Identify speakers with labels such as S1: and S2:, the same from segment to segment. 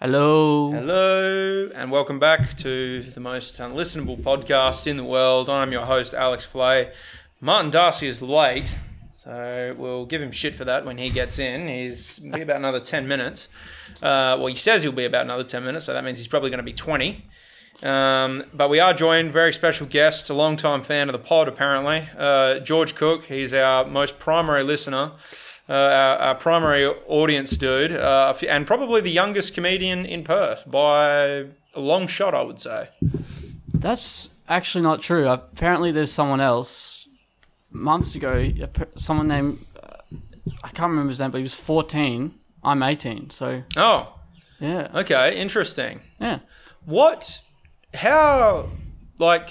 S1: Hello.
S2: Hello, and welcome back to the most unlistenable podcast in the world. I'm your host, Alex Flay. Martin Darcy is late, so we'll give him shit for that when he gets in. He's be about another 10 minutes. Uh, well, he says he'll be about another 10 minutes, so that means he's probably going to be 20. Um, but we are joined very special guests, a longtime fan of the pod, apparently. Uh, George Cook, he's our most primary listener, uh, our, our primary audience dude, uh, and probably the youngest comedian in Perth by a long shot, I would say.
S1: That's actually not true. Apparently, there's someone else. Months ago, ap- someone named uh, I can't remember his name, but he was 14. I'm 18, so
S2: Oh,
S1: yeah,
S2: okay, interesting.
S1: yeah.
S2: What, how, like,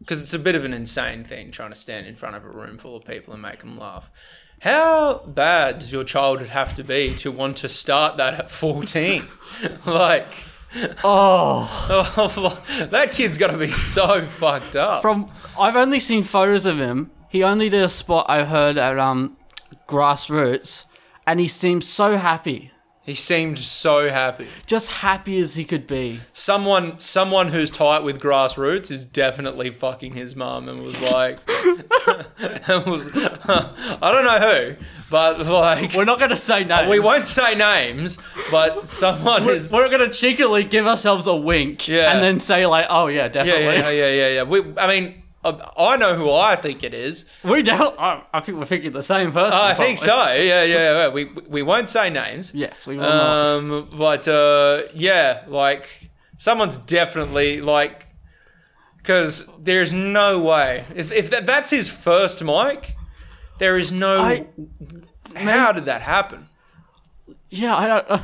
S2: because it's a bit of an insane thing trying to stand in front of a room full of people and make them laugh. How bad does your childhood have to be to want to start that at 14? like,
S1: Oh,
S2: that kid's got to be so fucked up.
S1: from I've only seen photos of him. He only did a spot I heard at um grassroots, and he seemed so happy,
S2: he seemed so happy.
S1: just happy as he could be.
S2: Someone, someone who's tight with grassroots is definitely fucking his mum and was like, and was, I don't know who, but like,
S1: We're not gonna say names.
S2: We won't say names, but someone is.
S1: We're gonna cheekily give ourselves a wink,
S2: Yeah.
S1: and then say like, "Oh yeah,
S2: Yeah,
S1: definitely."
S2: yeah, yeah, yeah, yeah. We, I mean, I I know who I think it is.
S1: We don't. I, I think we're thinking the same person.
S2: I think so.
S1: probably.
S2: Yeah, yeah, yeah. We we won't say names.
S1: Yes, we will not.
S2: Um, but uh, yeah, like someone's definitely like, because there's no way if if that, that's his first mic, there is no.
S1: I-
S2: how did that happen?
S1: Yeah, I don't. Uh,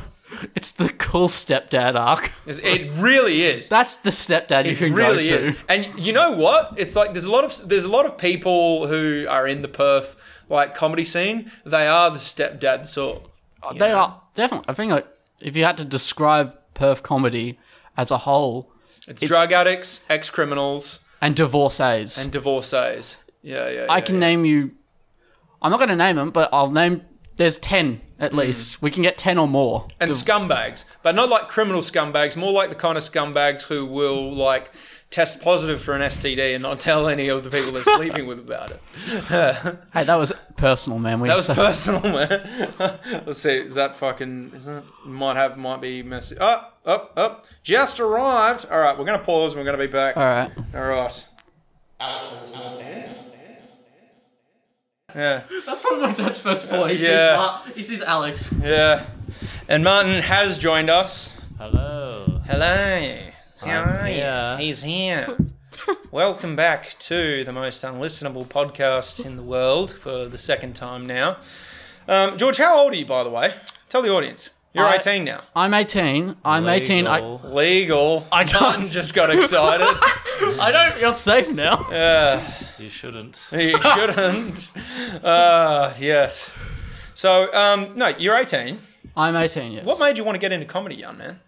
S1: it's the cool stepdad arc.
S2: It's- It really is.
S1: That's the stepdad you
S2: It
S1: can
S2: really
S1: go to.
S2: is. And you know what? It's like there's a lot of there's a lot of people who are in the Perth like comedy scene. They are the stepdad sort.
S1: Uh, They are definitely. I think like, if you had to describe Perth comedy as a whole
S2: It's, drug addicts, ex criminals,
S1: and divorcees,
S2: and divorcees. Yeah, yeah.
S1: I
S2: yeah,
S1: can
S2: yeah.
S1: name you. I'm not going to name them, but I'll name. There's ten at least. We can get ten or more.
S2: Hmm. and
S1: Div-
S2: scumbags, but not like criminal scumbags. More like the kind of scumbags who will like test positive for an STD and not tell any of the people they're sleeping with about it.
S1: hey, that was personal, man. We
S2: That was personal, man. Let's see. Is that fucking? Is that might have might be messy? Up, up, up. Just arrived. All right, we're gonna pause. and We're gonna be back.
S1: all right.
S2: All right. Yeah,
S1: That's probably my dad's first thought. He
S2: sees Yeah. Mar-
S1: he sees Alex.
S2: yeah. And Martin has joined us.
S3: Hello.
S2: Hello. How
S3: I'm
S2: are you?
S3: here.
S2: He's here. Welcome back to the most unlistenable podcast in the world for the second time now. Um, George, how old are you, by the way? Tell the audience. You're
S1: I-
S2: 18 now.
S1: I'm 18. I'm 18. I,
S3: Legal.
S2: Legal.
S1: I can't-
S2: Martin just got excited.
S1: I don't feel safe now.
S2: uh,
S3: You shouldn't.
S2: you shouldn't. Uh, yes. So, um, no, you're 18.
S1: I'm 18. Yes.
S2: What made you want to get into comedy, young man?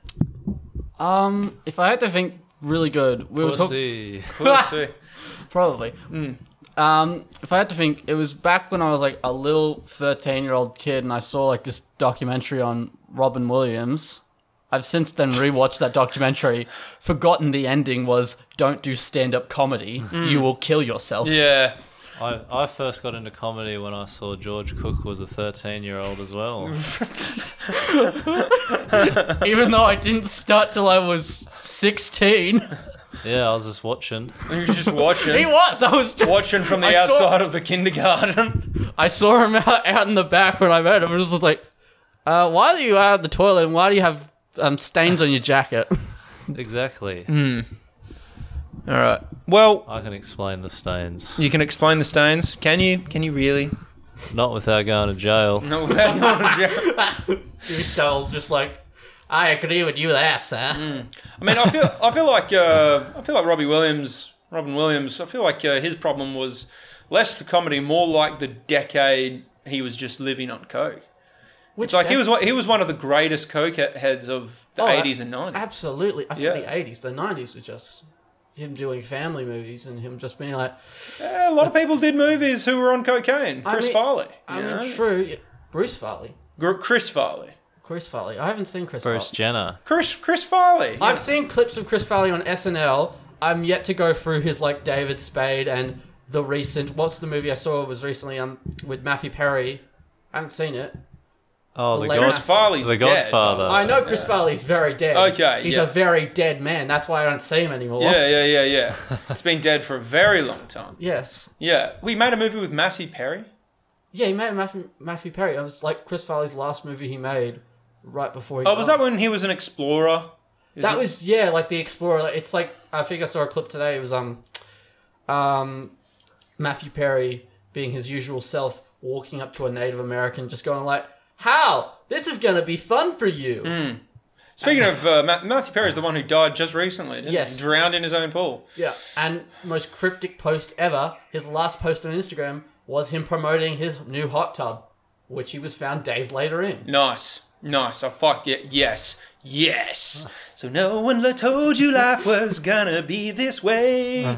S1: Um, if I had to think really good, we were talking
S3: Pussy.
S2: We'll see.
S1: probably.
S2: Hmm.
S1: Um, if I had to think, it was back when I was like a little 13 year old kid, and I saw like this documentary on Robin Williams. I've since then rewatched that documentary, forgotten the ending was don't do stand up comedy, you will kill yourself.
S2: Hmm. Yeah.
S3: I, I first got into comedy when I saw George Cook was a 13 year old as well.
S1: Even though I didn't start till I was 16,
S3: Yeah, I was just watching.
S2: You were just
S1: he
S2: watching.
S1: was. That was just,
S2: Watching from the
S1: I saw-
S2: outside of the kindergarten.
S1: I saw him out, out in the back when I met him. I was just like, uh, why are you out of the toilet and why do you have um, stains on your jacket?
S3: Exactly.
S2: All right. Well,
S3: I can explain the stains.
S2: you can explain the stains. Can you? Can you really?
S3: Not without going to jail.
S2: No, without going to jail.
S1: Your cell's just like, I agree with you there, sir.
S2: I mean, I feel, I feel like, uh, I feel like Robbie Williams, Robin Williams. I feel like uh, his problem was less the comedy, more like the decade he was just living on coke.
S1: Which
S2: It's like he
S1: def-
S2: was one- he was one of the greatest coke he- heads of the
S1: Oh, I-
S2: eighties and nineties.
S1: Absolutely. I think
S2: Yeah.
S1: the 80s, the 90s were just him doing family movies and him just being like,
S2: Yeah, a lot of people did movies who were on cocaine.
S1: I
S2: Chris
S1: mean-
S2: Farley, you
S1: I mean,
S2: know?
S1: true, Bruce Farley.
S2: Gr- Chris Farley.
S1: Chris Farley. I haven't seen Chris
S3: Bruce
S1: Farley.
S3: Jenner.
S2: Chris Chris Farley.
S1: I've seen clips of Chris Farley on SNL. I'm yet to go through his like David Spade and the recent what's the movie I saw was recently um with Matthew Perry. I haven't seen it.
S3: Oh,
S1: The
S3: the,
S1: late-
S2: Chris
S3: God,
S1: Matt-
S2: Farley's
S3: The
S2: dead.
S3: Godfather.
S1: I know Chris Farley's very dead.
S2: Uh, Okay,
S1: he's
S2: yeah.
S1: a very dead man. That's why I don't see him anymore.
S2: Yeah, yeah, yeah, yeah. it's been dead for a very long time.
S1: Yes.
S2: Yeah, we made a movie with Matty Perry.
S1: Yeah, he made Matthew, Matthew Perry. It was like Chris Farley's last movie he made right before he.
S2: Oh, was
S1: died.
S2: that when he was an explorer? Isn't
S1: That
S2: it?
S1: was yeah, like the explorer. Like, It's like I think I saw a clip today. It was um, um, Matthew Perry being his usual self, walking up to a Native American, just going like, "Hal, this is gonna be fun for you."
S2: Speaking of uh, Ma- Matthew Perry, is the one who died just recently. Didn't
S1: Yes.
S2: he? drowned in his own pool.
S1: Yeah. And most cryptic post ever. His last post on Instagram was him promoting his new hot tub, which he was found days later in.
S2: Nice, nice. I fuck it. Yes, yes. So no one la- told you life was gonna be this way.
S3: I
S2: you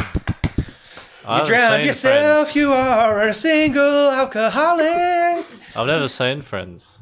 S3: haven't
S2: drowned
S3: seen
S2: yourself.
S3: Friends.
S2: You are a single alcoholic.
S3: I've never seen Friends.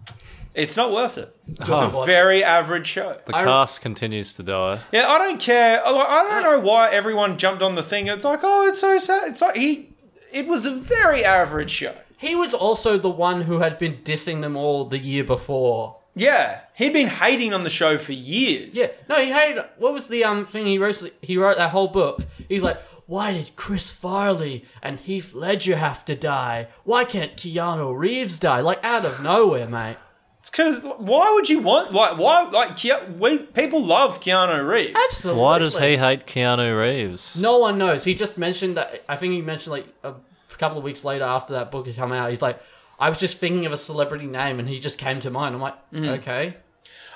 S2: it's not worth it.
S1: Just
S3: Oh.
S1: watch-
S2: Very average show.
S3: The
S1: I-
S3: cast continues to die.
S2: Yeah, I don't care. I- I don't know why everyone jumped on the thing. It's like, oh, it's so sad. It's like he. It was a very average show.
S1: He was also the one who had been dissing them all the year before.
S2: Yeah, he'd been hating on the show for years.
S1: Yeah, no, he hated. What was the um thing he wrote? He wrote that whole book. He's like, why did Chris Farley and Heath Ledger have to die? Why can't Keanu Reeves die? Like out of nowhere, mate.
S2: It's because why would you want like why like Ke- we people love Keanu Reeves.
S1: Absolutely.
S3: Why does he hate Keanu Reeves?
S1: No one knows. He just mentioned that. I think he mentioned like a couple of weeks later after that book had come out. He's like, I was just thinking of a celebrity name, and he just came to mind. I'm like, okay,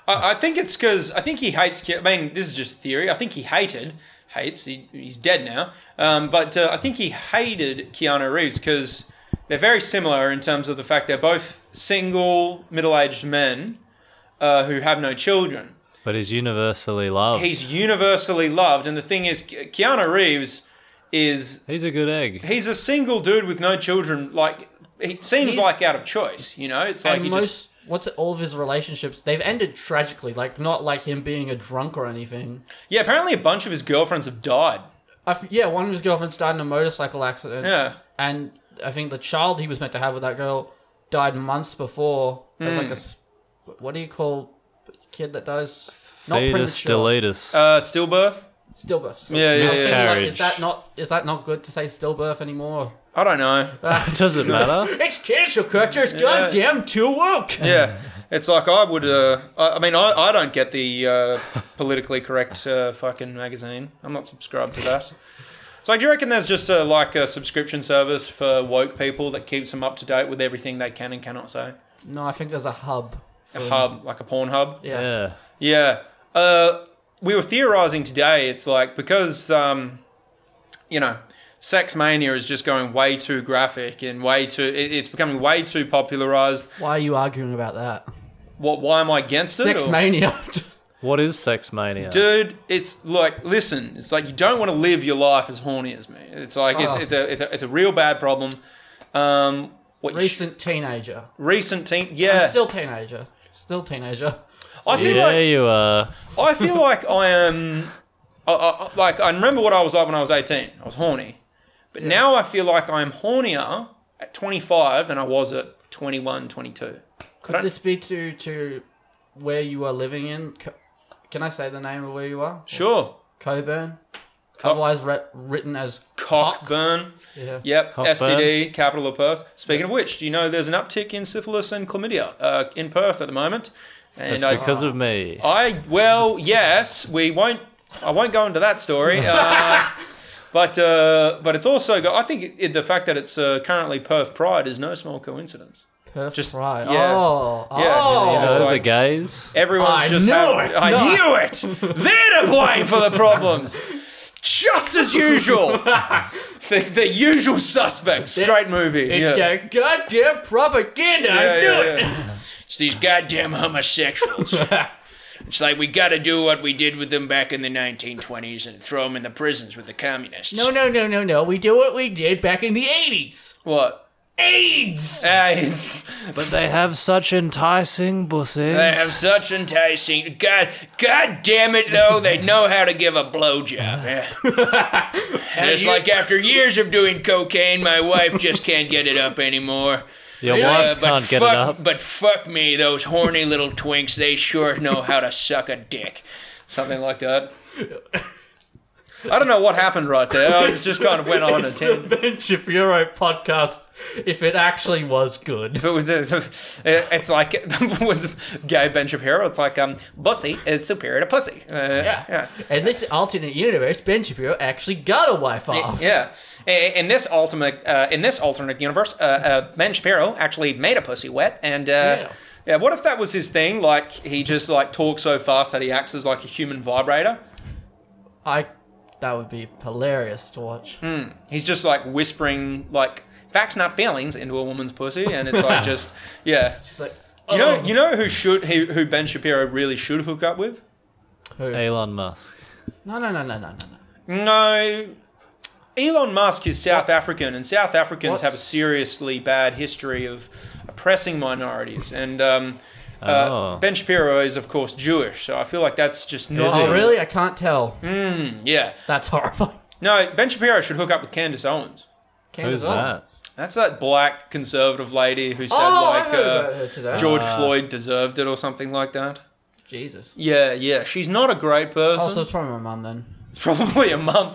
S2: I, I think it's because I think he hates. Ke- I mean, this is just theory. I think he hated hates. He, he's dead now. Um, but uh, I think he hated Keanu Reeves because they're very similar in terms of the fact they're both single middle-aged men uh, who have no children.
S3: But he's universally loved. He's,
S2: He's universally loved, and the thing is, Ke- Keanu Reeves is
S3: a good egg.
S2: he's a single dude with no children. Like it seems
S1: He's-
S2: like out of choice. You know, it's like
S1: and
S2: he
S1: most.
S2: just.
S1: What's it, all of his relationships? They've ended tragically, like not like him being a drunk or anything.
S2: Yeah, apparently a bunch of his girlfriends have died.
S1: I f yeah, one of his girlfriends died in a motorcycle accident.
S2: Yeah.
S1: And I think the child he was meant to have with that girl died months before. As
S2: Hmm.
S1: like a, s- what do you call a kid that dies?
S3: Fetus
S1: premature.
S3: deletus.
S2: Uh, stillbirth?
S1: Stillbirth.
S2: Yeah, yeah,
S1: Stillbirth,
S3: yeah.
S1: Is that not is that not good to say stillbirth anymore?
S2: I don't know.
S3: Does it matter?
S1: It's cancel culture. It's goddamn too woke.
S2: Yeah. It's like I would. Uh, I, I mean, I, I don't get the uh, politically correct uh, fucking magazine. I'm not subscribed to that. So do you reckon there's just a, like a subscription service for woke people that keeps them up to date with everything they can and cannot say?
S1: No, I think there's a hub.
S2: A
S1: for-
S2: hub, like a porn hub.
S1: Yeah.
S3: yeah.
S2: Yeah. Uh, we were theorizing today. It's like because, um, you know, sex mania is just going way too graphic and way too. It, it's becoming way too popularized.
S1: Why are you arguing about that?
S2: What? Why am I against it?
S1: Sex
S2: or-
S1: mania.
S3: What is sex mania?
S2: Dude, it's like listen. It's like you don't want to live your life as horny as me. It's like it's,
S1: Oh.
S2: it's a it's a it's a real bad problem. Um, what you sh-
S1: Recent teenager.
S2: recent teen? Yeah,
S1: I'm still teenager. Still teenager.
S2: I feel
S3: yeah,
S2: like
S3: you are.
S2: I feel like I am. I, I, I- like I remember what I was like when I was eighteen. I was horny, but now I feel like I'm hornier at 25 than I was at 21, 22. I
S1: Could
S2: don't-
S1: this be to to where you are living in? Co- Can I say the name of where you are?
S2: Sure,
S1: Coburn.
S2: Co-
S1: Otherwise re- written as
S2: cockburn.
S1: yeah.
S2: Yep,
S3: Cockburn.
S2: STD, capital of Perth. Speaking of which, do you know there's an uptick in syphilis and chlamydia uh, in Perth at the moment? And
S3: It's
S2: I, Oh,
S3: because of me.
S2: I well, yes, we won't. I won't go into that story. Uh, But uh, but it's also got, I think it, the fact that it's uh, currently Perth Pride is no small coincidence.
S1: Perth
S2: Just-
S1: Pride.
S2: yeah.
S1: Oh,
S2: Yeah.
S1: oh.
S3: You know,
S2: so I-
S3: the gays.
S2: Everyone's
S1: I
S2: just
S1: knew
S2: had-
S1: it!
S2: I
S1: No.
S2: knew it. They're to blame for the problems. Just as usual. the, the usual suspects. Great movie.
S1: It's
S2: yeah.
S1: that goddamn propaganda.
S2: Yeah,
S1: I knew
S2: yeah,
S1: it.
S2: yeah. It's these goddamn homosexuals. it's like we got to do what we did with them back in the 1920s and throw them in the prisons with the communists.
S1: No, no, no, no, no. We do what we did back in the 80s.
S2: What?
S1: AIDS.
S2: AIDS.
S3: But they have such enticing bussies.
S2: They have such enticing. God, God damn it, though, they know how to give a blowjob. Yeah. And it's like after years of doing cocaine, my wife just can't get it up anymore.
S3: Your
S2: Uh,
S3: wife can't
S2: fuck,
S3: get it up.
S2: But fuck me, those horny little twinks, they sure know how to suck a dick. Something like that. I don't know what happened right there. I just kind of went on a
S1: It's the
S2: tangent.
S1: Ben Shapiro podcast. If it actually was good,
S2: But with the- it- it's like with gay Ben Shapiro. It's like um, pussy is superior to pussy. Uh, yeah, yeah,
S1: and this alternate universe, Ben Shapiro actually got a wife off.
S2: yeah. I- In this ultimate, uh, in this alternate universe, uh, uh, Ben Shapiro actually made a pussy wet, and uh,
S1: Yeah.
S2: yeah. What if that was his thing? Like he just like talks so fast that he acts as like a human vibrator.
S1: I. That would be hilarious to watch.
S2: He's just like whispering like facts, not feelings, into a woman's pussy, and it's like just yeah.
S1: She's like,
S2: You know,
S1: oh.
S2: you know who should who, who Ben Shapiro really should hook up with?
S1: Who?
S3: Elon Musk.
S1: No, no, no, no, no, no, no.
S2: No. Elon Musk is South African, and South Africans
S1: What?
S2: have a seriously bad history of oppressing minorities. And um, uh,
S3: Oh.
S2: Ben Shapiro is, of course, Jewish, so I feel like that's just
S3: Is
S2: not.
S1: Oh,
S3: it?
S1: really? I can't tell.
S2: Hmm? Yeah.
S1: That's horrifying.
S2: No, Ben Shapiro should hook up with Candace Owens.
S3: Who's that?
S2: That's that black conservative lady who said,
S1: Oh, I
S2: like,
S1: heard about
S2: uh,
S1: her today.
S2: George
S3: Ah.
S2: Floyd deserved it or something like that.
S1: Jesus.
S2: Yeah, yeah. She's not a great person.
S1: Oh, so it's probably my mum then.
S2: it's probably a mum.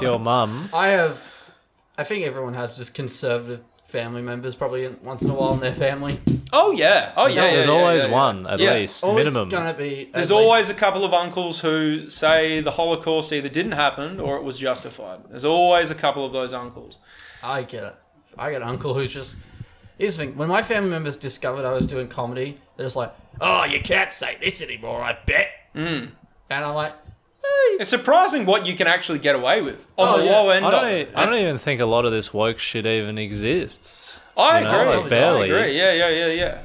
S3: your mum.
S1: I have. I think everyone has just conservative family members probably in- once in a while in their family.
S2: oh, yeah. Oh, yeah.
S3: No, there's
S2: yeah, yeah,
S3: always
S2: yeah, yeah.
S3: one at
S2: Yeah.
S3: least,
S1: Always
S3: minimum.
S1: gonna be. at
S2: There's
S1: least-
S2: always a couple of uncles who say the Holocaust either didn't happen or it was justified. There's always a couple of those uncles.
S1: I get it. I get an uncle who just. Here's the thing. When my family members discovered I was doing comedy, they're just like, "Oh, you can't say this anymore." I bet. Mm.
S2: Hmm.
S1: And I'm like, "Hey."
S2: It's surprising what you can actually get away with on
S1: Oh,
S2: the
S1: yeah.
S2: low end.
S3: I don't,
S2: of
S3: e
S2: it.
S3: I don't even think a lot of this woke shit even exists.
S2: I
S3: you know,
S2: agree.
S3: like, barely.
S2: I agree. Yeah, yeah, yeah, yeah.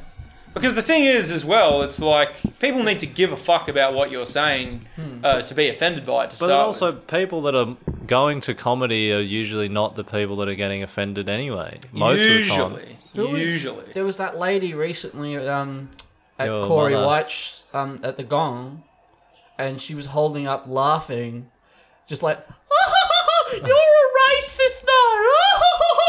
S2: Because the thing is, as well, it's like people need to give a fuck about what you're saying uh, to be offended by it. To
S3: But then
S2: start
S3: also,
S2: with.
S3: people that are going to comedy are usually not the people that are getting offended anyway. Most of the time.
S2: usually,
S1: Who was-
S2: usually,
S1: there was that lady recently um, at
S3: Your
S1: Corey
S3: mother.
S1: White's um, at the Gong, and she was holding up laughing, just like, "You're a racist, though."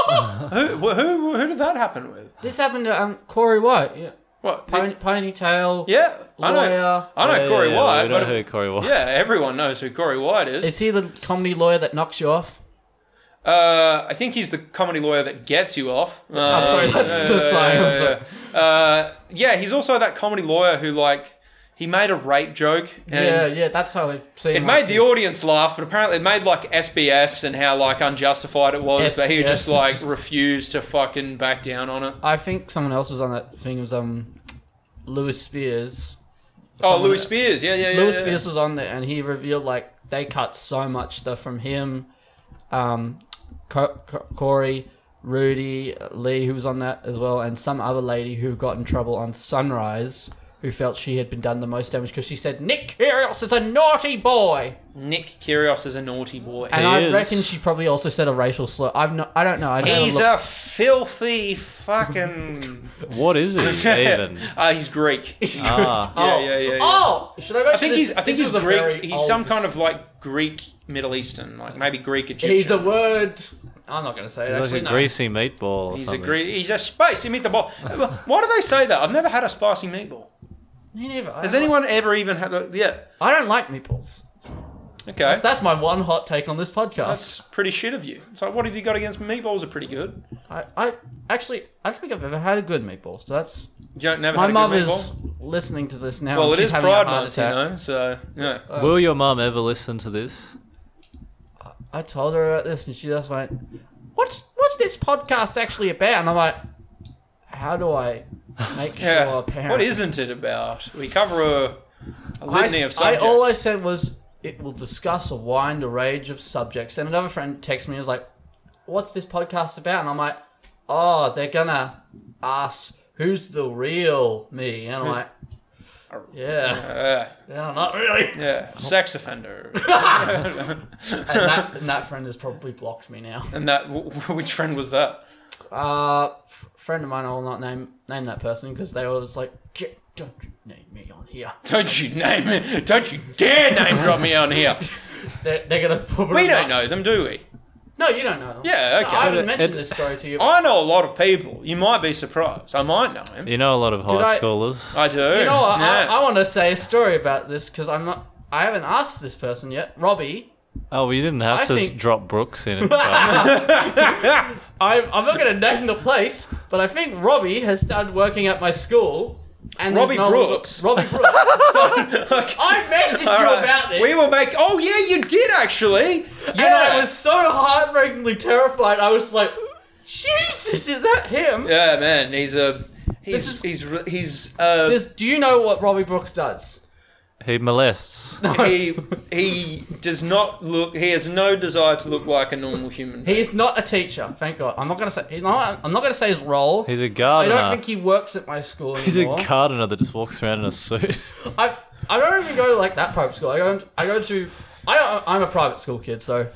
S2: who, who, who did that happen with?
S1: this happened to um, Corey White. Yeah.
S2: What?
S1: Pony, ponytail.
S2: yeah, I know.
S1: Lawyer.
S2: I know
S3: Yeah,
S2: Corey
S3: yeah, yeah,
S2: White.
S3: We know
S2: but-
S3: who Corey White.
S2: yeah, everyone knows who Corey White is.
S1: Is he the comedy lawyer that knocks you off?
S2: Uh, I think he's the comedy lawyer that gets you off. Uh,
S1: I'm sorry, that's- that's fine, I'm sorry.
S2: yeah. Uh, yeah, he's also that comedy lawyer who like he made a rape joke and
S1: yeah, yeah, that's how they see
S2: it made the audience laugh, but apparently it made like SBS and how like unjustified it was. But he
S1: SBS.
S2: just like refused to fucking back down on it.
S1: I think someone else was on that thing. It was um, Lewis Spears.
S2: Oh,
S1: Someone-
S2: Louis Spears, yeah, yeah, yeah.
S1: Lewis
S2: yeah.
S1: Spears was on there, and he revealed like they cut so much stuff from him, um, Co- Co- Corey, Rudy, Lee, who was on that as well, and some other lady who got in trouble on Sunrise, who felt she had been done the most damage because she said Nick Kyrgios is a naughty boy,
S2: Nick Kyrgios is a naughty boy.
S1: and
S3: He
S1: I
S3: is.
S1: reckon she probably also said a racial slur. I've no, I don't know. I don't
S2: he's
S1: look.
S2: a filthy fucking.
S3: What is he even?
S2: uh, he's Greek.
S3: ah,
S2: Yeah, yeah, yeah, yeah.
S1: Oh, should I? Mention
S2: I think
S1: this?
S2: he's. I think
S1: This
S2: he's
S1: is a very
S2: Greek. He's
S1: old-
S2: some kind of like Greek Middle Eastern, like maybe Greek Egyptian.
S1: He's a word. I'm not going to say it.
S3: he's
S1: Actually,
S3: like a
S1: no.
S3: greasy meatball or
S2: He's a
S3: something.
S2: Greek. He's a spicy meatball. Why do they say that? I've never had a spicy meatball.
S1: Me neither. I
S2: Has
S1: don't-
S2: anyone ever even had? A, yeah.
S1: I don't like meatballs.
S2: Okay.
S1: That's my one hot take on this podcast.
S2: That's pretty shit of you. It's like, what have you got against meatballs? Are pretty good.
S1: I, I actually, I don't think I've ever had a good meatball. So that's
S2: You don't never
S1: my
S2: had a good
S1: mother's
S2: meatball.
S1: listening to this now.
S2: Well,
S1: and
S2: it
S1: she's
S2: is
S1: having a
S2: Pride
S1: heart
S2: Month, you
S1: attack.
S2: know. So yeah.
S3: Will your mum ever listen to this?
S1: I told her about this, and she just went, "What's what's this podcast actually about?" And I'm like, "How do I make sure
S2: yeah.
S1: a parent?"
S2: What isn't it about? We cover a, a
S1: I,
S2: litany of
S1: s- I
S2: subjects.
S1: all I said was it will discuss a wide range of subjects. And another friend texted me and was like, "What's this podcast about?" And I'm like, "Oh, they're gonna ask who's the real me," and I'm like,
S2: Uh,
S1: "Yeah, yeah, not really."
S2: yeah. Sex offender.
S1: And that, and that friend has probably blocked me now.
S2: and that. wh- Which friend was that?
S1: uh, f- friend of mine, I will not name name that person because they were just like, "J- don't you name me on here.
S2: Don't you name it. Don't you dare name drop me on here.
S1: They're, they're gonna. put it
S2: We
S1: up.
S2: don't know them, do we?
S1: No, you don't know. them.
S2: Yeah,
S1: No,
S2: okay.
S1: I haven't
S3: But it-
S1: mentioned
S3: it-
S1: this story to you.
S2: I know a lot of people. You might be surprised. I might know him.
S3: You know a lot of high
S1: I-
S3: schoolers.
S2: I do.
S1: You know what?
S2: Yeah.
S1: I, I want to say a story about this because I'm not. I haven't asked this person yet, Robbie.
S3: oh, well, you didn't have
S1: I
S3: to
S1: think-
S3: drop Brooks in it. but-
S1: I'm, I'm not going to name the place, but I think Robbie has started working at my school. And there's
S2: Robbie
S1: no-
S2: Brooks?
S1: Robbie Brooks. I messaged you
S2: All right.
S1: about this.
S2: We will make. Oh yeah, you did actually.
S1: And
S2: Yeah.
S1: I was so heartbreakingly terrified. I was like, Jesus, is that him?
S2: Yeah, man. He's a. He's
S1: is-
S2: he's re- he's uh
S1: Does, do you know what Robbie Brooks does?
S3: he molests.
S2: he he does not look. He has no desire to look like a normal human.
S1: He is not a teacher, thank God. I'm not going to say. You know, what? I'm not going to say his role.
S3: He's a
S1: I
S3: gardener.
S1: don't think he works at my school anymore.
S3: He's a gardener that just walks around in a suit.
S1: I I don't even go to, like that private school. I go I go to I I'm a private school kid, so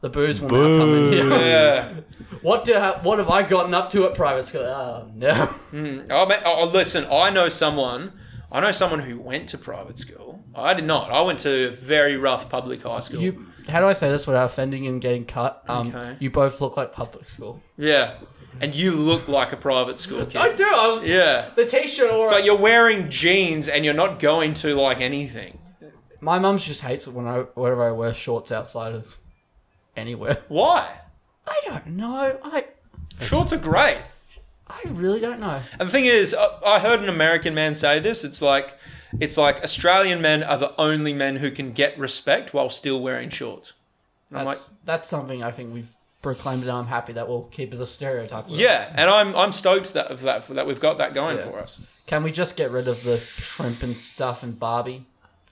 S1: the booze will now come in here.
S2: Yeah.
S1: What do ha- what have I gotten up to at private school? Oh no.
S2: Oh, man, oh, listen. I know someone. I know someone who went to private school. I did not. I went to a very rough public high school.
S1: You how do I say this without offending and getting cut? Um,
S2: Okay.
S1: you both look like public school.
S2: Yeah. And you look like a private school kid.
S1: I do. I was
S2: Yeah.
S1: the t-shirt or
S2: It's like you're wearing jeans and you're not going to like anything.
S1: my mum just hates it when I whenever I wear shorts outside of anywhere.
S2: Why?
S1: I don't know. I
S2: Shorts are great.
S1: I really don't know.
S2: And the thing is, I, I heard an American man say this. It's like, it's like Australian men are the only men who can get respect while still wearing shorts. And I'm like,
S1: That's that's something I think we've proclaimed and I'm happy that will keep as a stereotype. with us.
S2: yeah, and I'm I'm stoked that of that that we've got that going for us.
S1: Can we just get rid of the shrimp and stuff and Barbie?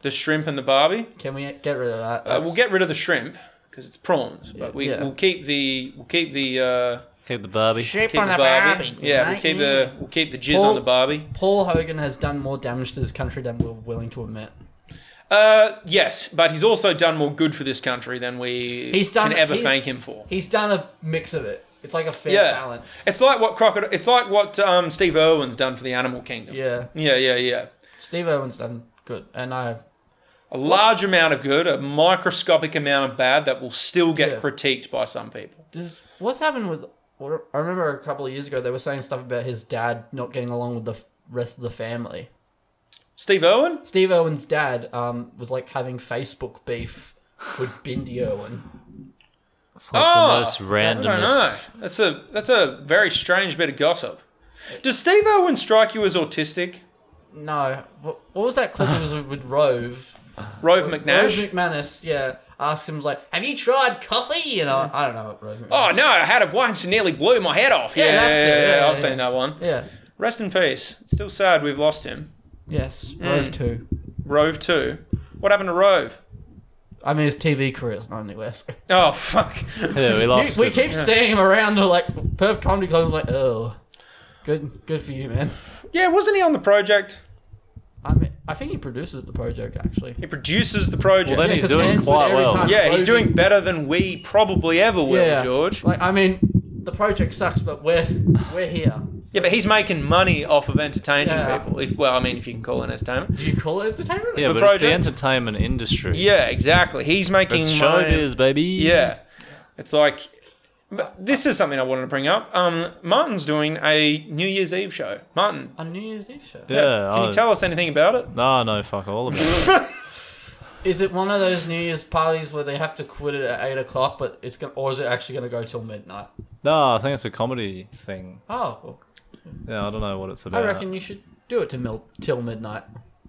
S2: The shrimp and the Barbie.
S1: Can we get rid of that?
S2: Uh, we'll get rid of the shrimp because it's prawns, but we
S1: Yeah.
S2: we'll keep the we'll keep the uh,
S3: Keep the Barbie.
S1: shape
S2: keep the Barbie. yeah, we'll keep the we'll keep the jizz
S1: Well-
S2: on the Barbie.
S1: Paul Hogan has done more damage to this country than we're willing to admit.
S2: Uh, yes, but he's also done more good for this country than we
S1: He's done-
S2: can ever
S1: he's-
S2: thank him for.
S1: He's done a mix of it. It's like a fair
S2: Yeah.
S1: balance.
S2: It's like what crocodile. It's like what um, Steve Irwin's done for the animal kingdom.
S1: Yeah,
S2: yeah, yeah, yeah.
S1: Steve Irwin's done good, and I have
S2: A large amount of good, a microscopic amount of bad that will still get
S1: Yeah.
S2: critiqued by some people.
S1: this. What's happened with? what- I remember a couple of years ago they were saying stuff about his dad not getting along with the f- rest of the family.
S2: Steve Irwin.
S1: Steve Irwin's dad um, was like having Facebook beef with Bindi Irwin.
S3: It's like
S2: Oh,
S3: the most
S2: I don't know.
S3: randomest.
S2: That's a that's a very strange bit of gossip. Does Steve Irwin strike you as autistic?
S1: No. What, what was that clip that was with Rove?
S2: Rove McNash.
S1: Rove McManus, yeah. Asked him, like, have you tried coffee? You know, I don't know what Rove McManus
S2: Oh no! I had it once and nearly blew my head off. Yeah,
S1: Yeah,
S2: yeah,
S1: that's it.
S2: yeah,
S1: Yeah,
S2: I've
S1: yeah.
S2: seen that one.
S1: Yeah.
S2: Rest in peace. It's still sad we've lost him.
S1: Yes. Rove
S3: Hmm.
S1: too.
S2: Rove too. What happened to Rove?
S1: I mean, his TV career is not anywhere. So.
S2: Oh fuck.
S3: Yeah, we
S1: You,
S3: lost
S1: we
S3: it.
S1: keep seeing him around the, like, Perth Comedy Club. like, oh. Good good for you, man.
S2: yeah, wasn't he on the project?
S1: I mean, I think he produces the project, actually.
S2: He produces the project.
S3: Well, then he's
S1: 'cause
S3: doing
S1: Man's with
S3: quite
S1: every
S3: well.
S1: time
S2: yeah, he's
S1: Logan-
S2: doing better than we probably ever will,
S1: Yeah.
S2: George.
S1: Like, I mean, the project sucks, but we're, we're here.
S2: Yeah, but he's making money off of entertaining
S1: Yeah.
S2: people. If well, I mean, if you can call it entertainment.
S1: Do you call it entertainment?
S3: Yeah,
S2: The
S3: but it's the
S2: project-
S3: entertainment industry.
S2: Yeah, exactly. He's making
S3: It's
S2: money.
S3: showbiz, baby.
S2: Yeah, it's like. But this is something I wanted to bring up. Um, Martin's doing a New Year's Eve show. Martin,
S1: A New Year's Eve show.
S3: Yeah.
S2: can
S3: I-
S2: you tell us anything about it?
S3: No, no, fuck all of it.
S1: Is it one of those New Year's parties where they have to quit it at eight o'clock, but it's going or is it actually going to go till midnight?
S3: no, I think it's a comedy thing.
S1: Oh, well,
S3: Yeah, I don't know what it's
S1: I
S3: about.
S1: reckon you should do it to mil- till midnight.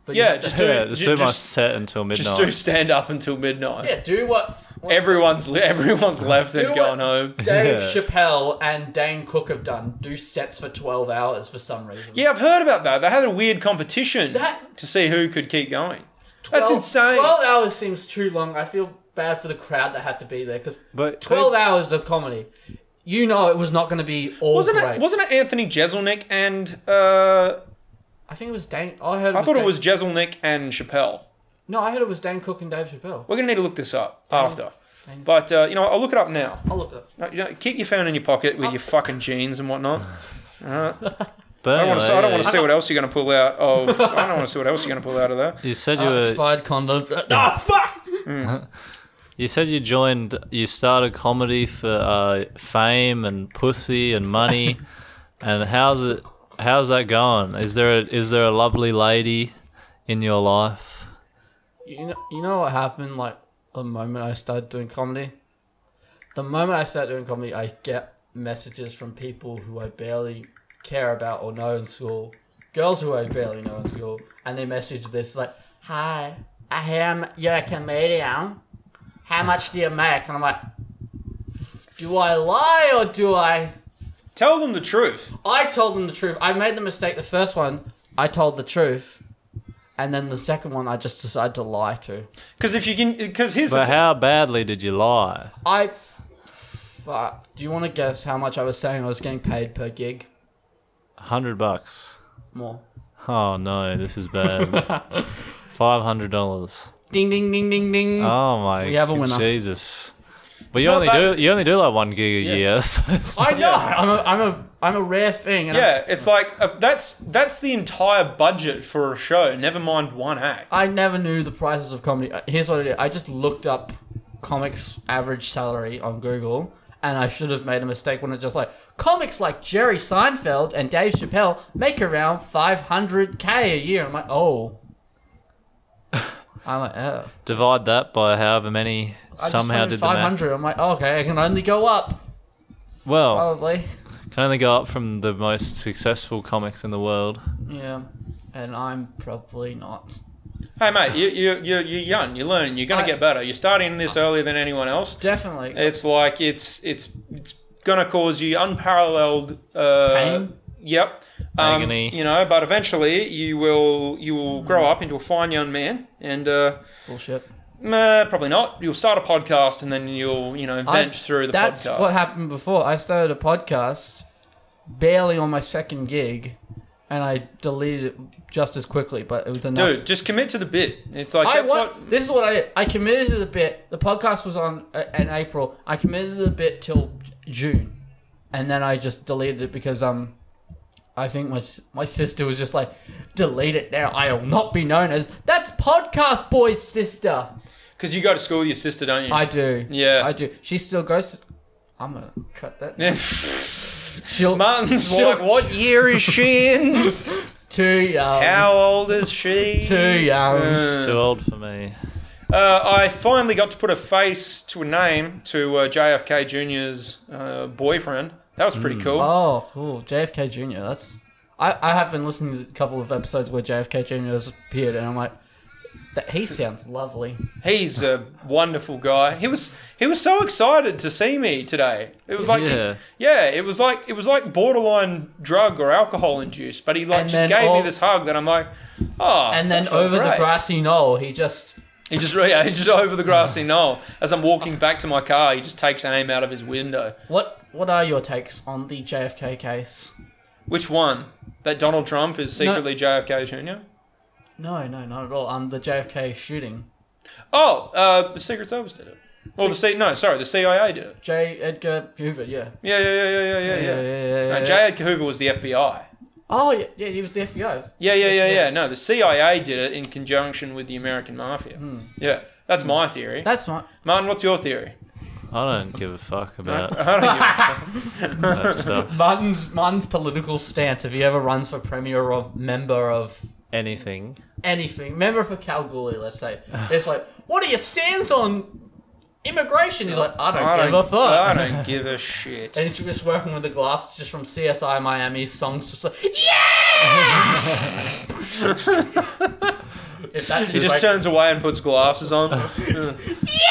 S1: But
S2: Yeah,
S1: you-
S2: just do
S3: Yeah, just
S2: ju-
S3: do my
S2: just-
S3: set until midnight.
S2: Just do stand up until midnight.
S1: yeah, do what, what
S2: Everyone's le- everyone's left and
S1: Do
S2: gone
S1: it.
S2: home.
S1: Dave
S3: Yeah.
S1: Chappelle and Dane Cook have done. Do sets for twelve hours for some reason.
S2: Yeah, I've heard about that. They had a weird competition
S1: That-
S2: to see who could keep going.
S1: 12
S2: That's insane.
S1: Twelve hours seems too long. I feel bad for the crowd that had to be there because
S3: But
S1: twelve
S3: they-
S1: hours of comedy. You know, it was not going to be all
S2: Wasn't
S1: great.
S2: it? Wasn't it Anthony Jeselnik and uh,
S1: I think it was Dane. I heard. It
S2: I thought it
S1: Dan-
S2: was Jeselnik and Chappelle.
S1: No, I heard it was Dane Cook and Dave Chappelle.
S2: We're gonna need to look this up after. But uh, you know, I'll look it up now.
S1: I'll look it up.
S2: No, you don't- keep your phone in your pocket with your fucking jeans and whatnot. Alright.
S3: But
S2: I don't want to. I don't want
S3: anyway,
S2: to see what else you're going to pull out. Oh, I don't want to see what else you're going to pull out of there.
S3: You said you
S1: Ah,
S3: were
S1: expired condoms. Ah, fuck!
S3: You said you joined, you started comedy for uh, fame and pussy and money, and how's it? How's that going? Is there a, is there a lovely lady in your life?
S1: You know, you know what happened? Like the moment I started doing comedy, the moment I started doing comedy, I get messages from people who I barely care about or know in school, girls who I barely know in school, and they message this like, "Hi, I hear I'm- you're a comedian. How much do you make?" And I'm like, "Do I lie or do I?"
S2: Tell them the truth.
S1: I told them the truth. I made the mistake. The first one, I told the truth, and then the second one, I just decided to lie to.
S2: Because if you can, because here's the
S3: But
S2: thing.
S3: how badly did you lie?
S1: I. Fuck. Do you want to guess how much I was saying I was getting paid per gig?
S3: Hundred bucks.
S1: More.
S3: Oh no, this is bad. Five hundred dollars.
S1: Ding, ding, ding, ding, ding.
S2: Ah.
S3: Oh my.
S1: We have a winner.
S3: Jesus. But
S2: It's
S3: you
S2: not
S3: only
S2: that-
S3: do you only do like one gig a
S2: Yeah.
S3: year. So it's
S1: I know.
S2: Yeah.
S1: I'm, a, I'm, a, I'm a rare thing. And
S2: Yeah, it's like uh, that's that's the entire budget for a show. Never mind one act.
S1: I, I never knew the prices of comedy. Uh, Here's what I did I just looked up comics' average salary on Google. And I should have made a mistake when it just like comics like Jerry Seinfeld and Dave Chappelle make around 500k a year. I'm like, oh, I'm like, oh.
S3: divide that by however many.
S1: I just
S3: somehow
S1: wanted
S3: did the math.
S1: 500. I'm like, oh, okay, I can only go up.
S3: Well,
S1: Probably.
S3: Can only go up from the most successful comics in the world.
S1: Yeah. And I'm probably not.
S2: Hey mate, you you you you're young. You learn. You're gonna
S1: I-
S2: get better. You're starting this earlier than anyone else.
S1: Definitely.
S2: It's like it's it's it's gonna cause you unparalleled uh,
S1: Pain?
S2: Yep. Um,
S3: Agony.
S2: You know, but eventually you will you will
S1: Hmm.
S2: grow up into a fine young man, and uh,
S1: Bullshit.
S2: meh, probably not. You'll start a podcast, and then you'll you know
S1: I-
S2: vent through the
S1: that's
S2: podcast.
S1: what happened before. I started a podcast barely on my second gig and I deleted it just as quickly, but it was enough.
S2: Dude, just commit to the bit. It's like
S1: I
S2: that's
S1: want,
S2: what.
S1: This is what I did. I committed to the bit. The podcast was on uh, in April. I committed to the bit till June, and then I just deleted it because um, I think my s- my sister was just like, delete it now. I will not be known as that's podcast boy's sister.
S2: Because you go to school with your sister, don't you?
S1: I do.
S2: Yeah.
S1: I do. She still goes. To, I'm gonna cut that.
S2: Yeah.
S1: She'll
S2: Martin's
S1: she'll-
S2: like, what year is she in?
S1: Too young.
S2: How old is she?
S1: Too young.
S3: It's too old for me.
S2: Uh, I finally got to put a face to a name to uh, JFK Jr.'s uh, boyfriend. That was pretty cool.
S1: Oh, cool. JFK Jr. That's. I, I have been listening to a couple of episodes where JFK Jr. has appeared, and I'm like, that he sounds lovely.
S2: He's a wonderful guy. He was he was so excited to see me today. It was like
S3: Yeah.
S2: yeah, it was like it was like borderline drug or alcohol induced. But he like
S1: And
S2: just
S1: then
S2: gave
S1: all-
S2: me this hug that I'm like, oh.
S1: And then
S2: that felt
S1: over the
S2: great."
S1: grassy knoll, he just.
S2: He just yeah, he just over the grassy knoll. As I'm walking back to my car, he just takes aim out of his window.
S1: What What are your takes on the JFK case?
S2: Which one? That Donald Trump is secretly JFK Jr.
S1: No, no, not at all. Um, the JFK shooting.
S2: Oh, uh, the Secret Service did it. Well, the C no, sorry, the CIA did it.
S1: J. Edgar Hoover, yeah.
S2: Yeah, yeah, yeah, yeah, yeah, yeah. yeah,
S1: yeah, yeah,
S2: No,
S1: yeah.
S2: J. Edgar Hoover was the FBI.
S1: Oh, yeah, yeah, he was the FBI.
S2: Yeah, yeah, yeah, yeah. No, the CIA did it in conjunction with the American mafia. Yeah, that's my theory.
S1: Hmm. That's not.
S2: Martin, what's your theory?
S3: I don't give a fuck
S2: I
S3: about
S2: don't give a-
S3: that stuff.
S1: Martin's, Martin's political stance, if he ever runs for premier or member of
S3: Anything.
S1: anything. Member for Kalgoorlie, let's say. It's like, what are your stands on immigration? He's like, I don't
S2: I
S1: give
S2: don't,
S1: a fuck.
S2: I don't give a shit.
S1: And he's just working with the glass just from CSI Miami songs. Just like, yeah! if that
S2: He just turns away and puts glasses on.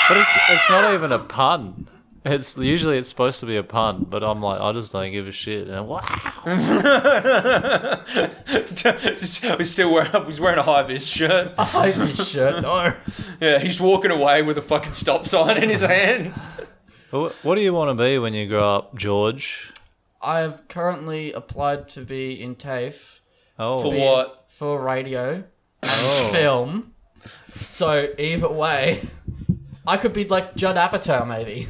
S3: But it's, it's not even a pun. It's usually it's supposed to be a pun, but I'm like I just don't give a shit. And wow,
S2: Just- he's still wearing, he's wearing a high vis shirt.
S1: off his shirt. No.
S2: Yeah, he's walking away with a fucking stop sign in his hand.
S3: Wh- what do you want to be when you grow up, George?
S1: I have currently applied to be in TAFE
S3: Oh,
S2: For what?
S1: for radio and
S3: Oh.
S1: film. So either way, I could be like Judd Apatow, maybe.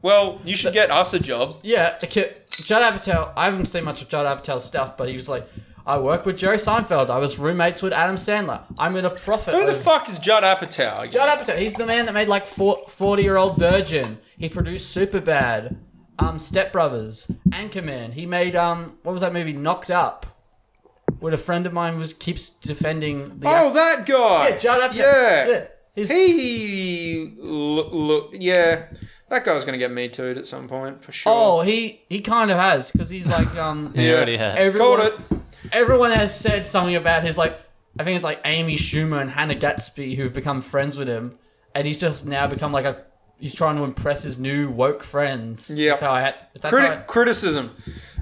S2: Well, you should get us a job.
S1: Yeah, the kid, Judd Apatow. I haven't seen much of Judd Apatow's stuff, but he was like, I work with Jerry Seinfeld. I was roommates with Adam Sandler. I'm gonna profit.
S2: Who the
S1: over-"
S2: fuck is Judd Apatow? again?
S1: Judd Apatow. He's the man that made like forty year old virgin. He produced Superbad, um, Step Brothers, Anchorman. He made um, what was that movie? Knocked Up. Where a friend of mine was keeps defending the.
S2: Oh, that guy.
S1: yeah, Judd Apatow.
S2: Yeah.
S1: He's,
S2: He look, look yeah. That guy's gonna get me too'd at some point for sure.
S1: oh, he he kind of has because he's like um.
S3: He
S2: Yeah.
S3: already has.
S1: Every-
S2: called it.
S1: everyone has said something about his like I think it's like Amy Schumer and Hannah Gatsby who've become friends with him, and he's just now become like a he's trying to impress his new woke friends.
S2: Yep.
S1: If how I had, is that
S2: Criti-
S1: right?
S2: Criticism.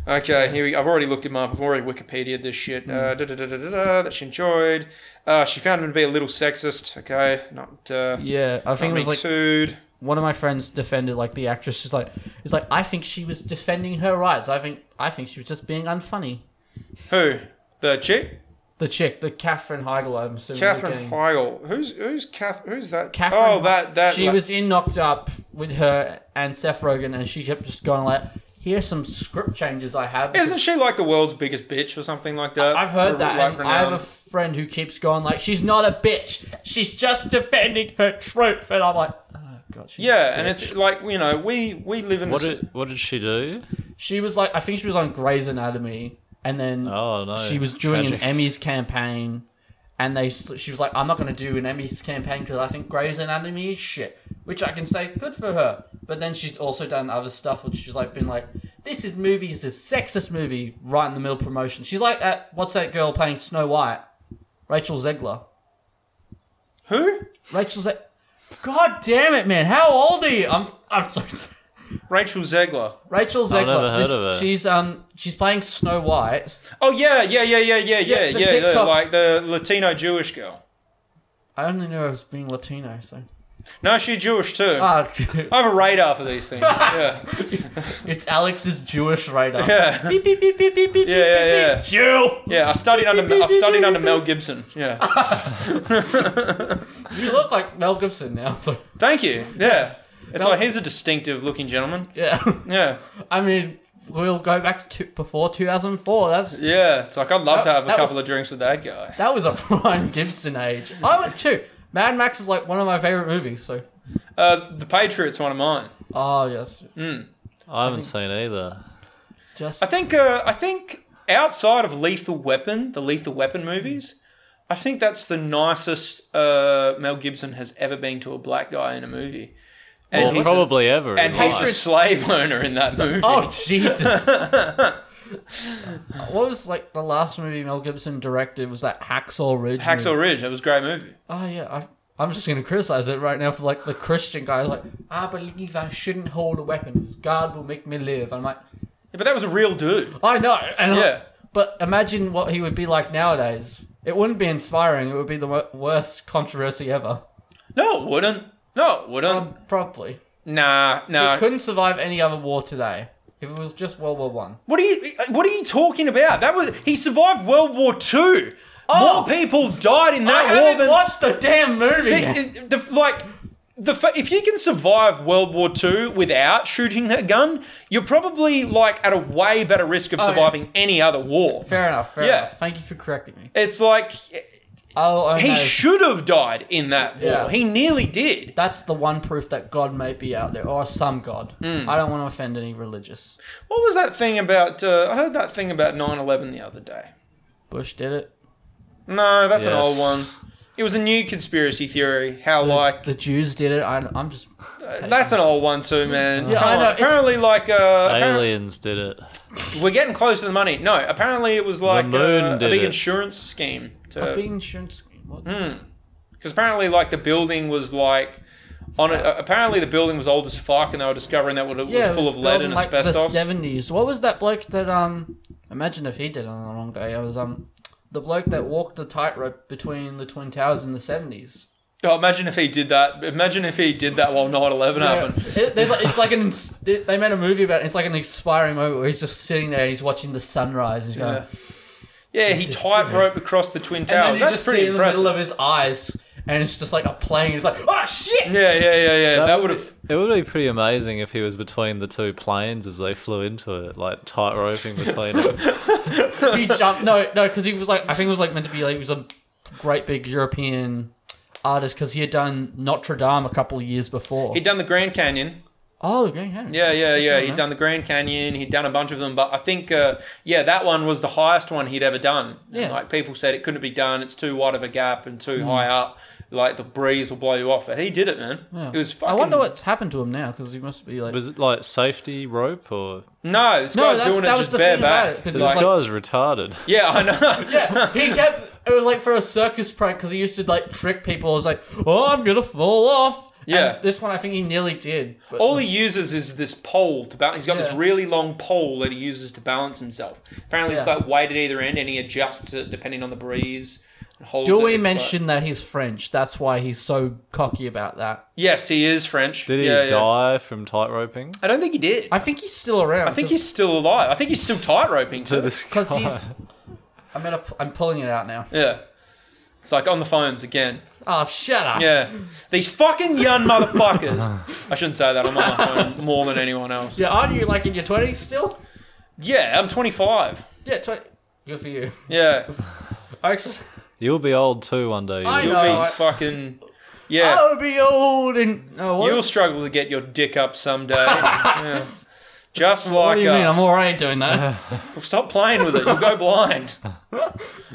S2: Okay, here we, I've already looked him up. I've already Wikipedia this
S1: Hmm.
S2: shit. Uh, da, da, da, da, da, da, that she enjoyed. Uh, she found him to be a little sexist. Okay, not. Uh,
S1: Yeah, I think
S2: not
S1: it was like
S2: too'd.
S1: one of my friends defended like the actress. She's like, it's like I think she was defending her rights. I think I think she was just being unfunny.
S2: Who? The chick?
S1: The chick, the Catherine Heigl, I'm assuming. we're
S2: Catherine
S1: getting-
S2: Heigl. Who's who's Kath? Who's that?
S1: Catherine.
S2: oh, that that.
S1: she
S2: la-
S1: was in Knocked Up with her and Seth Rogen, and she kept just going like, "Here's some script changes I have." because
S2: Isn't she like the world's biggest bitch or something like that?
S1: I've heard
S2: Or,
S1: that.
S2: like,
S1: and I have a
S2: renowned?
S1: friend who keeps going like, "She's not a bitch. She's just defending her truth." And I'm like, "Oh god." she's a
S2: yeah, and
S1: bitch."
S2: it's like you know we we live in
S3: What
S2: this.
S3: did what did she do?
S1: she was like, I think she was on Grey's Anatomy, and then
S3: Oh no,
S1: she was doing
S3: Tragic.
S1: an Emmys campaign, and they she was like, "I'm not going to do an Emmys campaign because I think Grey's Anatomy is shit," which I can say good for her. But then she's also done other stuff, which she's like been like, "This is movies, the sexist movie," right in the middle of promotion. She's like, that, "What's that girl playing Snow White?" Rachel Zegler.
S2: Who?
S1: Rachel's like, God damn it, man! How old are you? I'm, I'm sorry.
S2: Rachel Zegler.
S1: Rachel Zegler.
S3: I've never heard
S1: this-
S3: of her.
S1: She's um, she's playing Snow White.
S2: Oh yeah, yeah, yeah, yeah, yeah, yeah,
S1: Yeah,
S2: yeah.
S1: the
S2: yeah,
S1: TikTok-
S2: like the Latino Jewish girl.
S1: I only knew her as being Latino, so.
S2: No, she's Jewish too.
S1: Ah,
S2: I have a radar for these things. yeah,
S1: it's Alex's Jewish radar.
S2: Yeah.
S1: Beep, beep, beep, beep, beep, beep,
S2: Yeah, yeah,
S1: beep,
S2: yeah.
S1: beep. Jew!
S2: yeah. I studied under I studied under Mel Gibson. Yeah.
S1: You look like Mel Gibson now, so.
S2: Thank you. Yeah. It's
S1: Mel-
S2: like he's a distinctive looking gentleman.
S1: Yeah.
S2: Yeah,
S1: I mean, we'll go back to two, before 2004. That's.
S2: yeah. It's like I'd love to
S1: That-
S2: have a
S1: that
S2: couple of drinks with that guy.
S1: That was a prime Gibson age. I went too. Mad Max is like one of my favorite movies, so.
S2: Uh, the Patriots, one of mine.
S1: Oh, yes.
S3: I haven't seen either.
S1: Just.
S2: I think uh, I think outside of Lethal Weapon, the Lethal Weapon movies, I think that's the nicest uh, Mel Gibson has ever been to a black guy in a movie.
S3: Well,
S2: he's a-
S3: probably ever. in
S2: and he's a
S3: life.
S2: slave owner in that movie.
S1: Oh Jesus! what was like the last movie Mel Gibson directed? Was that Hacksaw Ridge?
S2: Hacksaw
S1: movie?
S2: Ridge, that was a great movie.
S1: Oh yeah, I, I'm just gonna criticize it right now for like the Christian guy. who's like, I believe I shouldn't hold a weapon. 'cause God will make me live. I'm like,
S2: Yeah, but that was a real dude.
S1: I know. And I'm-
S2: Yeah.
S1: but imagine what he would be like nowadays. It wouldn't be inspiring. It would be the wo- worst controversy ever.
S2: No, it wouldn't. No, it wouldn't.
S1: Um, probably.
S2: nah,
S1: It
S2: nah.
S1: couldn't survive any other war today. If it was just World War One.
S2: What are you? What are you talking about? That was he survived World War Two.
S1: Oh.
S2: More people died in
S1: I
S2: that war
S1: haven't
S2: than
S1: watched the damn movie. yet.
S2: It- it- the- like the fa- if you can survive World War II without shooting a gun, you're probably like at a way better risk of
S1: Oh, yeah.
S2: surviving any other war.
S1: Fair enough. Fair
S2: Yeah.
S1: enough. Thank you for correcting me.
S2: It's like
S1: Oh,
S2: he
S1: no.
S2: should have died in that war.
S1: Yeah.
S2: He nearly did.
S1: That's the one proof that God may be out there, or some God.
S2: Hmm.
S1: I don't want to offend any religious.
S2: What was that thing about? Uh, I heard that thing about 9/11 the other day.
S1: Bush did it.
S2: No, that's an
S3: Yes.
S2: old one. It was a new conspiracy theory. How
S1: Mm.
S2: like
S1: The Jews did it. I, I'm just.
S2: that's an old one too, man.
S1: Yeah,
S2: Come
S1: I
S2: on.
S1: know, it's-
S2: Apparently, like uh, apparently-
S3: Aliens did it.
S2: We're getting close to the money. No, apparently it was like
S3: moon
S2: uh, a
S3: did
S2: big
S3: it.
S2: insurance scheme
S1: A big
S2: to
S1: insurance scheme. What?
S2: Hmm. because apparently like the building was like on a, apparently the building was old as fuck and they were discovering that it was
S1: Yeah, it
S2: full
S1: was
S2: of lead
S1: built in,
S2: and
S1: like,
S2: asbestos.
S1: The 70s. What was that bloke that um? Imagine if he did it on the wrong day. I was um, the bloke that walked the tightrope between the twin towers in the 70s.
S2: oh, imagine if he did that. Imagine if he did that while 9/11 happened.
S1: It, there's like, it's like an ins- it, they made a movie about it. It's like an expiring moment where he's just sitting there and he's watching the sunrise and he's going,
S2: Yeah, he tied rope across the twin
S1: And then
S2: towers.
S1: you
S2: That's
S1: just
S2: pretty
S1: see in the
S2: impressive.
S1: middle of his eyes, and it's just like a plane. It's like, oh shit!
S2: Yeah, yeah, yeah, yeah. That, would have.
S3: It would be pretty amazing if he was between the two planes as they flew into it, like tight roping between them.
S1: He jumped. No, no, because he was like, I think it was like meant to be like he was a great big European artist because he had done Notre Dame a couple of years before.
S2: He'd done the Grand Canyon.
S1: oh, okay, yeah,
S2: Yeah, yeah, yeah. He'd
S1: man.
S2: done the Grand Canyon. He'd done a bunch of them, but I think, uh, yeah, that one was the highest one he'd ever done. And,
S1: Yeah. Hmm.
S2: like people said, it couldn't be done. It's too wide of a gap and too high up. Like the breeze will blow you off. But he did it, man.
S1: Yeah.
S2: It was. Fucking...
S1: I wonder what's happened to him now because he must be like.
S3: Was it like safety rope or?
S2: No, this
S1: No,
S2: guy's
S1: that's-
S2: doing it
S1: that was
S2: just
S1: the thing about
S2: bareback.
S1: it, 'cause
S3: This
S1: It's like-
S3: guy's retarded.
S2: yeah, I know.
S1: yeah, he kept. It was like for a circus prank because he used to like trick people. It was like, oh, I'm gonna fall off. And
S2: Yeah.
S1: this one I think he nearly did. But
S2: All he uses is this pole to balance. He's got this
S1: Yeah.
S2: really long pole that he uses to balance himself. Apparently, it's
S1: Yeah.
S2: like weighted either end, and he adjusts it depending on the breeze. And holds
S1: do
S2: it.
S1: we
S2: It's like-
S1: mention that he's French? That's why he's so cocky about that.
S2: yes, he is French.
S3: Did he
S2: Yeah, yeah.
S3: die from tight roping?
S2: I don't think he did.
S1: I think he's still around.
S2: I think he's still alive. I think he's still tight roping
S3: To
S2: to this.
S3: this
S1: because
S3: guy.
S1: he's. I'm gonna. pu- I'm pulling it out now.
S2: Yeah. It's like on the phones again.
S1: Oh, shut up.
S2: Yeah. These fucking young motherfuckers. I shouldn't say that. I'm on my phone more than anyone else.
S1: Yeah, aren't you like in your twenties still?
S2: Yeah, I'm 25.
S1: Yeah, twenty. Good for you.
S2: Yeah.
S1: I actually,
S3: You'll be old too one day.
S1: I
S2: You'll
S1: know.
S2: be fucking. Yeah.
S1: I'll be old and oh, what
S2: You'll
S1: is-
S2: struggle to get your dick up someday. Yeah. Just
S1: what
S2: like
S1: do you mean?
S2: us. Uh.
S1: I'm already doing that.
S2: Stop playing with it. You'll go blind.
S1: I,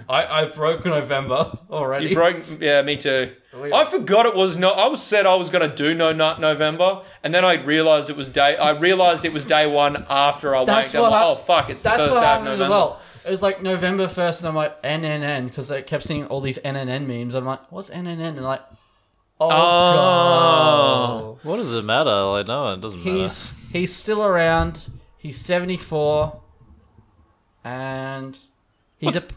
S1: I broke November already.
S2: You broke. Yeah, me too.
S1: We-
S2: I forgot it was no. I was said I was gonna do no nut November, and then I realized it was day. I realized it was day one after I
S1: That's
S2: wanked. I'm
S1: what
S2: like,
S1: hap-
S2: oh fuck, it's the
S1: That's
S2: first
S1: what
S2: day of
S1: happened as
S2: November.
S1: well. It was like November first, and I'm like NNN because I kept seeing all these NNN memes. I'm like, what's NNN? And like, oh, god,
S3: What does it matter? Like no, it doesn't
S1: he's he's still around. He's 74, and he's
S2: What's-
S1: ap-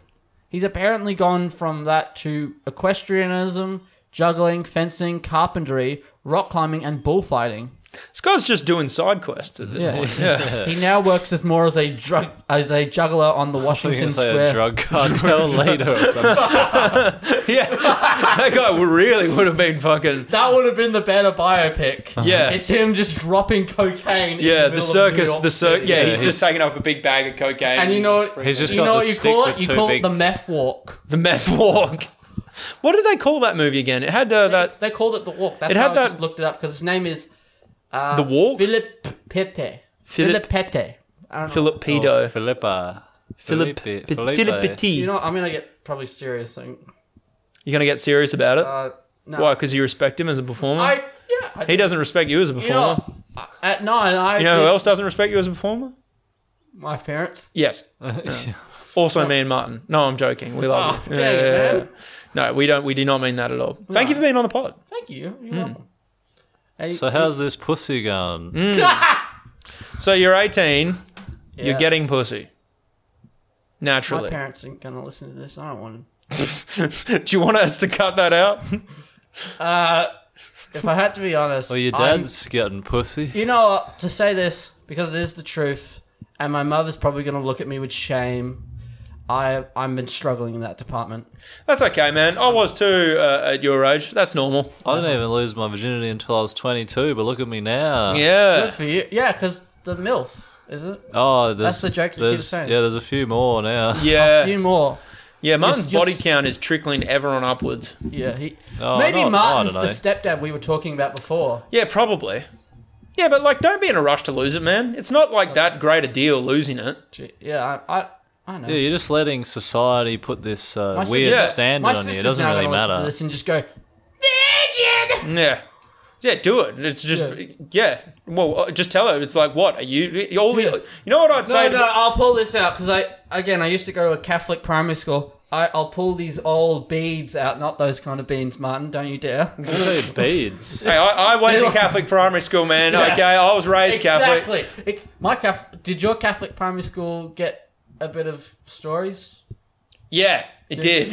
S1: he's apparently gone from that to equestrianism, juggling, fencing, carpentry, rock climbing, and bullfighting.
S2: This guy's just doing side quests at this
S1: Yeah.
S2: point. Yeah.
S3: matter.
S1: He now works as more as a drug as a juggler on the
S3: I was
S1: Washington
S3: gonna say
S1: Square.
S3: a drug cartel leader or something.
S2: yeah. that guy would- really would have been fucking.
S1: That would have been the better
S3: Uh-huh.
S1: biopic.
S2: Yeah.
S1: It's him just dropping cocaine.
S2: Yeah,
S1: in the,
S2: the
S1: middle of
S2: circus,
S1: New
S2: the
S1: York
S2: circus.
S1: City.
S2: Yeah,
S3: Yeah,
S2: he's,
S3: he's-
S2: just taking up a big bag of cocaine.
S1: And you know,
S3: He's just
S1: you
S3: got
S1: know
S3: the
S1: what you
S3: stick
S1: call
S3: with
S1: it? You
S3: two
S1: call
S3: big-
S1: it the meth walk.
S2: The meth walk. What did they call that movie again? It had uh, that
S1: they called it the walk. That's
S2: It had
S1: how I
S2: that-
S1: just looked it up because his name is uh,
S2: The Walk?
S1: Philip Pete.
S2: Philip-
S1: Philip Pete. I don't know.
S2: Philip
S3: Oh,
S2: Pedo.
S3: Filippa.
S2: Philip
S3: Filippi-
S2: Pe-
S3: Felipe.
S2: Philip Petit.
S1: You
S2: You
S1: know, what? I'm gonna get probably serious. Thing.
S2: are gonna get serious about it.
S1: Uh, no.
S2: Why? Because you respect him as a performer.
S1: I yeah. I,
S2: he doesn't respect you as a
S1: You know,
S2: performer.
S1: I- at nine, I
S2: You know who
S1: did-
S2: else doesn't respect you as a performer?
S1: My parents.
S2: Yes. Also, me and Martin. No, I'm joking. We love
S1: Oh,
S2: you.
S1: dang it, man.
S2: No, we don't. We do not mean that at all. Thank you for being on the pod.
S1: Thank you.
S2: Hmm.
S1: You're welcome. Hey,
S3: So how's this pussy going?
S1: Mm.
S2: hmm. So you're 18. You're
S1: Yeah.
S2: getting pussy.
S1: My
S2: Naturally.
S1: parents aren't gonna listen to this. I don't want.
S2: do you want us to cut that out?
S1: Them. Uh, if I had to be honest,
S3: Well, your
S1: I'm-
S3: dad's getting pussy.
S1: you know, what, to say this because it is the truth, and my mother's probably gonna look at me with shame. I I've been struggling in that department.
S2: That's okay, man. I was too uh, at your age. That's normal.
S1: Oh.
S3: I didn't even lose my virginity until I was 22, but look at me now.
S1: Good
S2: Yeah.
S1: for you. Yeah, because the milf is it?
S3: Oh, there's,
S1: That's the joke you keep
S3: there's-
S1: saying.
S3: Yeah, there's a few more now.
S1: A
S2: Yeah.
S1: few more.
S2: Yeah. Martin's
S1: you're-
S2: body count is trickling ever on upwards.
S1: Yeah, he.
S3: Oh,
S1: maybe
S3: not- I
S1: Martin's the
S3: don't
S1: stepdad we were talking about before.
S2: Yeah, probably. Yeah, but like, don't be in a rush to lose it, man. It's not like that great a deal losing it.
S1: Gee, Yeah, I I, I know.
S3: Yeah, you're just letting society put this uh,
S1: My
S3: weird
S1: sister-
S3: standard
S1: my
S3: on you. It
S1: sister's
S3: doesn't
S1: now
S3: really
S1: gonna listen
S3: matter.
S1: To this and just go.
S2: Yeah. Yeah, do it. It's just yeah.
S1: Yeah.
S2: Well, uh, just tell her. It's like what are you? All the
S1: Yeah.
S2: you know what I'd
S1: No,
S2: say.
S1: no, I'll pull this out because I again I used to go to a Catholic primary school. I, I'll pull these old beads out, not those kind of beans, Martin. Don't you dare.
S3: What are beads?
S2: Hey, I, I went to
S1: They-
S2: Catholic primary school, man.
S1: Yeah.
S2: Okay, I was raised Catholic.
S1: exactly. It- my Catholic. Did your Catholic primary school get a bit of stories?
S2: Yeah, it did.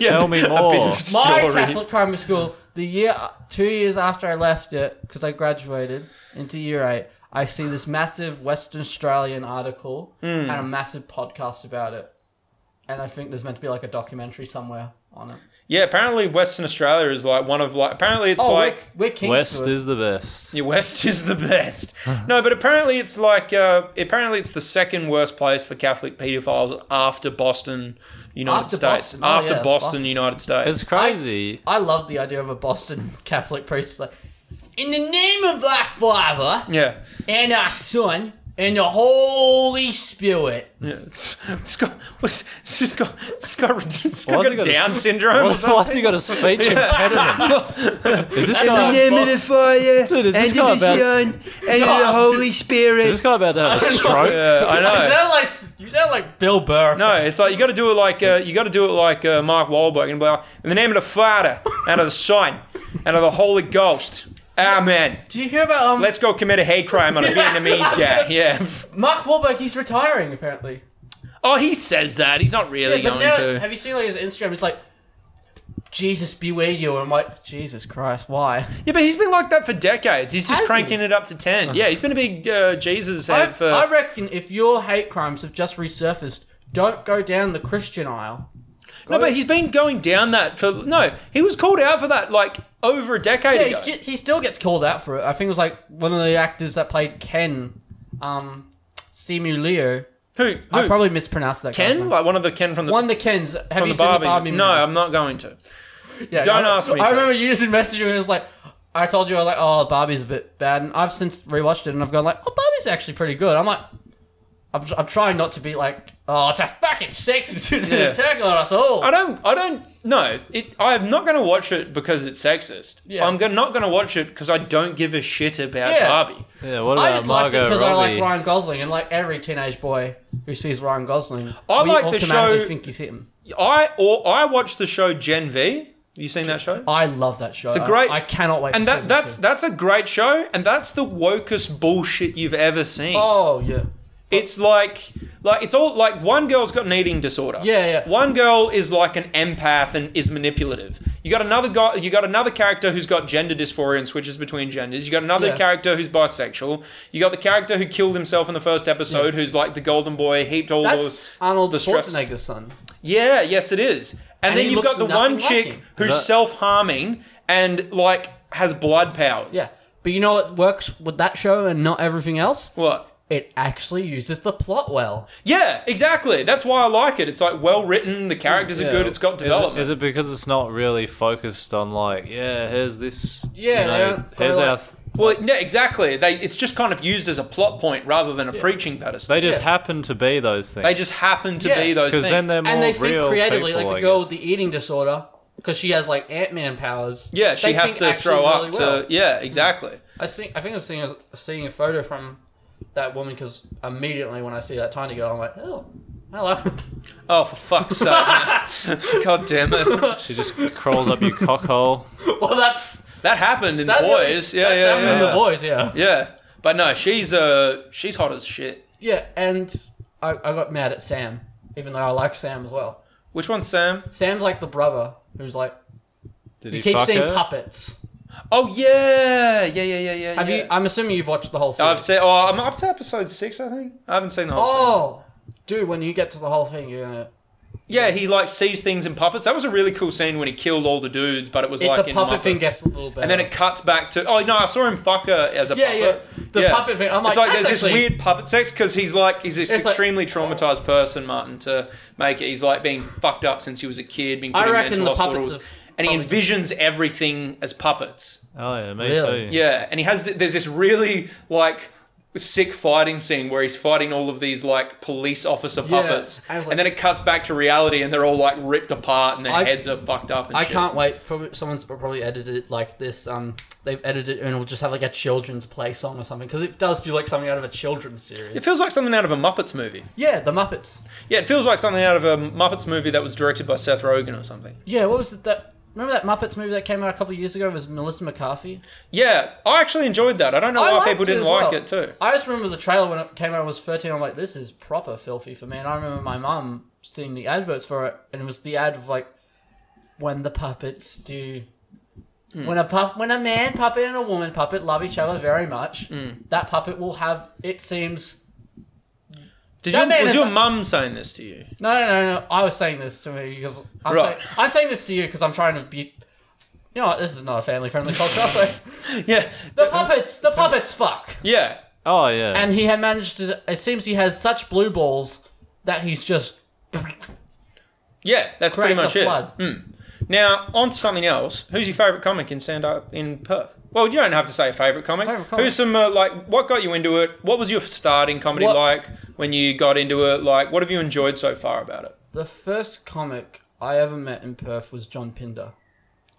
S2: yeah,
S3: Tell me
S2: a bit of
S3: more.
S1: My
S2: story.
S1: Catholic primary school, the year two years after I left it, because I graduated into year eight, I see this massive Western Australian article
S2: Hmm.
S1: and a massive podcast about it, and I think there's meant to be like a documentary somewhere on it.
S2: Yeah, apparently Western Australia is like one of like apparently it's
S1: oh,
S2: like
S1: we're, we're Kingsford.
S3: West is the best.
S2: Yeah, West is the best.
S3: Uh-huh.
S2: No, but apparently it's like uh, apparently it's the second worst place for Catholic pedophiles after Boston, United
S1: After
S2: States.
S1: Boston. Oh,
S2: after
S1: yeah.
S2: Boston,
S1: Boston.
S2: United States.
S3: It's crazy.
S1: I love the idea of a Boston Catholic priest like, in the name of thy Father
S2: yeah.
S1: and our Son and the Holy Spirit.
S2: yeah. It's got what's it's just got it's got, it's got,
S3: Why's
S2: got
S3: he got a
S2: Down
S3: s-
S2: syndrome or
S3: Why- Why's he
S2: something.
S3: got a speech impediment? Is this guy?
S4: fire
S3: Dude, is this guy about? Is
S4: and
S1: the Holy
S3: this
S4: Spirit.
S3: guy about to have a stroke?
S2: Yeah, I
S1: You
S2: know.
S1: sound like you sound like Bill Burr.
S2: No, it's like you got to do it like uh, you got to do it like uh, Mark Wahlberg and be like, in the name of the Father and of the Son and of the Holy Ghost. Amen.
S1: Did you hear about um,
S2: Let's go commit a hate crime on a Vietnamese guy. Yeah.
S1: Mark Wahlberg? He's retiring apparently.
S2: Oh, he says that. He's not really
S1: Yeah, but
S2: going
S1: now,
S2: to.
S1: have you seen like his Instagram? It's like Jesus be with you. And I'm like Jesus Christ, why?
S2: Yeah, but he's been like that for decades. He's just
S1: Has he?
S2: cranking it up to 10. Yeah, he's been a big uh, Jesus
S1: I,
S2: head for.
S1: I reckon if your hate crimes have just resurfaced, don't go down the Christian aisle.
S2: no, but he's been going down that for. No, he was called out for that like over a decade
S1: Yeah,
S2: ago.
S1: he's, ge- he still gets called out for it. I think it was like one of the actors that played Ken, um, Simu Leo.
S2: Who? Who?
S1: I probably mispronounced that. guy's
S2: Ken?
S1: name.
S2: Like one of the Ken from the.
S1: One of the Kens. Have
S2: from the
S1: you seen
S2: Barbie.
S1: the Barbie movie?
S2: no, I'm not going to.
S1: Yeah,
S2: Don't
S1: I-
S2: ask me
S1: I
S2: to.
S1: remember you just messaged me and it was like, I told you, I was like, oh, Barbie's a bit bad. And I've since rewatched it and I've gone like, oh, Barbie's actually pretty good. I'm like, I'm, I'm trying not to be like, oh, it's a fucking sexist it's an
S2: Yeah.
S1: attack on us all.
S2: I don't. I don't. No, it. I'm not going to watch it because it's sexist.
S1: Yeah.
S2: I'm go- not going to watch it because I don't give a shit about
S1: Yeah.
S2: Barbie.
S3: Yeah, what
S1: I
S3: about
S1: just liked it
S3: Margot
S1: because I like
S3: Robbie?
S1: Ryan Gosling and like every teenage boy who sees Ryan Gosling,
S2: I
S1: we
S2: like the
S1: automatically
S2: show-
S1: think he's him.
S2: I or I watched the show Gen V. You seen that show?
S1: I love that show. It's
S2: a great-
S1: I, I cannot wait. for
S2: And that
S1: season
S2: that's
S1: two.
S2: that's a great show, and that's the wokest bullshit you've ever seen.
S1: oh yeah,
S2: It's like like it's all like one girl's got an eating disorder.
S1: Yeah, yeah.
S2: One girl is like an empath and is manipulative. You got another guy you got another character who's got gender dysphoria and switches between genders. You got another
S1: Yeah.
S2: character who's bisexual. You got the character who killed himself in the first episode who's like the golden boy, heaped all
S1: that's
S2: those
S1: Arnold
S2: the stress-
S1: Schwarzenegger's son.
S2: Yeah, yes it is. And,
S1: And
S2: then
S1: he
S2: you've
S1: looks
S2: got the
S1: nothing
S2: one
S1: like
S2: chick
S1: him.
S2: who's
S3: That-
S2: self-harming and like has blood powers.
S1: Yeah, but you know what works with that show and not everything else?
S2: What?
S1: it actually uses the plot well.
S2: Yeah, exactly. That's why I like it. It's like well written. The characters
S1: Yeah.
S2: are good. It's got
S3: Is
S2: development.
S3: it, is it because it's not really focused on like, yeah, here's this,
S1: Yeah,
S3: you
S1: they
S3: know,
S1: don't-
S3: here's
S1: they're
S3: our.
S1: like-
S2: Well, yeah, exactly. They it's just kind of used as a plot point rather than a preaching pedestal.
S3: they just
S1: yeah.
S3: happen to be those
S2: They
S3: things
S2: just happen to
S1: Yeah.
S2: be those
S3: because
S2: things.
S3: then they're more
S1: and they
S3: real
S1: think creatively,
S3: people,
S1: like
S3: I
S1: the girl with
S3: guess.
S1: the eating disorder, because she has like Ant Man powers.
S2: yeah, she
S1: They
S2: has
S1: think
S2: to
S1: actually
S2: throw up
S1: really
S2: to
S1: well.
S2: yeah, exactly.
S1: I think I think I was seeing a, seeing a photo from that woman because immediately when I see that tiny girl, I'm like, oh, hello.
S2: Oh, for fuck's sake! man. God damn it!
S3: She just crawls up your cockhole.
S1: well, that's
S2: That happened in
S1: that
S2: the
S1: really-
S2: boys. yeah,
S1: that's
S2: yeah,
S1: happened in
S2: yeah.
S1: the boys. Yeah,
S2: Yeah, but no, she's uh, she's hot as shit.
S1: yeah, and I, I got mad at Sam, even though I like Sam as well.
S2: Which one's Sam?
S1: Sam's like the brother who's like
S3: Did
S1: you
S3: he
S1: keep
S3: fuck
S1: seeing
S3: her?
S1: puppets.
S2: Oh yeah, yeah, yeah, yeah, yeah.
S1: Have
S2: yeah.
S1: you? I'm assuming you've watched the whole series.
S2: I've said. Oh, I'm up to episode six, I think. I haven't seen the whole. thing.
S1: Oh, dude, when you get to the whole thing, you're gonna.
S2: Yeah, he like sees things in puppets. That was a really cool scene when he killed all the dudes, but it was
S1: It,
S2: like
S1: the
S2: in
S1: puppet thing
S2: Muppets.
S1: gets a little better.
S2: and then it cuts back to oh no, I saw him fuck her as a
S1: Yeah,
S2: puppet.
S1: yeah. The puppet thing. I'm
S2: it's
S1: like,
S2: like there's
S1: that's
S2: this
S1: actually-
S2: weird puppet sex because he's like he's this
S1: It's like-
S2: extremely traumatized person, Martin. To make it, he's like being fucked up since he was a kid, being put
S1: I
S2: in
S1: reckon
S2: mental
S1: the puppets
S2: hospitals,
S1: have
S2: and he
S1: probably-
S2: envisions everything as puppets.
S3: Oh yeah, me
S1: Really?
S3: too.
S2: Yeah, and he has th- there's this really like sick fighting scene where he's fighting all of these like police officer
S1: Yeah,
S2: puppets,
S1: I was like-
S2: and then it cuts back to reality, and they're all like ripped apart, and their
S1: I-
S2: heads are fucked up. And
S1: I
S2: shit.
S1: can't wait. Probably someone's probably edited it like this. Um, they've edited it and it'll just have like a children's play song or something because it does feel like something out of a children's
S2: It
S1: series.
S2: feels like something out of a Muppets movie.
S1: Yeah, the Muppets.
S2: Yeah, it feels like something out of a Muppets movie that was directed by Seth Rogen or something.
S1: Yeah, what was it that? Remember that Muppets movie that came out a couple of years ago? It was Melissa McCarthy.
S2: Yeah, I actually enjoyed that. I don't know
S1: I
S2: why
S1: liked
S2: people
S1: it
S2: didn't
S1: as
S2: like
S1: well.
S2: it too.
S1: I just remember the trailer when it came out. I was thirteen. I'm like, this is proper filthy for me. And I remember my mum seeing the adverts for it, and it was the ad of like when the puppets do.
S2: Hmm.
S1: When a pup, when a man puppet and a woman
S2: Hmm.
S1: puppet love each other very much, that puppet will have, it seems,
S2: Did
S1: That
S2: you,
S1: man
S2: was
S1: is
S2: your
S1: a-
S2: mum saying this to you?
S1: No, no, no, no. I was saying this to me because I'm,
S2: Right.
S1: saying, I'm saying this to you because I'm trying to be. You know what? This is not a family-friendly culture. So
S2: Yeah.
S1: the puppets, the puppets, fuck.
S2: Yeah.
S3: Oh yeah.
S1: And he had managed to. It seems he has such blue balls that he's just
S2: Yeah, that's pretty
S1: creates
S2: much
S1: a
S2: it. Hmm.
S1: flood.
S2: Now, on to something else. Who's your favourite comic in stand up in Perth? Well, you don't have to say a favourite comic.
S1: Favourite comic.
S2: Who's some, uh, like, what got you into it? What was your start in comedy
S1: What-
S2: like when you got into it? Like, what have you enjoyed so far about it?
S1: The first comic I ever met in Perth was John Pinder.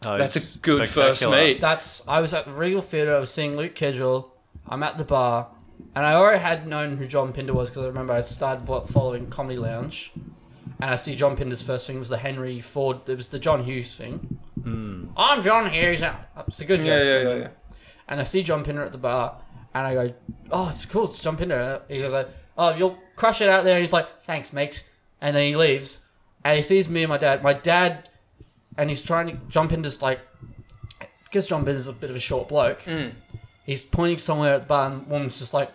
S3: Oh,
S2: That's
S3: it's
S2: a good first
S3: spectacular.
S2: meet.
S1: That's I was at the Regal Theatre. I was seeing Luke Kedgel. I'm at the bar, and I already had known who John Pinder was because I remember I started wa- following Comedy Lounge, and I see John Pinder's first thing was the Henry Ford. It was the John Hughes thing. I'm John Hughes. It's a good joke.
S2: Hmm. Yeah, yeah, yeah, yeah.
S1: And I see John Pinder at the bar, and I go, "Oh, it's cool, it's John Pinder." He goes like, "Oh, you'll crush it out there." He's like, "Thanks, mate," and then he leaves. And he sees me and my dad. My dad, and he's trying to John Pinder's like, because John Pinder's a bit of a short bloke. He's pointing somewhere at the bar, and the woman's just like,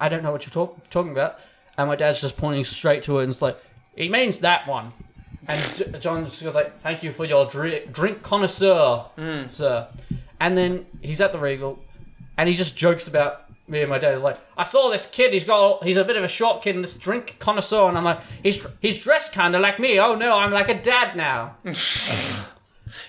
S1: "I don't know what you're talk- talking about," and my dad's just pointing straight to it, and it's like, "He means that one." And J- John just goes like, "Thank you for your drink, drink connoisseur, sir." And then he's at the Regal, and he just jokes about me and my dad. He's like, "I saw this kid. He's got. He's a bit of a short kid, and this drink connoisseur." And I'm like, "He's he's dressed kind of like me. Oh no, I'm like a dad now."
S2: He's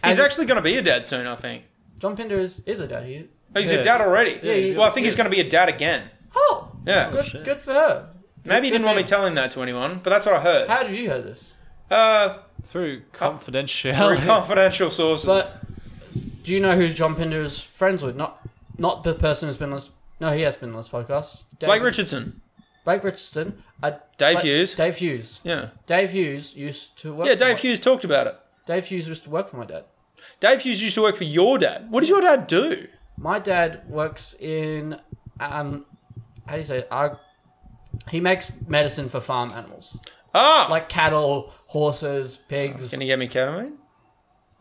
S1: And-
S2: actually going to be a dad soon, I think.
S1: John Pinder is is a dad. He
S2: He's a
S3: Yeah.
S2: dad already.
S1: Yeah, he's-
S2: well, I think he's going to be a dad again.
S1: oh
S2: Yeah.
S1: good good for her.
S2: Maybe he
S1: Good
S2: didn't want me
S1: thing.
S2: telling that to anyone, but that's what I heard.
S1: How did you hear this?
S2: Uh,
S3: through
S2: Com-
S3: confidentiality.
S2: through confidential sources.
S1: But do you know who John Pinder is friends with? Not not the person who's been on this. No, he has been on this podcast. Dave,
S2: Blake Richardson.
S1: Blake Richardson. Uh,
S2: Dave
S1: Blake-
S2: Hughes.
S1: Dave Hughes.
S2: yeah.
S1: Dave Hughes used to work.
S2: Yeah,
S1: for
S2: Dave
S1: my-
S2: Hughes talked about it.
S1: Dave Hughes used to work for my dad.
S2: Dave Hughes used to work for your dad. What does your dad do?
S1: My dad works in um, how do you say? It? Ag- he makes medicine for farm animals
S2: Ah,
S1: like cattle, horses, pigs.
S2: can you get me ketamine?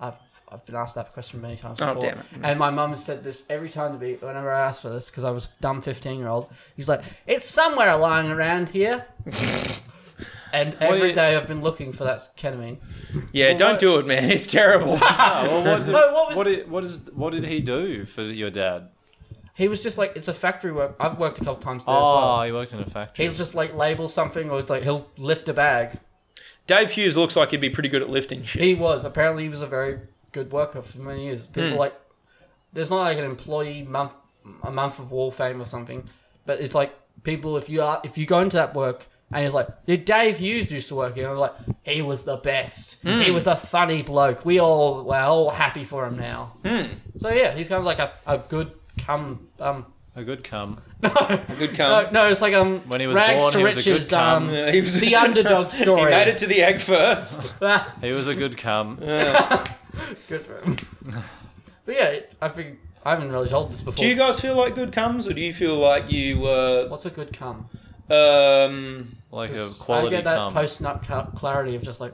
S1: I've I've been asked that question many times
S2: Oh,
S1: before.
S2: damn it.
S1: And my mum said this every time to me whenever I asked for this because I was a dumb fifteen year old. He's like, "It's somewhere lying around here." and every
S3: you-
S1: day I've been looking for that ketamine.
S2: Yeah, don't
S3: what-
S2: do it, man. It's terrible.
S3: well, what, did,
S1: No, what was-
S3: what, did, what, is, what did he do for your dad?
S1: He was just like, "It's a factory work." I've worked a couple times there as
S3: Oh,
S1: well.
S3: he worked in a factory.
S1: He'll just like label something, or it's like he'll lift a bag.
S2: Dave Hughes looks like he'd be pretty good at lifting shit.
S1: He was apparently he was a very good worker for many years. People like there's not like an employee month a month of wall fame or something, but it's like people if you are if you go into that work and it's like "Did Dave Hughes used to work here. I'm like he was the best. He was a funny bloke. We all we're all happy for him now. So yeah, he's kind of like a, a good cum um
S3: a good cum.
S2: A good
S1: no,
S2: cum.
S1: no it's like um
S3: When he was
S1: rags
S3: born,
S1: to
S3: he was a
S1: riches
S3: good cum.
S1: um
S2: Yeah, he was-
S1: the underdog story.
S2: He made it to the egg first.
S3: He was a good cum.
S1: um, Good for him. but yeah, it- I think I haven't really told this before.
S2: Do you guys feel like good cums, or do you feel like you were
S1: What's a good cum?
S2: um,
S3: Like a
S1: 'Cause I
S3: quality
S1: get that
S3: cum.
S1: post nut cl- clarity of just like,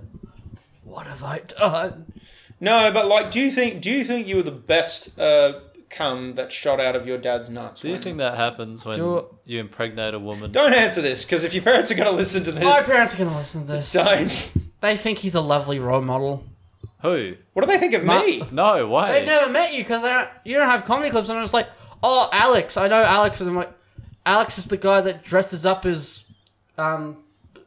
S1: what have I done?
S2: no? But like, do you think do you think you were the best uh, cum that shot out of your dad's nuts?
S3: do you
S2: when-
S3: think that happens when
S1: Do-
S3: you impregnate a woman?
S2: Don't answer this because if your parents are going to listen to this,
S1: My parents are gonna listen to this.
S2: don't.
S1: They think he's a lovely role model.
S3: Who?
S2: What do they think of
S1: Ma-
S2: me?
S3: No,
S1: They've
S3: wait.
S1: never met you because you don't have comedy clubs, and I'm just like, oh, Alex. I know Alex, and I'm like, Alex is the guy that dresses up as um,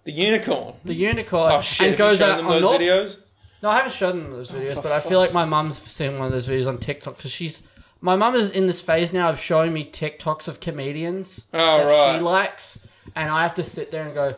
S2: The unicorn.
S1: the unicorn
S2: Oh shit! have
S1: and
S2: you
S1: goes
S2: shown
S1: out
S2: them
S1: on
S2: those
S1: North
S2: videos?
S1: No, I haven't shown them those videos,
S2: Oh, for
S1: but I feel like
S2: fuck's-
S1: my mum's seen one of those videos on TikTok because she's my mum is in this phase now of showing me TikToks of comedians
S2: Oh,
S1: that
S2: right.
S1: she likes, and I have to sit there and go,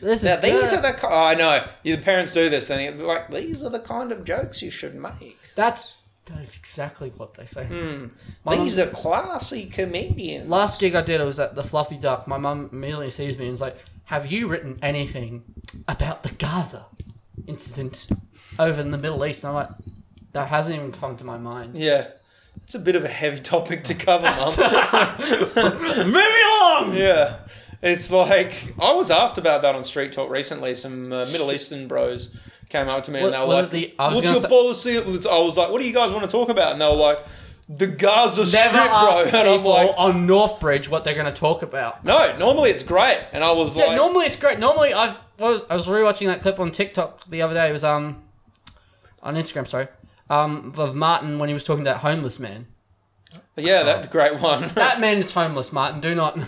S1: "This is
S2: Now, these
S1: good."
S2: are the. ki- Oh, I know. Yeah, The parents do this. Then they're like, these are the kind of jokes you should make.
S1: that's that's exactly what they say."
S2: Hmm.
S1: My
S2: These
S1: mum-
S2: are classy comedians.
S1: last gig I did it was at the Fluffy Duck. My mum immediately sees me and is like, "Have you written anything about the Gaza incident over in the Middle East?" And I'm like, "That hasn't even come to my mind."
S2: yeah, it's a bit of a heavy topic to cover, mum.
S1: Moving along.
S2: yeah, it's like I was asked about that on Street Talk recently. Some uh, Middle Eastern bros came up to me
S1: Wa-
S2: and they were
S1: was
S2: like,
S1: it the- I was
S2: "What's
S1: gonna
S2: your
S1: say-
S2: policy?" I was like, "What do you guys want to talk about?" And they were like. the Gaza Strip,
S1: Never
S2: bro.
S1: ask
S2: And I'm
S1: people
S2: like,
S1: on Northbridge what they're going to talk about.
S2: no, normally it's great. And I was
S1: Yeah,
S2: like,
S1: normally it's great. Normally I've I was I was rewatching that clip on TikTok the other day. It was um on Instagram, sorry. Um, of Martin when he was talking to that homeless man.
S2: yeah, that great one.
S1: That man is homeless, Martin. Do not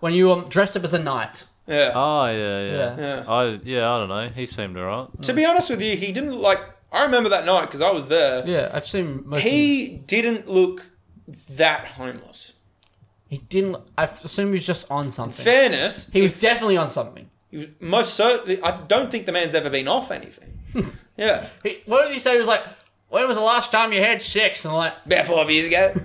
S1: when you are dressed up as a knight.
S2: yeah.
S3: Oh yeah, yeah.
S1: Yeah.
S2: Yeah.
S3: I yeah, I don't know. He seemed alright.
S2: To be honest with you, he didn't like. I remember that night because I was there.
S1: Yeah, I've seen most of them.
S2: He didn't look that homeless.
S1: he didn't. I assume he was just on something.
S2: Fairness,
S1: He was definitely on something.
S2: he was most certainly. I don't think the man's ever been off anything. yeah,
S1: He, what did he say? He was like, "When was the last time you had sex?" And I'm like,
S2: about five years ago.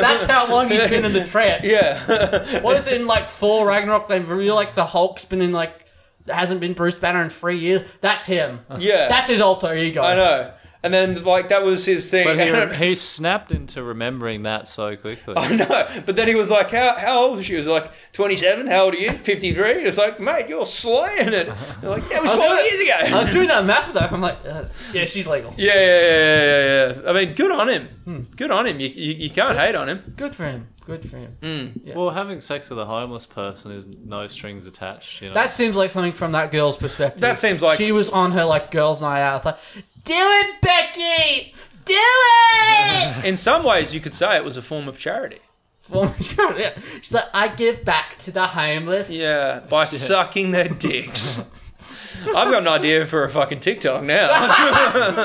S1: "That's how long he's been in the trance."
S2: yeah,
S1: What is it in like four Ragnarok? They've revealed like the Hulk's been in like hasn't been Bruce Banner in three years. That's him.
S2: yeah.
S1: That's his alter ego.
S2: I know. And then like that was his thing.
S3: But
S2: And-
S3: he, he snapped into remembering that so quickly.
S2: I know. But then he was like, "How how old?" She was like, "27." How old are you? "53." And It's like, mate, you're slaying it. They're like that was
S1: was
S2: five
S1: doing-
S2: years ago.
S1: I was doing that math though. I'm like, uh, yeah, she's legal.
S2: Yeah, yeah, yeah, yeah, yeah, yeah. I mean, good on him. Good on him. You, you, you can't hate on him.
S1: Good for him. Good for him.
S3: Well, having sex with a homeless person is no strings attached. You know.
S1: That seems like something from that girl's perspective.
S2: That seems like-
S1: she was on her like girls' night out. Like, do it, Becky. Do it.
S2: In some ways, you could say it was a form of charity.
S1: For- yeah. She's like, I give back to the homeless.
S2: Yeah, by sucking their dicks. I've got an idea for a fucking TikTok now.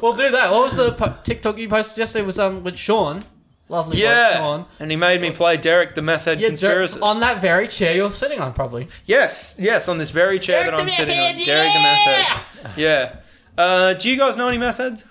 S1: We'll do that. What was the po- TikTok you posted yesterday? Was um with Sean, lovely bloke
S2: yeah,
S1: Sean.
S2: and he made me play Derek the Meth Head
S1: Yeah, Derek,
S2: Conspiracist.
S1: on that very chair you're sitting on, probably.
S2: yes, yes, on this very chair that I'm sitting on, Derek the Meth Head. Yeah. Uh, do you guys know any meth heads?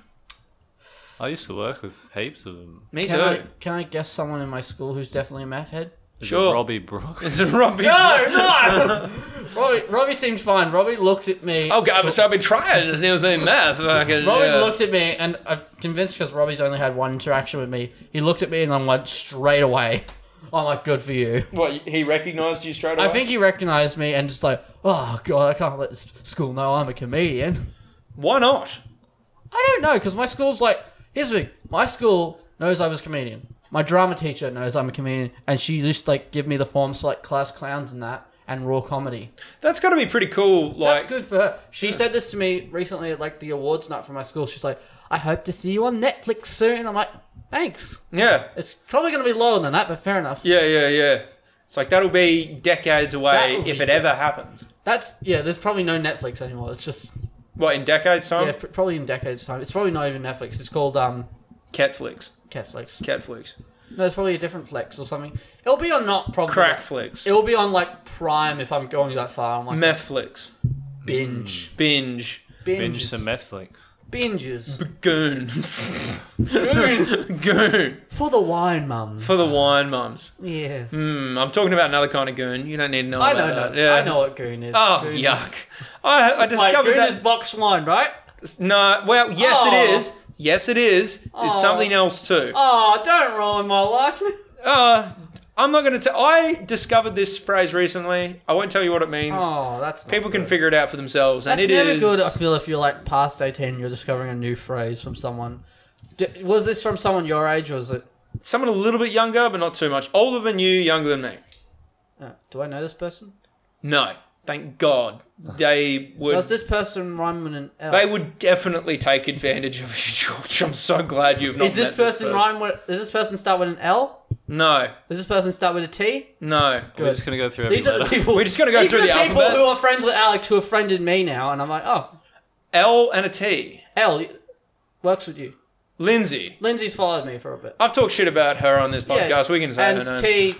S3: I used to work with heaps of them.
S2: Me
S1: Can
S2: too.
S1: I, can I guess someone in my school who's definitely a meth head?
S3: Is it
S2: Sure.
S3: Robbie Brooks.
S2: Is it Robbie?
S1: No, no. Robbie, Robbie seemed fine. Robbie looked at me.
S2: Oh god,
S1: so-
S2: so I've been trying this new thing, math. Fucking,
S1: Robbie
S2: yeah.
S1: looked at me, and I'm convinced because Robbie's only had one interaction with me. He looked at me, and I went straight away. I'm like, good for you.
S2: What he recognised you straight away?
S1: I think he recognized me and just like, oh god, I can't let this school know I'm a comedian.
S2: Why not?
S1: I don't know because my school's like here's the thing. My school knows I was a comedian. My drama teacher knows I'm a comedian, and she just like give me the forms for like class clowns and that and raw comedy.
S2: That's got to be pretty cool. Like,
S1: That's good for her. She said this to me recently at like the awards night for my school. She's like, I hope to see you on Netflix soon. I'm like, thanks.
S2: yeah,
S1: It's probably gonna be lower than that, but fair enough.
S2: yeah, yeah, yeah. It's like that'll be decades away
S1: That'll
S2: if
S1: be-
S2: it ever happens.
S1: That's yeah. There's probably no Netflix anymore. It's just
S2: What in decades time?
S1: yeah, pr- probably in decades time. It's probably not even Netflix. It's called um
S2: Catflix,
S1: Catflix.
S2: catflix,
S1: No, it's probably a different flex or something. It'll be on not probably
S2: crackflix,
S1: It'll be on like Prime if I'm going that far. on my
S2: methflix,
S1: binge.
S2: binge,
S3: Mm. Binge
S1: Binges.
S3: some Netflix.
S1: Binges.
S2: goon,
S1: Goon.
S2: goon
S1: For the wine, mums.
S2: for the wine mums.
S1: Yes.
S2: Mm, I'm talking about another kind of goon. You don't need to know
S1: I
S2: about
S1: don't know.
S2: that. Yeah.
S1: I know what goon is.
S2: Oh
S1: goon
S2: yuck! I, I
S1: Is, like,
S2: discovered
S1: goon
S2: that
S1: is box wine, right?
S2: No, well, yes,
S1: Aw.
S2: it is. Yes, it is. It's
S1: Aw.
S2: something else too.
S1: Oh, don't ruin my life.
S2: Uh, I'm not going to tell. I discovered this phrase recently. I won't tell you what it means.
S1: Oh, that's not
S2: People can
S1: good.
S2: figure it out for themselves,
S1: That's
S2: and it is.
S1: never good. I feel if you're like past eighteen, you're discovering a new phrase from someone. D- was this from someone your age, or was it?
S2: Someone a little bit younger, but not too much. Older than you, younger than me.
S1: Uh, do I know this person?
S2: No, thank God. They would.
S1: Does this person rhyme with an L?
S2: They would definitely take advantage of you, George. I'm so glad you've not.
S1: is this
S2: met
S1: person rhyme with? Does this person start with an L?
S2: No,
S1: Does this person start with a T?
S2: no.
S3: We're just gonna go through every
S1: These are the
S3: letter.
S1: people.
S2: We're just gonna go
S1: these
S2: through
S1: are the,
S2: the
S1: people
S2: alphabet.
S1: who are friends with Alex who have friended me now, and I'm like, oh,
S2: L and a T.
S1: L works with you.
S2: Lindsay.
S1: Lindsay's followed me for a bit.
S2: I've talked shit about her on this podcast. Oh, We can say her
S1: and
S2: name.
S1: T,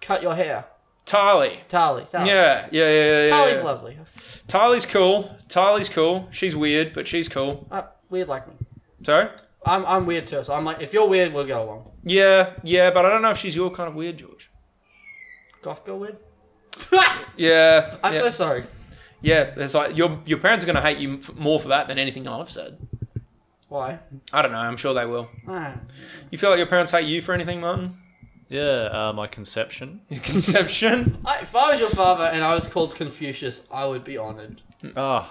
S1: cut your hair.
S2: Tali.
S1: Tali. Tali.
S2: Yeah, yeah, yeah, yeah. yeah,
S1: Oh. Tali's
S2: yeah.
S1: lovely.
S2: Tali's cool. Tali's cool. She's weird, but she's cool.
S1: Uh, weird like me.
S2: Sorry?
S1: I'm, I'm weird too, so I'm like, if you're weird, we'll go along.
S2: Yeah, yeah, but I don't know if she's your kind of weird, George.
S1: Goth girl weird?
S2: Yeah.
S1: I'm
S2: yeah,
S1: so sorry.
S2: yeah, it's like your your parents are going to hate you f- more for that than anything I've said.
S1: Why?
S2: I don't know. I'm sure they will.
S1: Ah.
S2: You feel like your parents hate you for anything, Martin?
S3: Yeah, uh, my conception.
S2: Your conception?
S1: I, if I was your father and I was called Confucius, I would be honored.
S3: Oh,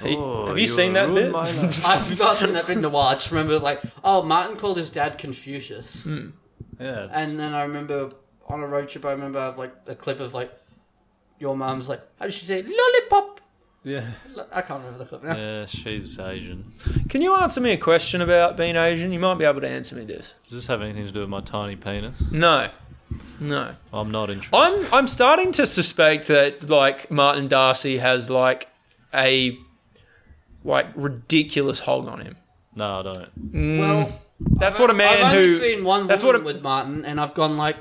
S2: He-
S3: Oh,
S2: Mm. have you seen that
S3: ruined
S2: bit?
S3: my night.
S1: I've forgotten that thing to watch. Remember, like, oh, Martin called his dad Confucius,
S2: Mm.
S3: yeah, it's-
S1: and then I remember on a road trip, I remember I have like a clip of like your mum's like, how did she say lollipop?
S3: yeah,
S1: Lo- I can't remember the clip now.
S3: yeah. She's Asian.
S2: Can you answer me a question about being Asian? You might be able to answer me this.
S3: Does this have anything to do with my tiny penis?
S2: No. No.
S3: I'm not interested.
S2: I'm I'm starting to suspect that like Martin Darcy has like a like ridiculous hog on him.
S3: no, I don't.
S2: Mm,
S1: Well,
S2: that's what a man
S1: I've
S2: who
S1: only seen one
S2: that's
S1: woman
S2: what a-
S1: with Martin, and I've gone like,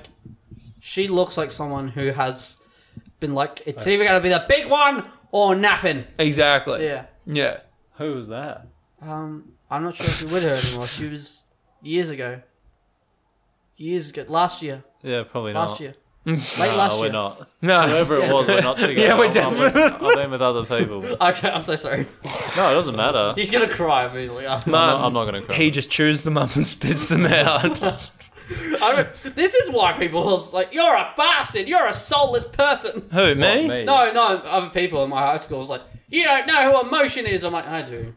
S1: she looks like someone who has been like, it's either gonna be the big one or nothing.
S2: exactly.
S1: Yeah.
S2: Yeah.
S3: Who was that?
S1: Um, I'm not sure if you're with her anymore. She was years ago. Years ago, last year,
S3: Yeah, probably
S1: last
S3: not.
S1: year,
S3: No,
S1: late last
S3: we're
S1: year.
S3: not.
S2: No.
S3: Whoever it was, we're not together.
S2: Yeah, we're
S3: I'm- I'm with- I've been with other people. No,
S1: Okay, I'm so sorry.
S3: it doesn't matter.
S1: He's gonna cry immediately. after.
S2: Ma-
S3: I'm not, I'm not gonna cry.
S2: um, He just chews them up and spits them out.
S1: I re- this is why people are like, "You're a bastard. You're a soulless person."
S2: who,
S3: What,
S2: me?
S1: No, no, other people in my high school was like, "You don't know who emotion is." I'm like, "I do.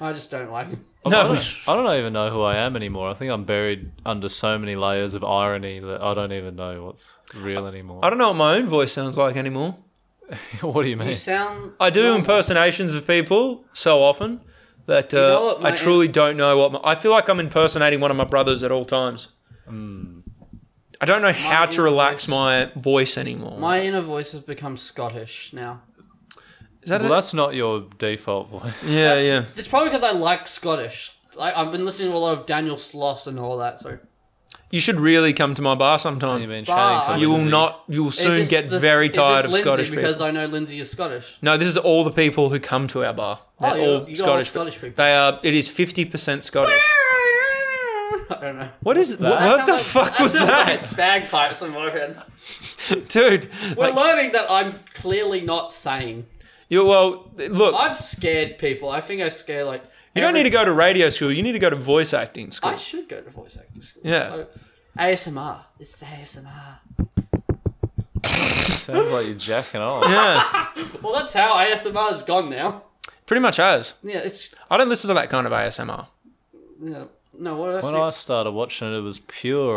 S1: I just don't like him."
S3: I
S2: No.
S3: don't, I don't even know who I am anymore. I think I'm buried under so many layers of irony that I don't even know what's real anymore.
S2: I don't know what my own voice sounds like anymore.
S3: what do
S1: You
S3: you mean?
S1: sound.
S2: I do
S1: normal.
S2: impersonations of people so often that uh,
S1: know what,
S2: I
S1: mate?
S2: truly don't know what. My, I feel like I'm impersonating one of my brothers at all times. I don't know how to
S1: inner
S2: relax
S1: Hmm. voice-
S2: my voice anymore.
S1: My inner voice has become Scottish now.
S2: Is that
S3: well,
S2: it?
S3: that's not your default voice.
S2: yeah,
S1: That's-
S2: yeah.
S1: It's probably because I like Scottish. Like I've been listening to a lot of Daniel Sloss and all that. So
S2: You should really come to my bar sometime.
S3: You mean
S1: Bah.
S3: chatting to
S2: You will
S3: Lindsay.
S2: not. You will
S1: Is
S2: soon
S1: this
S2: get
S1: the-
S2: very
S1: is this
S2: tired of
S1: Lindsay
S2: Scottish people.
S1: because I know Lindsay is Scottish.
S2: No, this is all the people who come to our bar. They're
S1: Oh, you-
S2: all
S1: you got all
S2: Scottish.
S1: Scottish
S2: people.
S1: people.
S2: They are. It is fifty percent Scottish.
S1: I don't know.
S2: What is?
S3: That
S2: What, what
S1: That
S2: the
S1: sounds like-
S2: fuck was
S1: sounds like
S2: that,
S1: bagpipes on my head.
S2: dude?
S1: We're
S2: like,
S1: learning that I'm clearly not sane.
S2: you, well, look.
S1: I've scared people. I think I scare like.
S2: You don't need to go to radio school. You need to go to voice acting school.
S1: I should go to voice acting school.
S2: Yeah.
S1: So, ASMR. It's ASMR.
S3: Sounds like you're jacking off.
S2: yeah,
S1: Well, that's how ASMR's gone now.
S2: pretty much has.
S1: Yeah, it's
S2: I don't listen to that kind of ASMR.
S1: yeah. No, what did I
S3: When
S1: see?
S3: I started watching it, it was pure.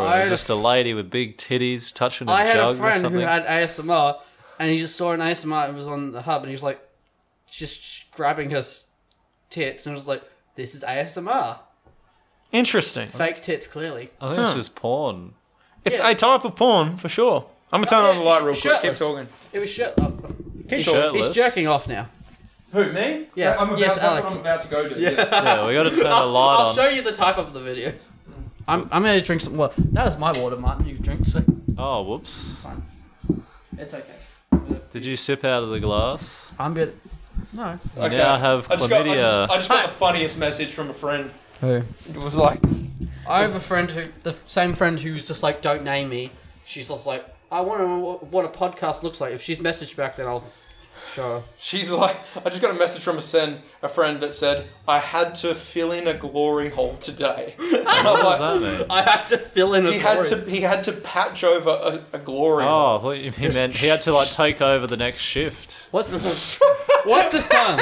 S1: I
S3: It was
S1: had a-
S3: just a lady with big titties touching a
S1: I had
S3: jug
S1: a
S3: or
S1: friend who
S3: something.
S1: had ASMR, and he just saw an ASMR. It was on the hub, and he was like, just grabbing her s- tits, and I was like, "This is ASMR.
S2: Interesting.
S1: Fake tits, clearly."
S3: I think it's
S2: Huh.
S3: just porn.
S2: It's
S1: Yeah.
S2: a type of porn for sure. I'm gonna turn on the light real quick. Keep
S1: Shirtless.
S2: talking.
S1: It was shit. Oh,
S2: Keep
S3: Shirtless.
S1: he's jerking off now.
S2: Who me?
S1: Yes,
S2: I'm about,
S1: yes,
S2: that's
S1: Alex.
S2: What I'm about to go to.
S3: Yeah, we got to turn the
S1: I'll,
S3: light
S1: I'll
S3: on.
S1: show you the type of the video. I'm, I'm gonna drink some. Well, that was my water, Martin. You've drank, so
S3: Oh, whoops!
S1: fine. It's okay.
S3: Did you sip out of the glass?
S1: I'm good. No.
S3: You now have
S2: I just got, I
S3: chlamydia.
S2: just, I just got the funniest message from a friend.
S1: Who?
S2: It was like,
S1: I have a friend who, the same friend who's just like, don't name me. She's just like, I want to know wh- what a podcast looks like. If she's messaged back, then I'll show her.
S2: she's like, I just got a message from a send, a friend that said, I had to fill in a glory hole today. And I'm
S3: what does
S2: like,
S3: that mean?
S1: I had to fill in a
S2: He had
S1: story.
S2: to he had to patch over a, a glory. hole.
S3: Oh, I thought you he meant he had to like take over the next shift.
S1: What's the, what's the song?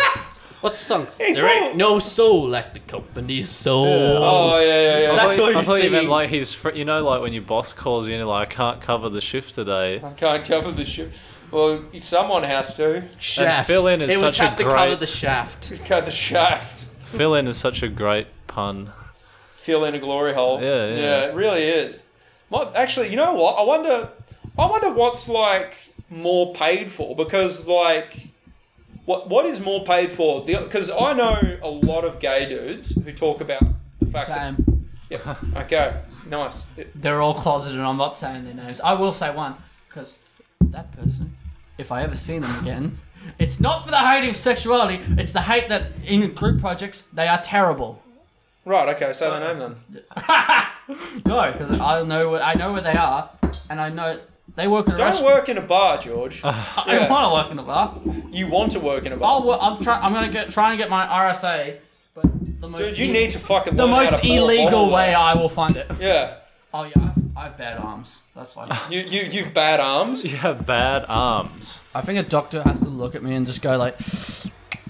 S1: What's the song? There ain't no soul like the company's soul.
S2: Oh yeah, yeah, yeah.
S1: That's
S3: I thought,
S1: what
S3: I
S1: you
S3: thought you
S1: see.
S3: meant like his, fr- you know, like when your boss calls you and you're like, I can't cover the shift today.
S2: I can't cover the ship. Well, someone has to
S1: Shaft.
S3: fill in is
S1: it was
S3: such a
S1: have to cover
S3: great-
S1: the shaft.
S2: cut the shaft,
S3: Fill in is such a great pun.
S2: fill in a glory hole.
S3: Yeah, yeah.
S2: it really is. My, actually, you know what? I wonder. I wonder what's like more paid for because like. What, what is more paid for? Because I know a lot of gay dudes who talk about the fact
S1: Same.
S2: that. Yeah, okay, nice.
S1: They're all closeted, and I'm not saying their names. I will say one because that person, if I ever see them again, it's not for the hate of sexuality. It's the hate that in group projects they are terrible.
S2: Right, okay, say their name then.
S1: Uh, No, because I know where- I know where they are, and I know they work in a
S2: Don't
S1: restaurant.
S2: work in a bar, George.
S1: I
S2: yeah.
S1: want to work in the bar.
S2: You want to work in a bar.
S1: I'll, wo- I'm try, I'm gonna get try and get my RSA, but the most
S2: Dude, you
S1: ill-
S2: need to fucking
S1: the
S2: learn how
S1: most
S2: to pour a
S1: illegal
S2: bottle
S1: way
S2: though.
S1: I will find it.
S2: Yeah.
S1: Oh yeah, I've, I've bad arms. That's why.
S2: You, you, you've bad arms.
S3: You have bad arms.
S1: I think a doctor has to look at me and just go like,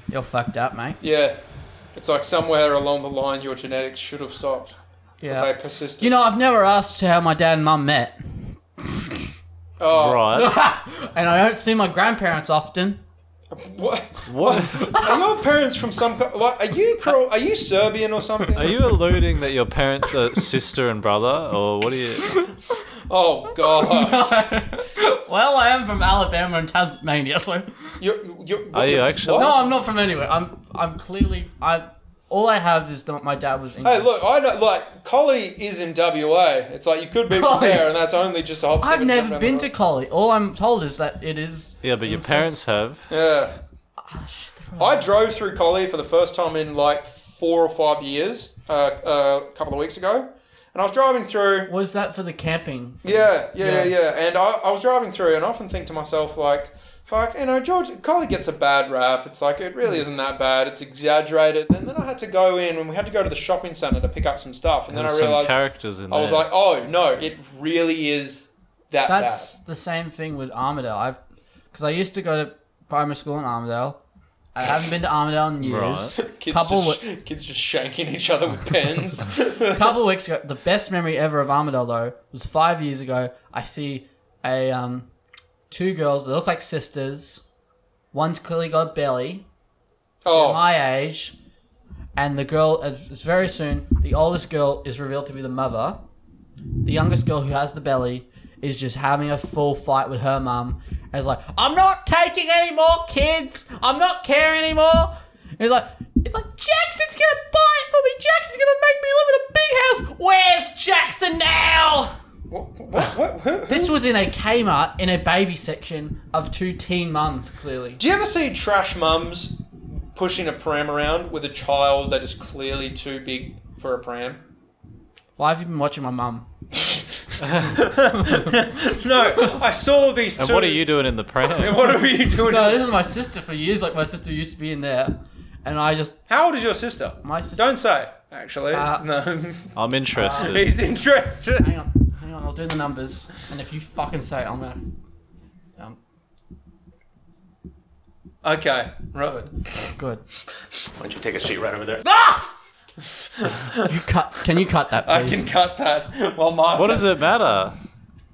S1: You're fucked up, mate.
S2: Yeah. It's like somewhere along the line your genetics should have stopped. But
S1: Yeah.
S2: they persisted.
S1: Uh, You know, I've never asked how my dad and mum met,
S2: oh,
S3: Right.
S1: and I don't see my grandparents often.
S2: What?
S3: What?
S2: Are your parents from some? co- Like, are you Cro- are you Serbian or something?
S3: Are you alluding that your parents are sister and brother, or what are you?
S2: Oh God!
S1: well, I am from Alabama and Tasmania, so
S2: you you
S3: Are you actually?
S1: no, I'm not from anywhere. I'm I'm clearly I. All I have is that my dad was English.
S2: Hey, look, I know, like Collie is in WA. It's like you could be from
S1: Collie.
S2: there, and that's only just a hop. skip,
S1: I've
S2: and a jump
S1: never
S2: down
S1: been
S2: the
S1: to
S2: road.
S1: Collie. All I'm told is that it is.
S3: Yeah, but your
S1: incest-
S3: parents have.
S2: Yeah,
S1: Ah, shit, they're
S2: I drove through Collie for the first time in like four or five years, uh, uh, a couple of weeks ago, and I was driving through.
S1: Was that for the camping?
S2: Yeah, yeah, yeah,
S1: Yeah.
S2: yeah. And I, I was driving through, and I often think to myself, like, fuck, you know, George Collie gets a bad rap. It's like, it
S3: Hmm.
S2: really isn't that bad. It's exaggerated. And then I had to go in, and we had to go to the shopping centre to pick up some stuff. And,
S3: There's
S2: then I
S3: some
S2: realised, I
S3: characters in there.
S2: was like, oh, no, it really is that bad.
S1: That's the same thing with Armadale. I've because I used to go to primary school in Armadale. I haven't been to Armadale in years.
S2: Kids
S1: Couple
S2: just, kids just shanking each other with pens.
S1: A couple weeks ago, the best memory ever of Armadale though was five years ago. I see a um, two girls that look like sisters. One's clearly got a belly.
S2: oh,
S1: my age, and the girl is very soon. The oldest girl is revealed to be the mother. The youngest girl who has the belly is just having a full fight with her mum. And is like, I'm not taking any more kids. I'm not caring anymore. And it's like, it's like Jackson's gonna buy it for me. Jackson's gonna make me live in a big house. Where's Jackson now?
S2: what, what, what, who- who-
S1: This was in a Kmart in a baby section of two teen mums. Clearly,
S2: Do you ever see trash mums pushing a pram around with a child that is clearly too big for a pram?
S1: why have you been watching my mum?
S2: no, I saw these two.
S3: and what are you doing in the pram?
S2: What are you doing?
S1: No, this is my sister for years. Like my sister used to be in there, and I just
S2: How old is your sister?
S1: my sister.
S2: Don't say. Actually,
S1: Uh,
S2: no.
S3: I'm interested.
S2: He's interested.
S1: Hang on, hang on. I'll do the numbers, and if you fucking say, it, I'm gonna. Um,
S2: Okay, right.
S1: good, good.
S4: Why don't you take a seat right over there?
S1: Ah! you cut. Can you cut that,
S2: I
S1: please?
S2: can cut that. Well, Mark.
S3: What does it matter?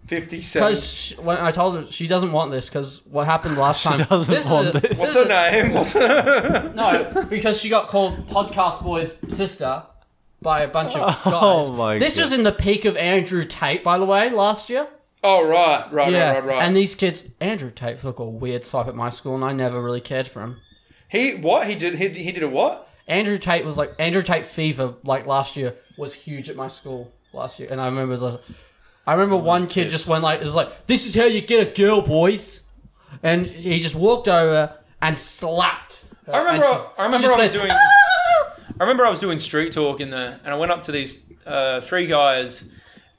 S2: Fifty-seven.
S1: Because when I told her she doesn't want this, because what happened last time?
S3: doesn't
S1: is
S3: want
S1: a-
S3: this.
S2: What's
S1: is
S2: her
S1: a-
S2: name? What's her...
S1: No, because she got called Podcast Boy's sister by a bunch of guys.
S3: Oh my
S1: This
S3: God.
S1: was in the peak of Andrew Tate, by the way, last year.
S2: Oh right, right,
S1: Yeah,
S2: right, right, right.
S1: and these kids, Andrew Tate look a weird type at my school, and I never really cared for him.
S2: he what? He did. He, he did a what?
S1: Andrew Tate was like Andrew Tate fever, like last year was huge at my school last year, and I remember like, I remember one kid just went like, "Is like this is how you get a girl, boys," and he just walked over and slapped. her,
S2: I remember.
S1: Uh, and she-
S2: I, I remember
S1: she "Ah!"
S2: I was
S1: just
S2: doing.
S1: went,
S2: I remember I was doing street talk in there, and I went up to these uh, three guys,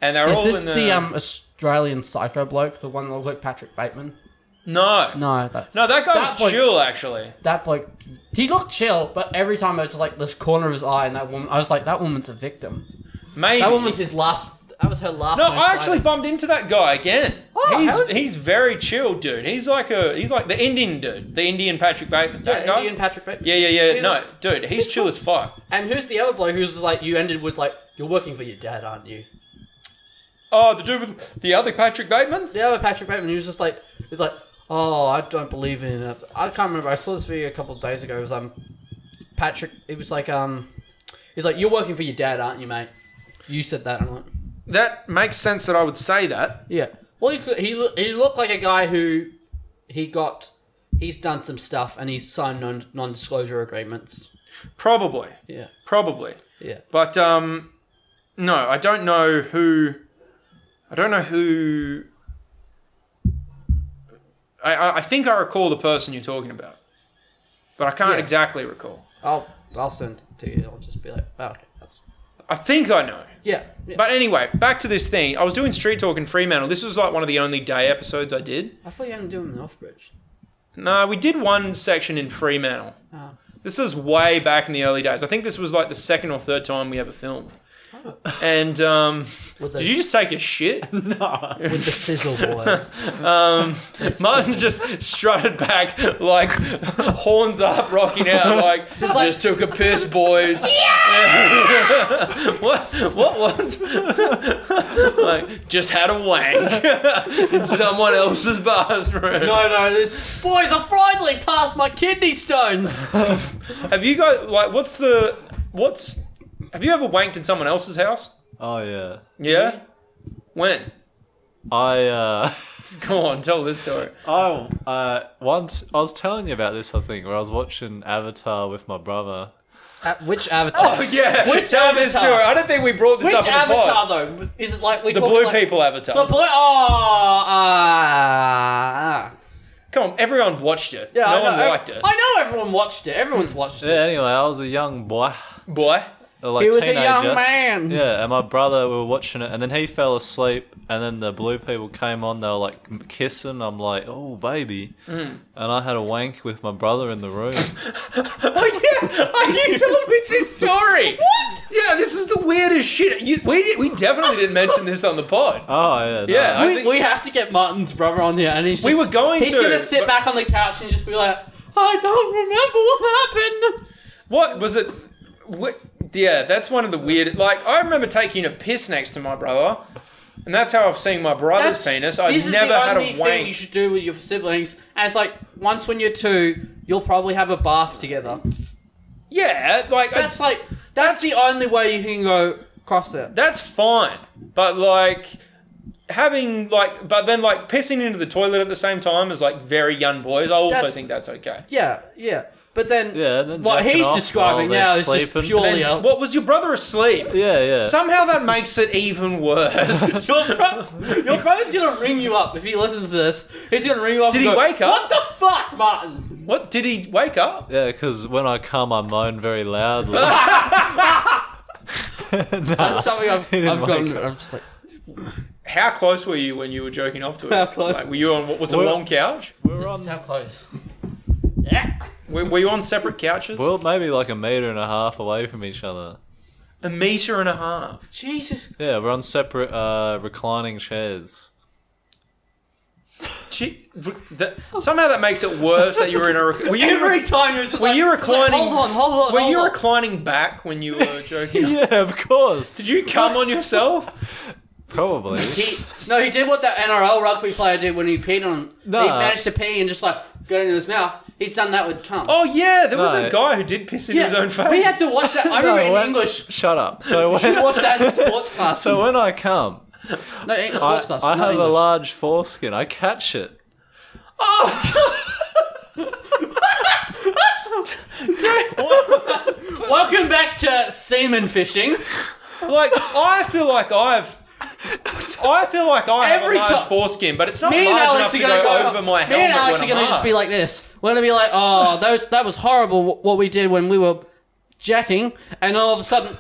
S2: and they were
S1: "Ah!" Is
S2: all
S1: this
S2: in
S1: the, um Australian psycho bloke, the one that looked like Patrick Bateman?
S2: no, no,
S1: No, that
S2: that guy
S1: That
S2: was
S1: bloke-
S2: chill actually.
S1: that bloke. He looked chill, but every time it was just like this corner of his eye, and that woman. I was like, that woman's a victim.
S2: Maybe
S1: That woman's his last. That was her last.
S2: No,
S1: known
S2: I actually
S1: sighting.
S2: bumped into that guy again.
S1: Oh, how
S2: he's
S1: is he?
S2: he's very chill, dude. He's like a he's like the Indian dude, the Indian Patrick Bateman. that
S1: yeah,
S2: guy.
S1: Indian Patrick Bateman.
S2: yeah, yeah, yeah.
S1: He's
S2: No,
S1: like-
S2: dude, he's chill as fuck.
S1: And who's the other bloke who's just like you ended with like you're working for your dad, aren't you?
S2: Oh, the dude with the other Patrick Bateman.
S1: The other Patrick Bateman, he was just like he's like, oh, I don't believe in it. I can't remember. I saw this video a couple of days ago. It was um Patrick. It was like um, he's like you're working for your dad, aren't you, mate? You said that. I'm like,
S2: That makes sense that I would say that.
S1: yeah. Well, he could- he loo- he looked like a guy who he got. He's done some stuff and he's signed non non disclosure agreements.
S2: Probably,
S1: Yeah,
S2: probably.
S1: yeah.
S2: But um, no, I don't know who. I don't know who. I, I, I think I recall the person you're talking about, but I can't
S1: Yeah.
S2: exactly recall.
S1: I'll I'll send it to you. I'll just be like, oh, okay, that's
S2: I think I know.
S1: yeah. yeah.
S2: But anyway, back to this thing. I was doing street talk in Fremantle. This was like one of the only day episodes I did.
S1: I thought you hadn't done them in off bridge.
S2: No, we did one section in Fremantle.
S1: Oh.
S2: This is way back in the early days. I think this was like the second or third time we ever filmed. And um,
S5: with the,
S2: Did you just take a shit?
S5: with the sizzle boys.
S2: Um, Martin just strutted back like horns up, rocking out, like just,
S1: like-
S2: took a piss, boys. what? What was? like just had a wank in someone else's bathroom.
S1: No, no, this boys. I finally passed my kidney stones.
S2: Have you guys like what's the what's? Have you ever wanked in someone else's house?
S3: Oh yeah.
S2: Yeah. When?
S3: I uh
S2: Come on, tell this story.
S3: Oh, uh, once I was telling you about this, I think, where I was watching Avatar with my brother.
S5: Uh, which avatar?
S2: Oh yeah,
S1: Which
S2: tell this
S1: avatar?
S2: story. I don't think we brought this
S1: Which
S2: up in the
S1: avatar
S2: pod.
S1: though? Is it like we
S2: The
S1: talk
S2: blue
S1: like,
S2: people avatar.
S1: The blue. Oh, ah.
S2: Come on, everyone watched it.
S1: yeah.
S2: no
S1: I
S2: one
S1: know.
S2: liked it. Hmm.
S1: I know everyone watched it. Everyone's watched
S3: Yeah,
S1: it.
S3: anyway, I was a young boy,
S2: Boy,
S3: a, like
S1: He was
S3: teenager.
S1: a young man.
S3: Yeah, and my brother, we were watching it, and then he fell asleep, and then the blue people came on, they were like kissing. I'm like, oh, baby.
S1: Mm.
S3: And I had a wank with my brother in the room.
S2: oh yeah, are you telling me this story? What? Yeah, this is the weirdest shit. You, we did, we definitely didn't mention this on the pod.
S3: oh, yeah. no.
S2: Yeah, I
S1: We,
S2: think-
S1: we have to get Martin's brother on here, and he's just,
S2: We were going
S1: He's
S2: to,
S1: gonna sit
S2: but-
S1: back on the couch and just be like, "I don't remember what happened."
S2: What was it? What, yeah, that's one of the weird. Like I remember taking a piss next to my brother, and that's how I've seen my brother's penis.
S1: this
S2: I've
S1: is
S2: never
S1: the
S2: had
S1: only
S2: a
S1: thing you
S2: wank.
S1: should do with your siblings. And it's like once when you're two, you'll probably have a bath together.
S2: Yeah, like I-
S1: That's like that's the only way you can go cross it.
S2: that's fine. But like having like but then like pissing into the toilet at the same time as like very young boys, I also
S1: That's-
S2: think that's okay.
S1: Yeah, yeah. But then,
S3: Yeah, and then
S1: what
S3: jacking
S1: he's
S3: off
S1: describing
S3: while they're
S1: now is
S3: sleeping.
S1: just purely
S2: Then,
S1: a.
S2: what was your brother asleep?
S3: Yeah, yeah.
S2: Somehow that makes it even worse.
S1: Your, bro, your brother's gonna ring you up if he listens to this. He's gonna ring you up.
S2: Did
S1: and
S2: he
S1: go,
S2: wake up?
S1: What the fuck, Martin?
S2: what did he wake up?
S3: yeah, because when I come, I moan very loudly.
S1: That's something I've,
S3: didn't
S1: I've gotten.
S3: wake
S1: I'm just like,
S2: How close were you when you were joking off to it?
S1: How close?
S2: Like, were you on what was a
S3: Well-
S2: long couch?
S3: we're
S1: this is
S3: on,
S1: how close. Yeah.
S2: Were, were you on separate couches?
S3: well, maybe like a meter and a half away from each other.
S2: a meter and a half.
S1: Jesus.
S3: Yeah, we're on separate uh, reclining chairs.
S2: Gee, that, somehow that makes it worse that you were in a. Rec- were you
S1: Every time you're just
S2: were
S1: like,
S2: you
S1: like,
S2: reclining?
S1: hold on, hold on.
S2: Were
S1: hold
S2: you
S1: on.
S2: reclining back when you were joking? off?
S3: Yeah, of course.
S2: Did you come on yourself?
S3: Probably.
S1: He, no, he did what that NRL rugby player did when he peed on.
S3: No.
S1: He managed to pee and just like go into his mouth. He's done that with cum.
S2: Oh yeah, there was
S3: No.
S2: that guy who did piss in
S1: yeah.
S2: his own face.
S1: We had to watch that. I remember in
S3: when-
S1: English.
S3: Shut up. So
S1: We
S3: when,
S1: watched that in sports class.
S3: so when I come,
S1: no, in
S3: I,
S1: sports class.
S3: I
S1: not
S3: have a
S1: English.
S3: large foreskin. I catch it.
S1: Welcome back to semen fishing.
S2: Like I feel like I've. I feel like I have
S1: Every
S2: a large
S1: ti-
S2: foreskin, but it's not
S1: Me and
S2: large enough
S1: Alex
S2: to
S1: are
S2: go,
S1: gonna go
S2: over my
S1: Me
S2: helmet.
S1: and Alex are
S2: when
S1: gonna
S2: I'm
S1: just be like this. We're gonna be like, oh, those, that was horrible. wh- What we did when we were jacking, and all of a sudden,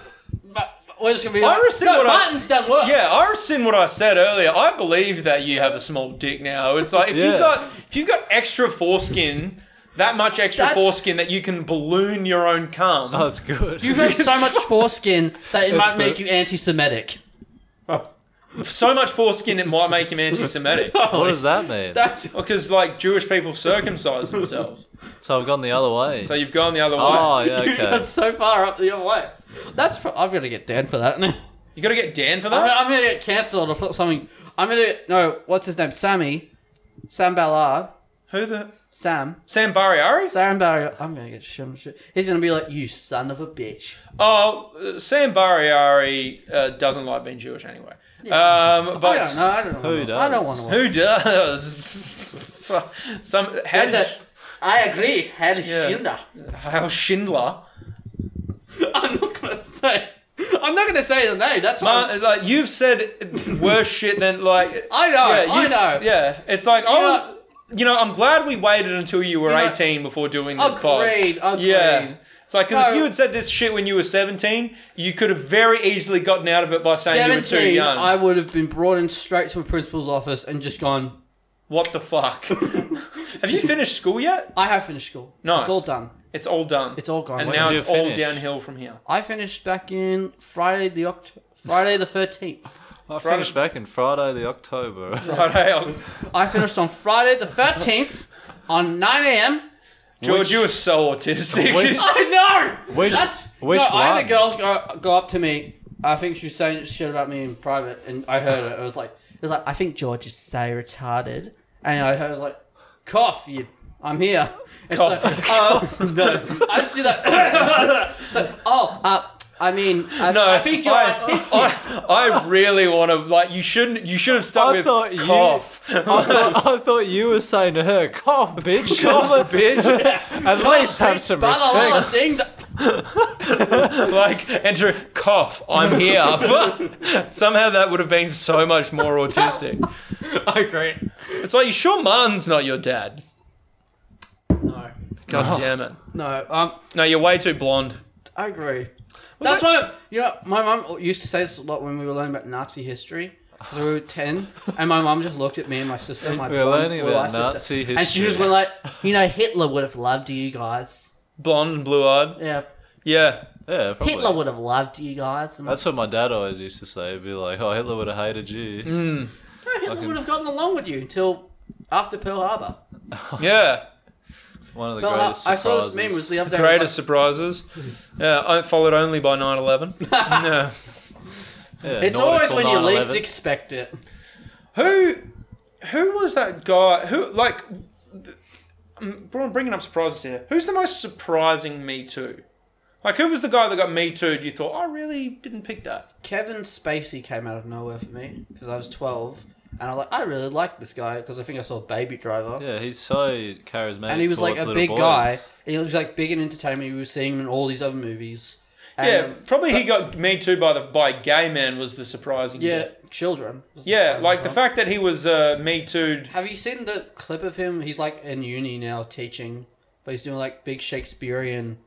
S1: but we're just gonna be. Like,
S2: rescind
S1: no,
S2: what I-
S1: Martin's done worse.
S2: Yeah, I rescind what I said earlier. I believe that you have a small dick now. It's like if
S3: Yeah.
S2: you've got if you've got extra foreskin, that much extra
S1: That's-
S2: foreskin that you can balloon your own cum.
S3: That was good.
S1: You've got so much foreskin that it might
S3: the-
S1: make you anti-Semitic.
S2: So much foreskin it might make him anti-Semitic.
S3: what does that mean?
S1: That's
S2: Because like Jewish people circumcise themselves,
S3: so I've gone the other way.
S2: so you've gone the other way.
S3: oh, yeah,
S1: you've gone
S3: okay.
S1: so far up the other way. That's pro- I'm gonna get Dan for that. I'm,
S2: You got to get Dan for that.
S1: I'm gonna get cancelled or something. I'm gonna no. What's his name? Sammy, Sam Ballard,
S2: Who the
S1: Sam,
S2: Sam Barriari?
S1: Sam Ballard. I'm gonna get shim shit. He's gonna be like, you son of a bitch.
S2: Oh, uh, Sam Barriari uh, doesn't like being Jewish anyway. Um,
S1: I
S2: but
S1: don't know. I don't know.
S3: Who
S1: I don't
S3: does?
S1: want to.
S2: who does? Some
S1: That's
S2: Hal,
S1: it. I agree. Had Schindler.
S2: Hal Schindler.
S1: I'm not gonna say. I'm not gonna say the name. That's why.
S2: Uh, like you've said worse shit than like.
S1: I know.
S2: yeah, you,
S1: I know.
S2: Yeah, it's like oh,
S1: know-
S2: you know, I'm glad we waited until you were
S1: You know-
S2: 18 before doing this pod.
S1: Agreed. Agreed.
S2: Yeah. It's like, because if
S1: No.
S2: you had said this shit when you were 17, you could have very easily gotten out of it by saying you were too
S1: 17,
S2: young.
S1: I would have been brought in straight to a principal's office and just gone,
S2: What the fuck? have you finished school yet?
S1: I have finished school.
S2: Nice.
S1: It's all done.
S2: It's all done.
S1: It's all gone.
S2: And
S1: When
S2: now
S3: did
S2: it's
S3: you
S2: all
S3: finish?
S2: downhill from here.
S1: I finished back in Friday the Oct- Friday the 13th.
S3: I
S2: Friday-
S3: finished back in Friday the October.
S2: Friday, I'll-
S1: I finished on Friday the 13th on 9 a.m.
S2: George,
S3: Which-
S2: you were so autistic.
S3: Which-
S1: I know.
S3: Which-
S1: That's
S3: which
S1: no, I
S3: one?
S1: had a girl go, go up to me. I think she was saying shit about me in private, and I heard it. It was like it was like I think George is so retarded, and I heard it was like, cough, you. I'm here. It's
S2: Cough.
S1: like, uh, no, I just did that. it's like, oh, uh, I mean, I,
S2: no,
S1: I think you're
S2: I,
S1: autistic.
S2: I, I really want to like. You shouldn't. You should have stuck
S3: I
S2: with
S3: thought you-
S2: cough.
S3: I, thought, I thought you were saying to her, "Cough, bitch,
S2: Cough, bitch!
S3: At least have some
S1: But I love
S3: respect.
S1: seeing the-
S2: like, enter cough. I'm here. Somehow that would have been so much more autistic.
S1: I agree.
S2: It's like you sure Martin's not your dad.
S1: No,
S2: God damn it!
S1: no, um,
S2: No, you're way too blonde.
S1: I agree. That's why you know my mum used to say this a lot when we were learning about Nazi history. Because we were ten, and my mum just looked at me and my sister, and my
S3: We were
S1: blonde-
S3: learning
S1: well,
S3: about
S1: my
S3: Nazi
S1: sister, and she just
S3: history.
S1: went like, "You know, Hitler would have loved you guys.
S2: Blonde and blue-eyed.
S1: Yeah,
S2: Yeah.
S3: Yeah, probably.
S1: Hitler would have loved you guys. And I'm like,
S3: That's what my dad always used to say. He'd be like, "Oh, Hitler would have hated you."
S1: Mm. no, Hitler
S3: fucking-
S1: would have gotten along with you until after Pearl Harbor.
S2: Yeah.
S3: One of the
S1: Pearl Har-
S3: greatest
S1: I
S3: surprises.
S1: saw this meme was the other day. it was like-
S2: Greatest surprises. Yeah. I- Followed only by 9/11. no.
S3: Yeah,
S1: It's always
S3: nautical
S1: when you
S3: 9/11.
S1: least expect it.
S2: Who, who was that guy? Who like? th- I'm br- bringing up surprises here. Who's the most surprising Me Too? Like, who was the guy that got Me Too? You thought I really didn't pick that.
S1: Kevin Spacey came out of nowhere for me because I was twelve, and I was like, I really like this guy because I think I saw Baby Driver.
S3: Yeah, he's so charismatic.
S1: and he was like
S3: towards
S1: a
S3: little
S1: big
S3: boys.
S1: guy, and he was like big in entertainment. You were seeing him in all these other movies. And,
S2: yeah,
S1: um,
S2: probably he got Me Too by the by a gay man was the surprising.
S1: yeah,
S2: bit.
S1: children.
S2: yeah, like the fact that he was uh, Me Too'd.
S1: Have you seen the clip of him? He's like in uni now teaching, but he's doing like big Shakespearean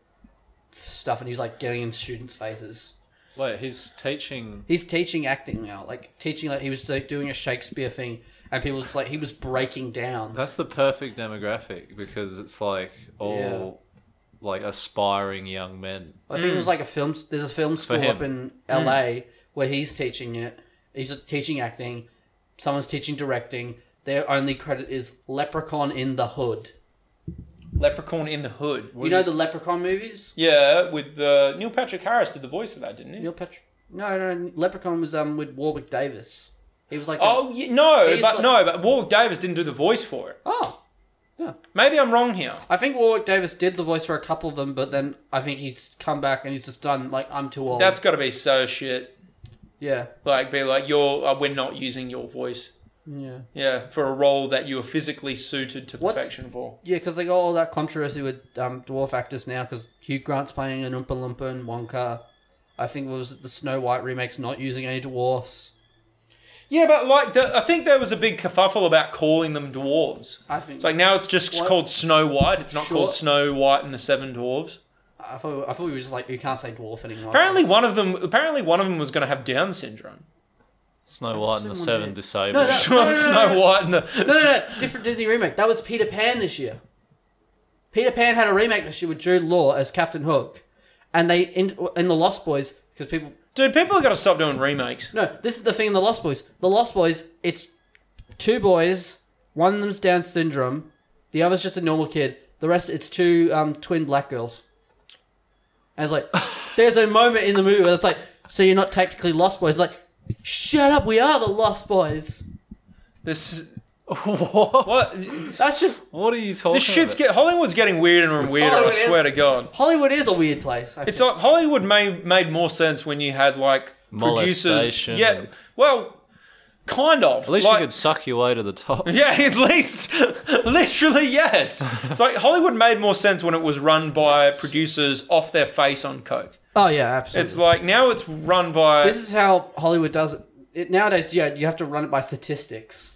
S1: stuff, and he's like getting in students' faces.
S3: Wait, he's teaching.
S1: He's teaching acting now, like teaching like he was like doing a Shakespeare thing, and people just like he was breaking down.
S3: That's the perfect demographic because it's like all
S1: Yeah.
S3: like aspiring young men.
S1: I think there's like a film. There's a film school
S3: him.
S1: up in LA where he's teaching it. He's teaching acting. Someone's teaching directing. Their only credit is Leprechaun in the Hood.
S2: Leprechaun in the Hood.
S1: you know the Leprechaun movies?
S2: yeah, with uh, Neil Patrick Harris did the voice for that, didn't he?
S1: Neil Patrick. No, no, no, Leprechaun was um with Warwick Davis. He was like,
S2: Oh y no,
S1: He's
S2: but
S1: like-
S2: no, but Warwick Davis didn't do the voice for it.
S1: a- oh.
S2: Maybe I'm wrong here.
S1: I think Warwick Davis did the voice for a couple of them, but then I think he's come back and he's just done like I'm too old.
S2: That's got to be so shit.
S1: yeah,
S2: like be like you're uh, we're not using your voice
S1: yeah,
S2: yeah for a role that you are physically suited to
S1: What's-
S2: perfection for
S1: yeah. Because they got all that controversy with um, dwarf actors now. Because Hugh Grant's playing an Oompa Loompa and Wonka. I think it was the Snow White remakes not using any dwarfs.
S2: yeah but like the, i think there was a big kerfuffle about calling them dwarves
S1: I think
S2: it's like now it's just
S1: What?
S2: called snow white it's not
S1: Sure.
S2: called snow white and the seven dwarves
S1: I thought I thought we were just like you can't say dwarf anymore.
S2: apparently one of them apparently one of them was going to have down syndrome
S3: Snow White and the
S1: someone
S3: Seven
S1: did.
S3: Disabled.
S1: No, no.
S2: snow white and the
S1: no, no, no, different Disney remake. That was Peter Pan this year. Peter Pan had a remake this year with Jude Law as Captain Hook, and they in, in the Lost Boys because people
S2: dude people have got to stop doing remakes
S1: No, this is the thing in The Lost Boys. The Lost Boys, it's two boys. One of them's Down syndrome. The other's just a normal kid. The rest, it's two um, twin black girls. And it's like, there's a moment in the movie where it's like, so you're not technically Lost Boys. Like, shut up, we are the Lost Boys.
S2: this
S3: what?
S2: what
S1: That's just,
S3: What are you talking?
S2: this shit's
S3: about?
S2: get hollywood's getting weirder and weirder
S1: Oh,
S2: i
S1: it is.
S2: swear to god
S1: Hollywood is a weird place. I
S2: It's
S1: think.
S2: like Hollywood made made more sense when you had like producers.
S3: Molestation.
S2: Yeah, well, kind of.
S3: At least
S2: Like-
S3: you could suck your way to the top.
S2: Yeah, at least, literally, yes. It's like Hollywood made more sense when it was run by producers off their face on coke.
S1: oh, yeah, absolutely.
S2: It's like now it's run by
S1: this is how Hollywood does it. it. Nowadays, yeah, you have to run it by statistics.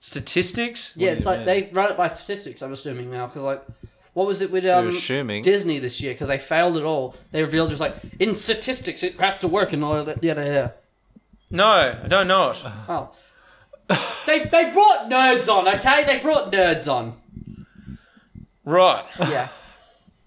S2: statistics.
S1: Yeah,
S3: do
S1: it's
S3: you
S1: like they run it by statistics. I'm assuming now because like, what was it with um,
S3: assuming.
S1: Disney this year? Because they failed it all. They revealed it was like in statistics it has to work and all that. Yeah, yeah, yeah.
S2: No, I don't know it.
S1: Oh, they they brought nerds on. Okay, they brought nerds on.
S2: Right.
S1: Yeah,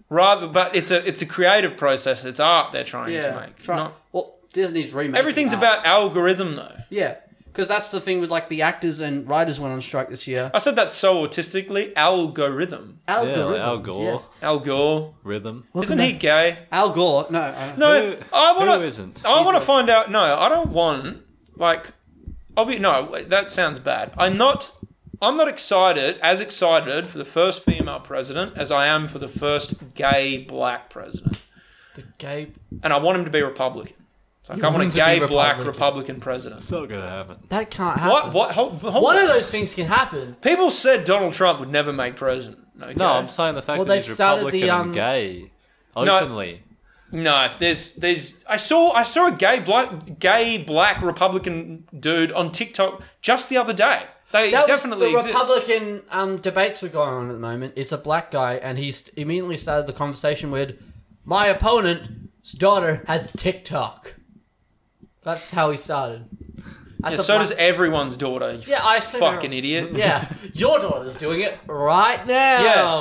S2: Rather, but it's a it's a creative process. It's art they're trying
S1: yeah.
S2: to make.
S1: Try-
S2: Not-
S1: well,
S5: Disney's remake.
S2: Everything's about algorithm, though.
S5: yeah, because that's the thing with like the actors and writers went on strike this year.
S2: I said that so autistically. Algorithm.
S5: Algorithm.
S3: Al Gore.
S5: Yes.
S2: Al Gore.
S3: Rhythm.
S2: Isn't he gay?
S5: Al Gore. No.
S1: uh,
S5: I,
S2: No,
S3: Who-
S2: I want
S3: who
S2: to.
S3: isn't?
S2: I want to
S5: like-
S2: find out. No, I don't want. Like, I'll be. No, that sounds bad. I'm not. I'm not excited as excited for the first female president as I am for the first gay black president,
S1: The gay.
S2: and I want him to be Republican. It's like
S1: You
S2: I want a
S1: want him to
S2: gay
S1: be
S2: black
S1: Republican.
S2: Republican president.
S3: It's not gonna happen.
S1: That can't happen.
S2: What? What? Hold, hold
S1: One
S2: on.
S1: of those things can happen.
S2: people said Donald Trump would never make president. Okay?
S3: No, I'm saying the fact
S1: Well,
S3: that
S1: they've
S3: he's
S1: started
S3: Republican
S1: the, um,
S3: and gay openly.
S2: No, there's there's I saw I saw a gay black gay black Republican dude on TikTok just the other day. They
S1: That
S2: definitely
S1: was
S2: exist.
S1: the Republican um, debates were going on at the moment. It's a black guy, and he st- immediately started the conversation with, "My opponent's daughter has TikTok." That's how he started. That's
S2: yeah,
S1: a
S2: so
S1: black-
S2: does everyone's daughter. You
S1: yeah, I said "Oh,
S2: fucking idiot.
S1: Yeah, your daughter's doing it right now.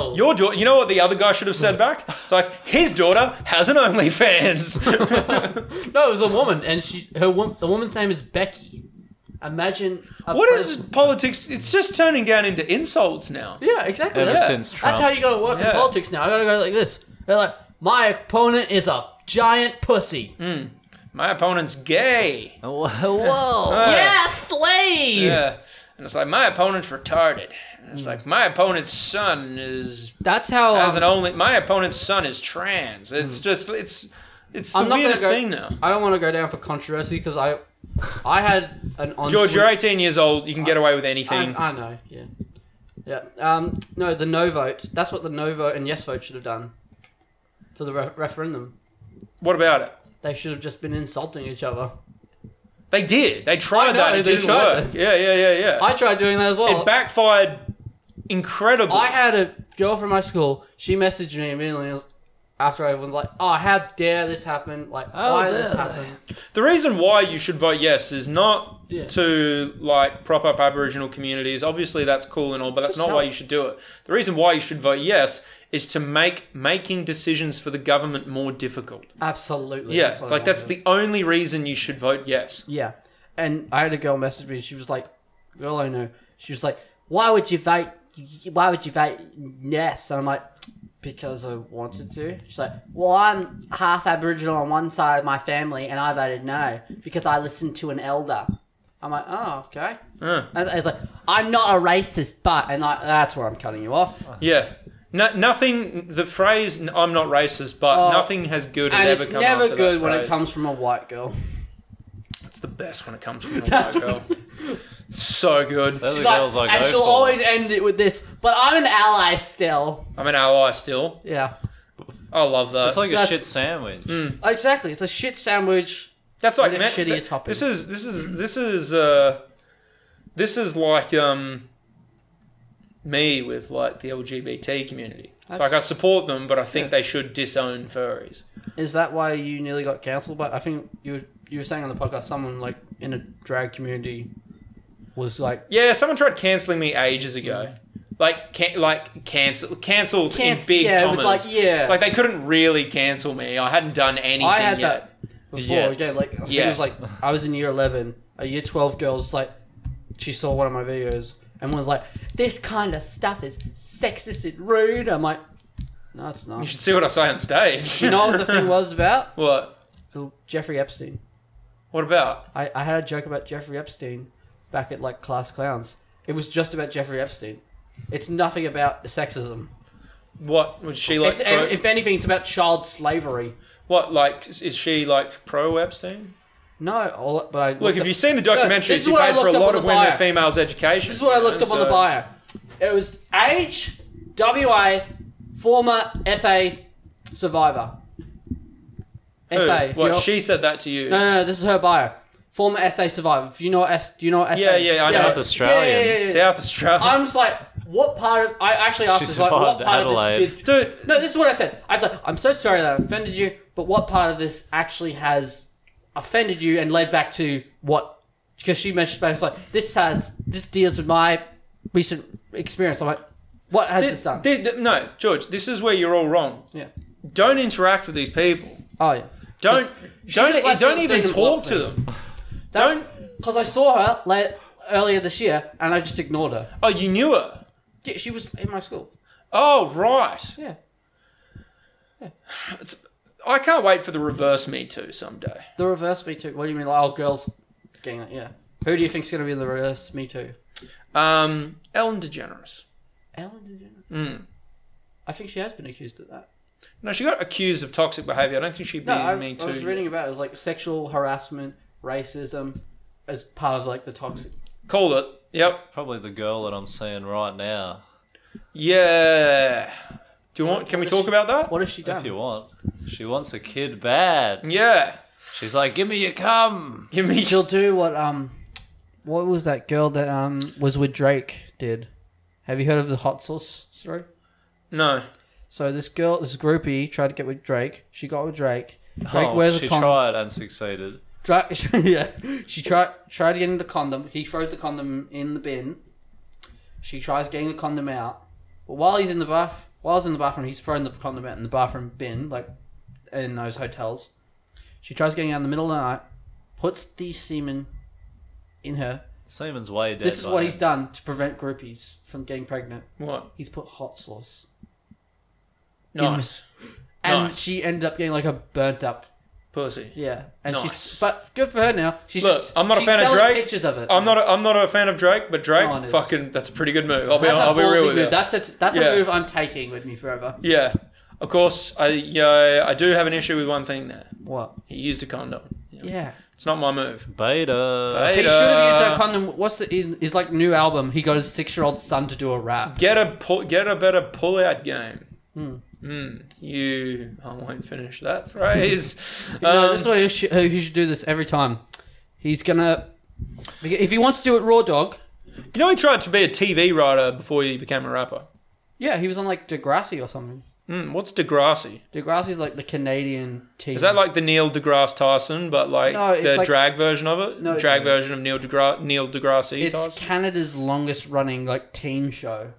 S2: Yeah, your daughter. You know what the other guy should have said back? It's like his daughter has an OnlyFans.
S1: no, it was a woman, and she her wom- the woman's name is Becky. Imagine a
S2: what is
S1: pres-
S2: politics? It's just turning down into insults now.
S1: Yeah, exactly.
S3: Ever
S1: That's-
S3: since
S1: that's
S3: Trump.
S1: how you gotta work
S2: Yeah.
S1: in politics now. I gotta go like this. They're like, my opponent is a giant pussy.
S2: Mm. My opponent's gay.
S1: Whoa. yeah, slave.
S2: Yeah, and it's like my opponent's retarded. And it's like my opponent's son is
S1: That's how.
S2: as
S1: um, Hmm.
S2: an only my opponent's son is trans. It's just it's it's the
S1: I'm not gonna
S2: weirdest
S1: go-
S2: thing now.
S1: I don't want to go down for controversy because I, I had an on.
S2: George, you're 18 years old. You can get away with anything.
S1: I, I know. Yeah. Yeah. Um. No, the no vote. That's what the no vote and yes vote should have done. For the re- referendum,
S2: what about it?
S1: they should have just been insulting each other.
S2: They did. They tried
S1: I know,
S2: that. It
S1: they
S2: didn't
S1: tried
S2: work.
S1: it.
S2: Yeah, yeah, yeah, yeah.
S1: I tried doing that as well.
S2: it backfired incredibly.
S1: I had a girl from my school. She messaged me immediately as- after I was like, "Oh, how dare this happen? Like, why this happen?"
S2: the reason why you should vote yes is not
S1: Yeah.
S2: to like prop up Aboriginal communities. Obviously, that's cool and all, but that's
S1: Just
S2: not
S1: help.
S2: why you should do it. The reason why you should vote yes is to make making decisions for the government more difficult.
S1: Absolutely.
S2: Yeah,
S1: what
S2: it's
S1: I
S2: like that's
S1: wanted.
S2: the only reason you should vote yes.
S1: Yeah. And I had a girl message me. She was like, girl I know. She was like, why would you vote? Why would you vote yes? And I'm like, because I wanted to. She's like, well, I'm half Aboriginal on one side of my family, and I voted no because I listened to an elder. I'm like, oh, okay.
S2: Huh.
S1: And it's like, I'm not a racist, but, and I, that's where I'm cutting you off.
S2: Yeah. No, nothing. The phrase "N- "I'm not racist," but
S1: Oh.
S2: nothing has good has
S1: and
S2: ever
S1: it's
S2: come
S1: never
S2: after
S1: good
S2: that
S1: when it
S2: phrase.
S1: comes from a white girl.
S2: It's the best when it comes from a white girl. so good.
S3: They're the
S1: She's
S3: girls
S1: like,
S3: I
S1: and
S3: go
S1: she'll
S3: for.
S1: always end it with this, but I'm an ally still.
S2: I'm an ally still.
S1: Yeah.
S2: I love that.
S3: It's like a
S1: That's-
S3: shit sandwich.
S1: Exactly. It's a shit sandwich.
S2: That's like
S1: What a
S2: man,
S1: shittier
S2: th-
S1: topping.
S2: This is this is this is uh, this is like um, me with like the LGBT community. It's
S1: That's-
S2: like I support them, but I think they should disown furries.
S1: Is that why you nearly got cancelled? But I think you were, you were saying on the podcast someone like in a drag community was like
S2: Yeah, someone tried canceling me ages ago. Like, can, like cancel cancels in
S1: Canc-
S2: big
S1: yeah, it was
S2: commas.
S1: like, yeah.
S2: it's like they couldn't really cancel me. I hadn't done anything.
S1: I had
S2: yet.
S1: that before.
S3: Yet.
S1: Yeah, like I think
S2: Yet.
S1: it was like I was in year eleven. A year twelve girl was like she saw one of my videos and was like, "This kind of stuff is sexist and rude." I'm like, "No, it's
S2: You
S1: not."
S2: should see what I say on stage.
S1: you know what the thing was about?
S2: what?
S1: The Jeffrey Epstein.
S2: What about?
S1: I, I had a joke about Jeffrey Epstein back at like Class Clowns. It was just about Jeffrey Epstein. It's nothing about sexism.
S2: What was she like?
S1: it's,
S2: pro-
S1: if anything, it's about child slavery.
S2: what like is she like pro Epstein?
S1: No, all, but I
S2: Look,
S1: looked
S2: if
S1: up-
S2: you've seen the
S1: No,
S2: documentary,
S1: this is
S2: she
S1: what I
S2: paid for a
S1: looked up
S2: lot
S1: on
S2: of
S1: the
S2: women
S1: bio.
S2: females' education.
S1: this is what I
S2: you know,
S1: looked up on the
S2: so-
S1: bio. It was age, WA, former SA survivor.
S2: Who?
S1: SA. if
S2: What
S1: you're-
S2: she said that to you?
S1: No, no, no, this is her bio. Former SA survivor. If you know what S, do you know what SA?
S2: Yeah, yeah, I know.
S3: South Australian.
S1: Yeah, yeah, yeah, yeah.
S2: South Australia.
S1: I'm just like, what part of? I actually asked
S3: She
S1: this, like, what
S3: survived
S1: part of
S3: Adelaide.
S1: this did?
S2: Dude,
S1: No, this is what I said. I was like, I'm so sorry that I offended you, but what part of this actually has offended you and led back to what? Because she mentioned back, it's like this has this deals with my recent experience. I'm like, what has this,
S2: thi-
S1: done?
S2: thi- no, George, this is where you're all wrong.
S1: yeah.
S2: Don't interact with these people.
S1: Oh yeah.
S2: Don't don't
S1: just left
S2: don't
S1: it
S2: even
S1: sitting
S2: talk
S1: block
S2: to them.
S1: That's
S2: Don't-
S1: because I saw her late, earlier this year and I just ignored her.
S2: Oh, you knew her.
S1: Yeah, she was in my school.
S2: Oh, right.
S1: Yeah.
S2: I can't wait for the reverse Me Too someday.
S1: The reverse Me Too. What do you mean? Like, oh, girls getting it. Yeah. Who do you think's going to be the reverse Me Too?
S2: Um, Ellen DeGeneres.
S1: Ellen DeGeneres.
S3: Hmm.
S1: I think she has been accused of that.
S2: No, she got accused of toxic behaviour. I don't think she'd be
S1: No, I,
S2: Me
S1: I
S2: Too.
S1: was reading about it. It was like sexual harassment, racism as part of like the toxic.
S2: Called it. Yep.
S3: Probably the girl that I'm seeing right now,
S2: Yeah. Do you want? Can we
S1: is
S2: talk
S1: she-
S2: about that?
S1: What has she
S3: if you
S1: done?
S3: want. She wants a kid bad.
S2: Yeah.
S3: She's like, "Give me your cum."
S2: Give me.
S1: She'll do what um, what was that girl that um was with Drake did? Have you heard of the hot sauce story?
S2: No.
S1: So this girl, this groupie, tried to get with Drake. She got with Drake. Drake
S3: Oh,
S1: wears
S3: she
S1: a condom.
S3: tried and succeeded.
S1: Dra- yeah, she tried tried getting the condom. He throws the condom in the bin. She tries getting the condom out, but while he's in the bath, while he's in the bathroom, he's throwing the condom out in the bathroom bin, like in those hotels. She tries getting out in the middle of the night, puts the semen in her.
S3: Seaman's way dead.
S1: this is
S3: by
S1: what
S3: now.
S1: he's done to prevent groupies from getting pregnant.
S2: What?
S1: He's put hot sauce,
S2: Nice.
S1: and
S2: Nice.
S1: she ended up getting like a burnt up.
S2: Pussy.
S1: Yeah, and
S2: Nice.
S1: she's but good for her now. She's
S2: Look,
S1: just,
S2: I'm not a
S1: she's
S2: fan of
S1: selling
S2: Drake.
S1: Pictures of it.
S2: I'm not. A, I'm not a fan of Drake, but Drake,
S1: No one is.
S2: fucking, that's a pretty good move. I'll be.
S1: That's a
S2: I'll be real
S1: ballsy
S2: with
S1: move.
S2: you.
S1: That's a that's
S2: Yeah.
S1: a move I'm taking with me forever.
S2: Yeah. Of course, I yeah, I do have an issue with one thing there.
S1: What?
S2: He used a condom.
S1: Yeah.
S2: It's not my move.
S3: beta.
S2: Beta.
S1: He should have
S2: uh,
S1: used that condom. What's the his, his like new album? He got his six year old son to do a rap.
S2: Get a pull, get a better pull out game. Mm, you, I won't finish that phrase.
S1: no,
S2: um,
S1: this is what he should, he should do this every time. He's gonna if he wants to do it raw dog.
S2: you know, he tried to be a TV writer before he became a rapper.
S1: Yeah, he was on like Degrassi or something.
S2: Mm, what's Degrassi?
S1: Degrassi's like the Canadian team.
S2: Is that like the Neil deGrasse Tyson, but like
S1: No, it's
S2: the
S1: like-
S2: drag version of it?
S1: No, it's-
S2: drag version of Neil deGrasse Neil deGrasse
S1: it's
S2: Tyson.
S1: Canada's longest running like teen show?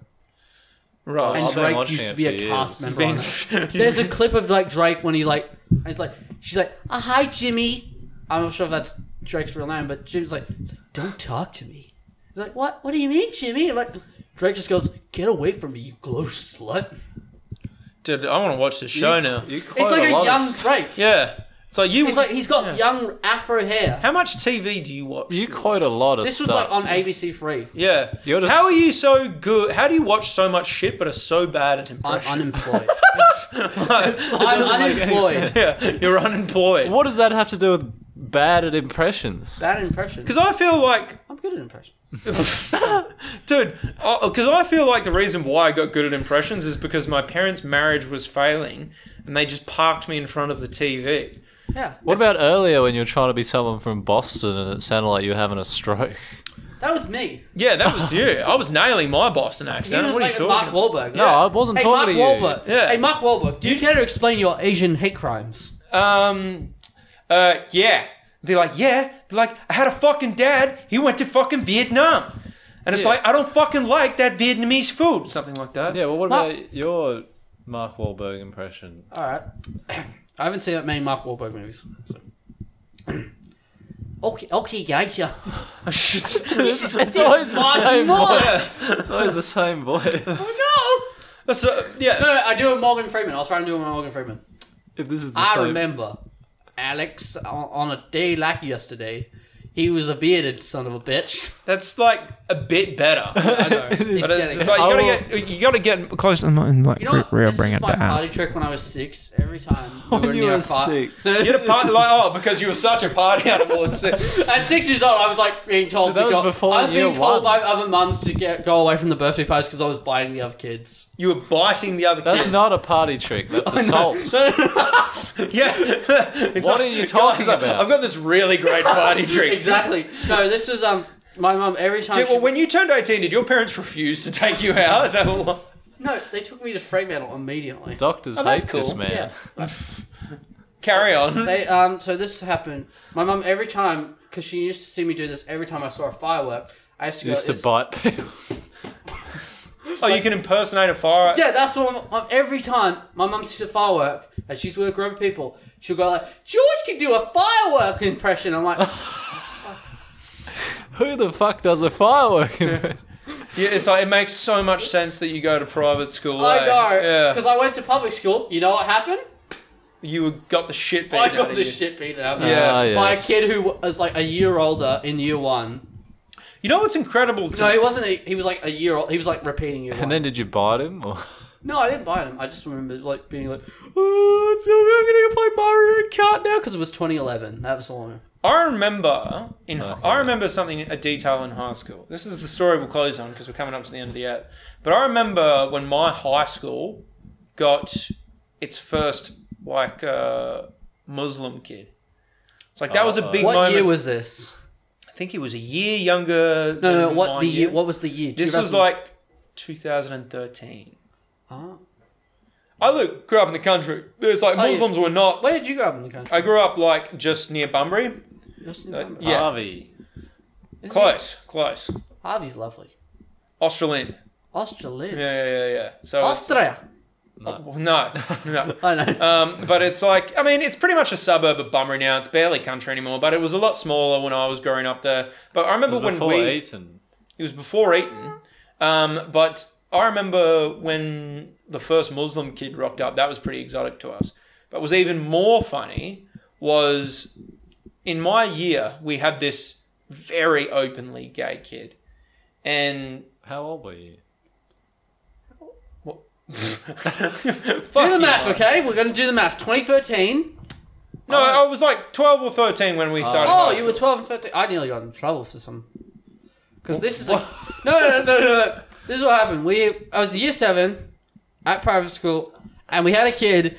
S2: Right.
S1: And
S3: I've been
S1: Drake
S3: watching
S1: used to
S3: it
S1: be
S3: for
S1: a cast member.
S3: years.
S2: Been-
S1: on it. There's a clip of like Drake when he's like, it's like she's like, oh, "Hi, Jimmy." I'm not sure if that's Drake's real name, but Jim's like, it's like, "Don't talk to me." He's like, "What? What do you mean, Jimmy?" I'm like Drake just goes, "Get away from me, you gross slut."
S2: Dude, I want to watch this show now.
S3: You quote
S1: It's like a,
S3: lot of
S1: young
S3: st-
S1: Drake.
S2: yeah. It's like you.
S1: He's like, he's got young afro hair.
S2: How much TV do you watch?
S3: You quote a lot of
S1: This was
S3: stuff.
S1: like on ABC Three.
S2: Yeah.
S3: You're just-
S2: How are you so good? How do you watch so much shit but are so bad at
S1: I'm
S2: impressions?
S1: unemployed.
S2: Like,
S1: I'm unemployed.
S2: yeah, you're unemployed.
S3: what does that have to do with bad at impressions?
S1: Bad impression.
S2: Because I feel like,
S1: I'm good at impression.
S2: dude, because I feel like the reason why I got good at impressions is because my parents' marriage was failing and they just parked me in front of the TV.
S1: Yeah.
S3: What about earlier when you were trying to be someone from Boston and it sounded like you were having a stroke?
S1: That was me.
S2: Yeah, that was you. I was nailing my Boston
S1: He
S2: accent.
S1: was
S2: What are you
S1: like
S2: talking
S1: Mark
S2: about?
S1: Wahlberg.
S3: No, I wasn't
S1: Hey, Mark
S3: talking to you.
S1: Wahlberg.
S2: Yeah.
S1: Hey, Mark Wahlberg. Do you care to explain your Asian hate crimes?
S2: um, uh, yeah. They're like, yeah. They're like, I had a fucking dad. He went to fucking Vietnam. And it's
S3: Yeah.
S2: like, I don't fucking like that Vietnamese food. Something like that.
S3: Yeah, well, what
S1: Mark-
S3: about your Mark Wahlberg impression?
S1: All right. I haven't seen that many Mark Wahlberg movies. So. okay, okay, guys. Yeah.
S3: It's always the same voice.
S2: Yeah.
S3: It's always the same voice.
S1: No.
S2: That's, uh, yeah.
S1: No, no, I do a Morgan Freeman. I'll try and do a Morgan Freeman.
S3: If this is the
S1: I
S3: same,
S1: remember Alex on, on a day like yesterday. He was a bearded son of a bitch.
S2: That's like a bit better. I know. but it's,
S1: getting-
S2: it's like you gotta
S3: I
S2: get you gotta get close to the mountain, like
S1: You know, what? this is my party trick when I was six. Every time we were
S3: When you
S1: near
S3: were
S1: a party.
S3: six.
S2: You're the part like oh because you were such a party animal. It's,
S1: At six years old, I was like being told
S3: Dude, that
S1: to
S3: was
S1: go.
S3: before
S1: I was
S3: year
S1: being told
S3: one.
S1: by other mums to get go away from the birthday parties because I was biting the other kids.
S2: you were biting the other
S3: that's
S2: kid.
S3: not a party trick. That's assault.
S2: yeah. It's like,
S3: What are you talking
S2: guys, I-
S3: about?
S2: I've got this really great party trick.
S1: Exactly. No, this was um my mum every time.
S2: Dude,
S1: she,
S2: well, when you turned eighteen, did your parents refuse to take you out? They were like,
S1: no, they took me to Freight Metal immediately.
S3: Doctors
S2: Oh, that's
S3: hate this
S2: cool.
S3: man.
S1: Yeah.
S2: Carry on.
S1: They um so this happened. My mum every time because she used to see me do this every time I saw a firework. I used to go.
S3: Used to
S1: "It's-
S3: bite people.
S2: oh, you can impersonate a fire.
S1: Yeah, that's what I'm, I'm- every time my mum sees a firework and she's with a group of people, She'll go like, George can do a firework impression. I'm like,
S3: Who the fuck does a firework?
S2: Yeah, it's like it makes so much sense that you go to private school. eh?
S1: I know.
S2: Yeah,
S1: Because I went to public school. You know what happened?
S2: you got the shit beat
S1: I
S2: out
S1: got
S2: of
S1: the
S2: you.
S1: shit beaten out of me.
S2: Yeah.
S3: Ah,
S1: By a
S3: yes.
S1: kid who was like a year older in year one.
S2: You know what's incredible? To
S1: No, he wasn't. A, he was like a year old. He was like repeating year one.
S3: And then did you bite him? Or?
S1: No, I didn't buy them. I just remember like being like, oh, I feel like I'm gonna go play Mario Kart now because it was 2011. That was the one.
S2: I remember in
S3: Okay.
S2: I remember something a detail in high school. This is the story we'll close on because we're coming up to the end of the ad. But I remember when my high school got its first like uh, Muslim kid. It's like that was a big
S1: What
S2: moment.
S1: year was this?
S2: I think he was a year younger.
S1: No, no.
S2: than
S1: What
S2: my
S1: the year? What was the year?
S2: This was
S1: 2000
S2: like 2013.
S1: Huh?
S2: I look grew up in the country. It's like
S1: Oh, yeah.
S2: Muslims were not.
S1: Where did you grow up in the country?
S2: I grew up like just near Bunbury.
S1: Just in
S2: Uh,
S1: Bunbury.
S2: yeah,
S3: Harvey.
S1: Isn't it-
S2: close, close.
S1: Harvey's lovely.
S2: Australian.
S1: Australia.
S2: Yeah, yeah, yeah, yeah. So it's-
S1: Austria.
S2: Well, No, no.
S1: I know.
S2: Um, but it's like, I mean, it's pretty much a suburb of Bunbury now. It's barely country anymore, but it was a lot smaller when I was growing up there. But I
S3: It
S2: remember
S3: was
S2: when
S3: before
S2: we.
S3: Eton.
S2: It was before Eton. Um, but I remember when the first Muslim kid rocked up, that was pretty exotic to us. But what was even more funny was in my year, we had this very openly gay kid. And.
S3: How old were you?
S1: do
S2: do
S1: the math, okay? We're gonna do the math. 2013.
S2: No, I was like 12 or 13 when we started. high
S1: Oh, you
S2: school.
S1: were 12 and 13. I nearly got in trouble for some. Because this is like. No, no, no, no, no. This is what happened. We I was year seven at private school, and we had a kid.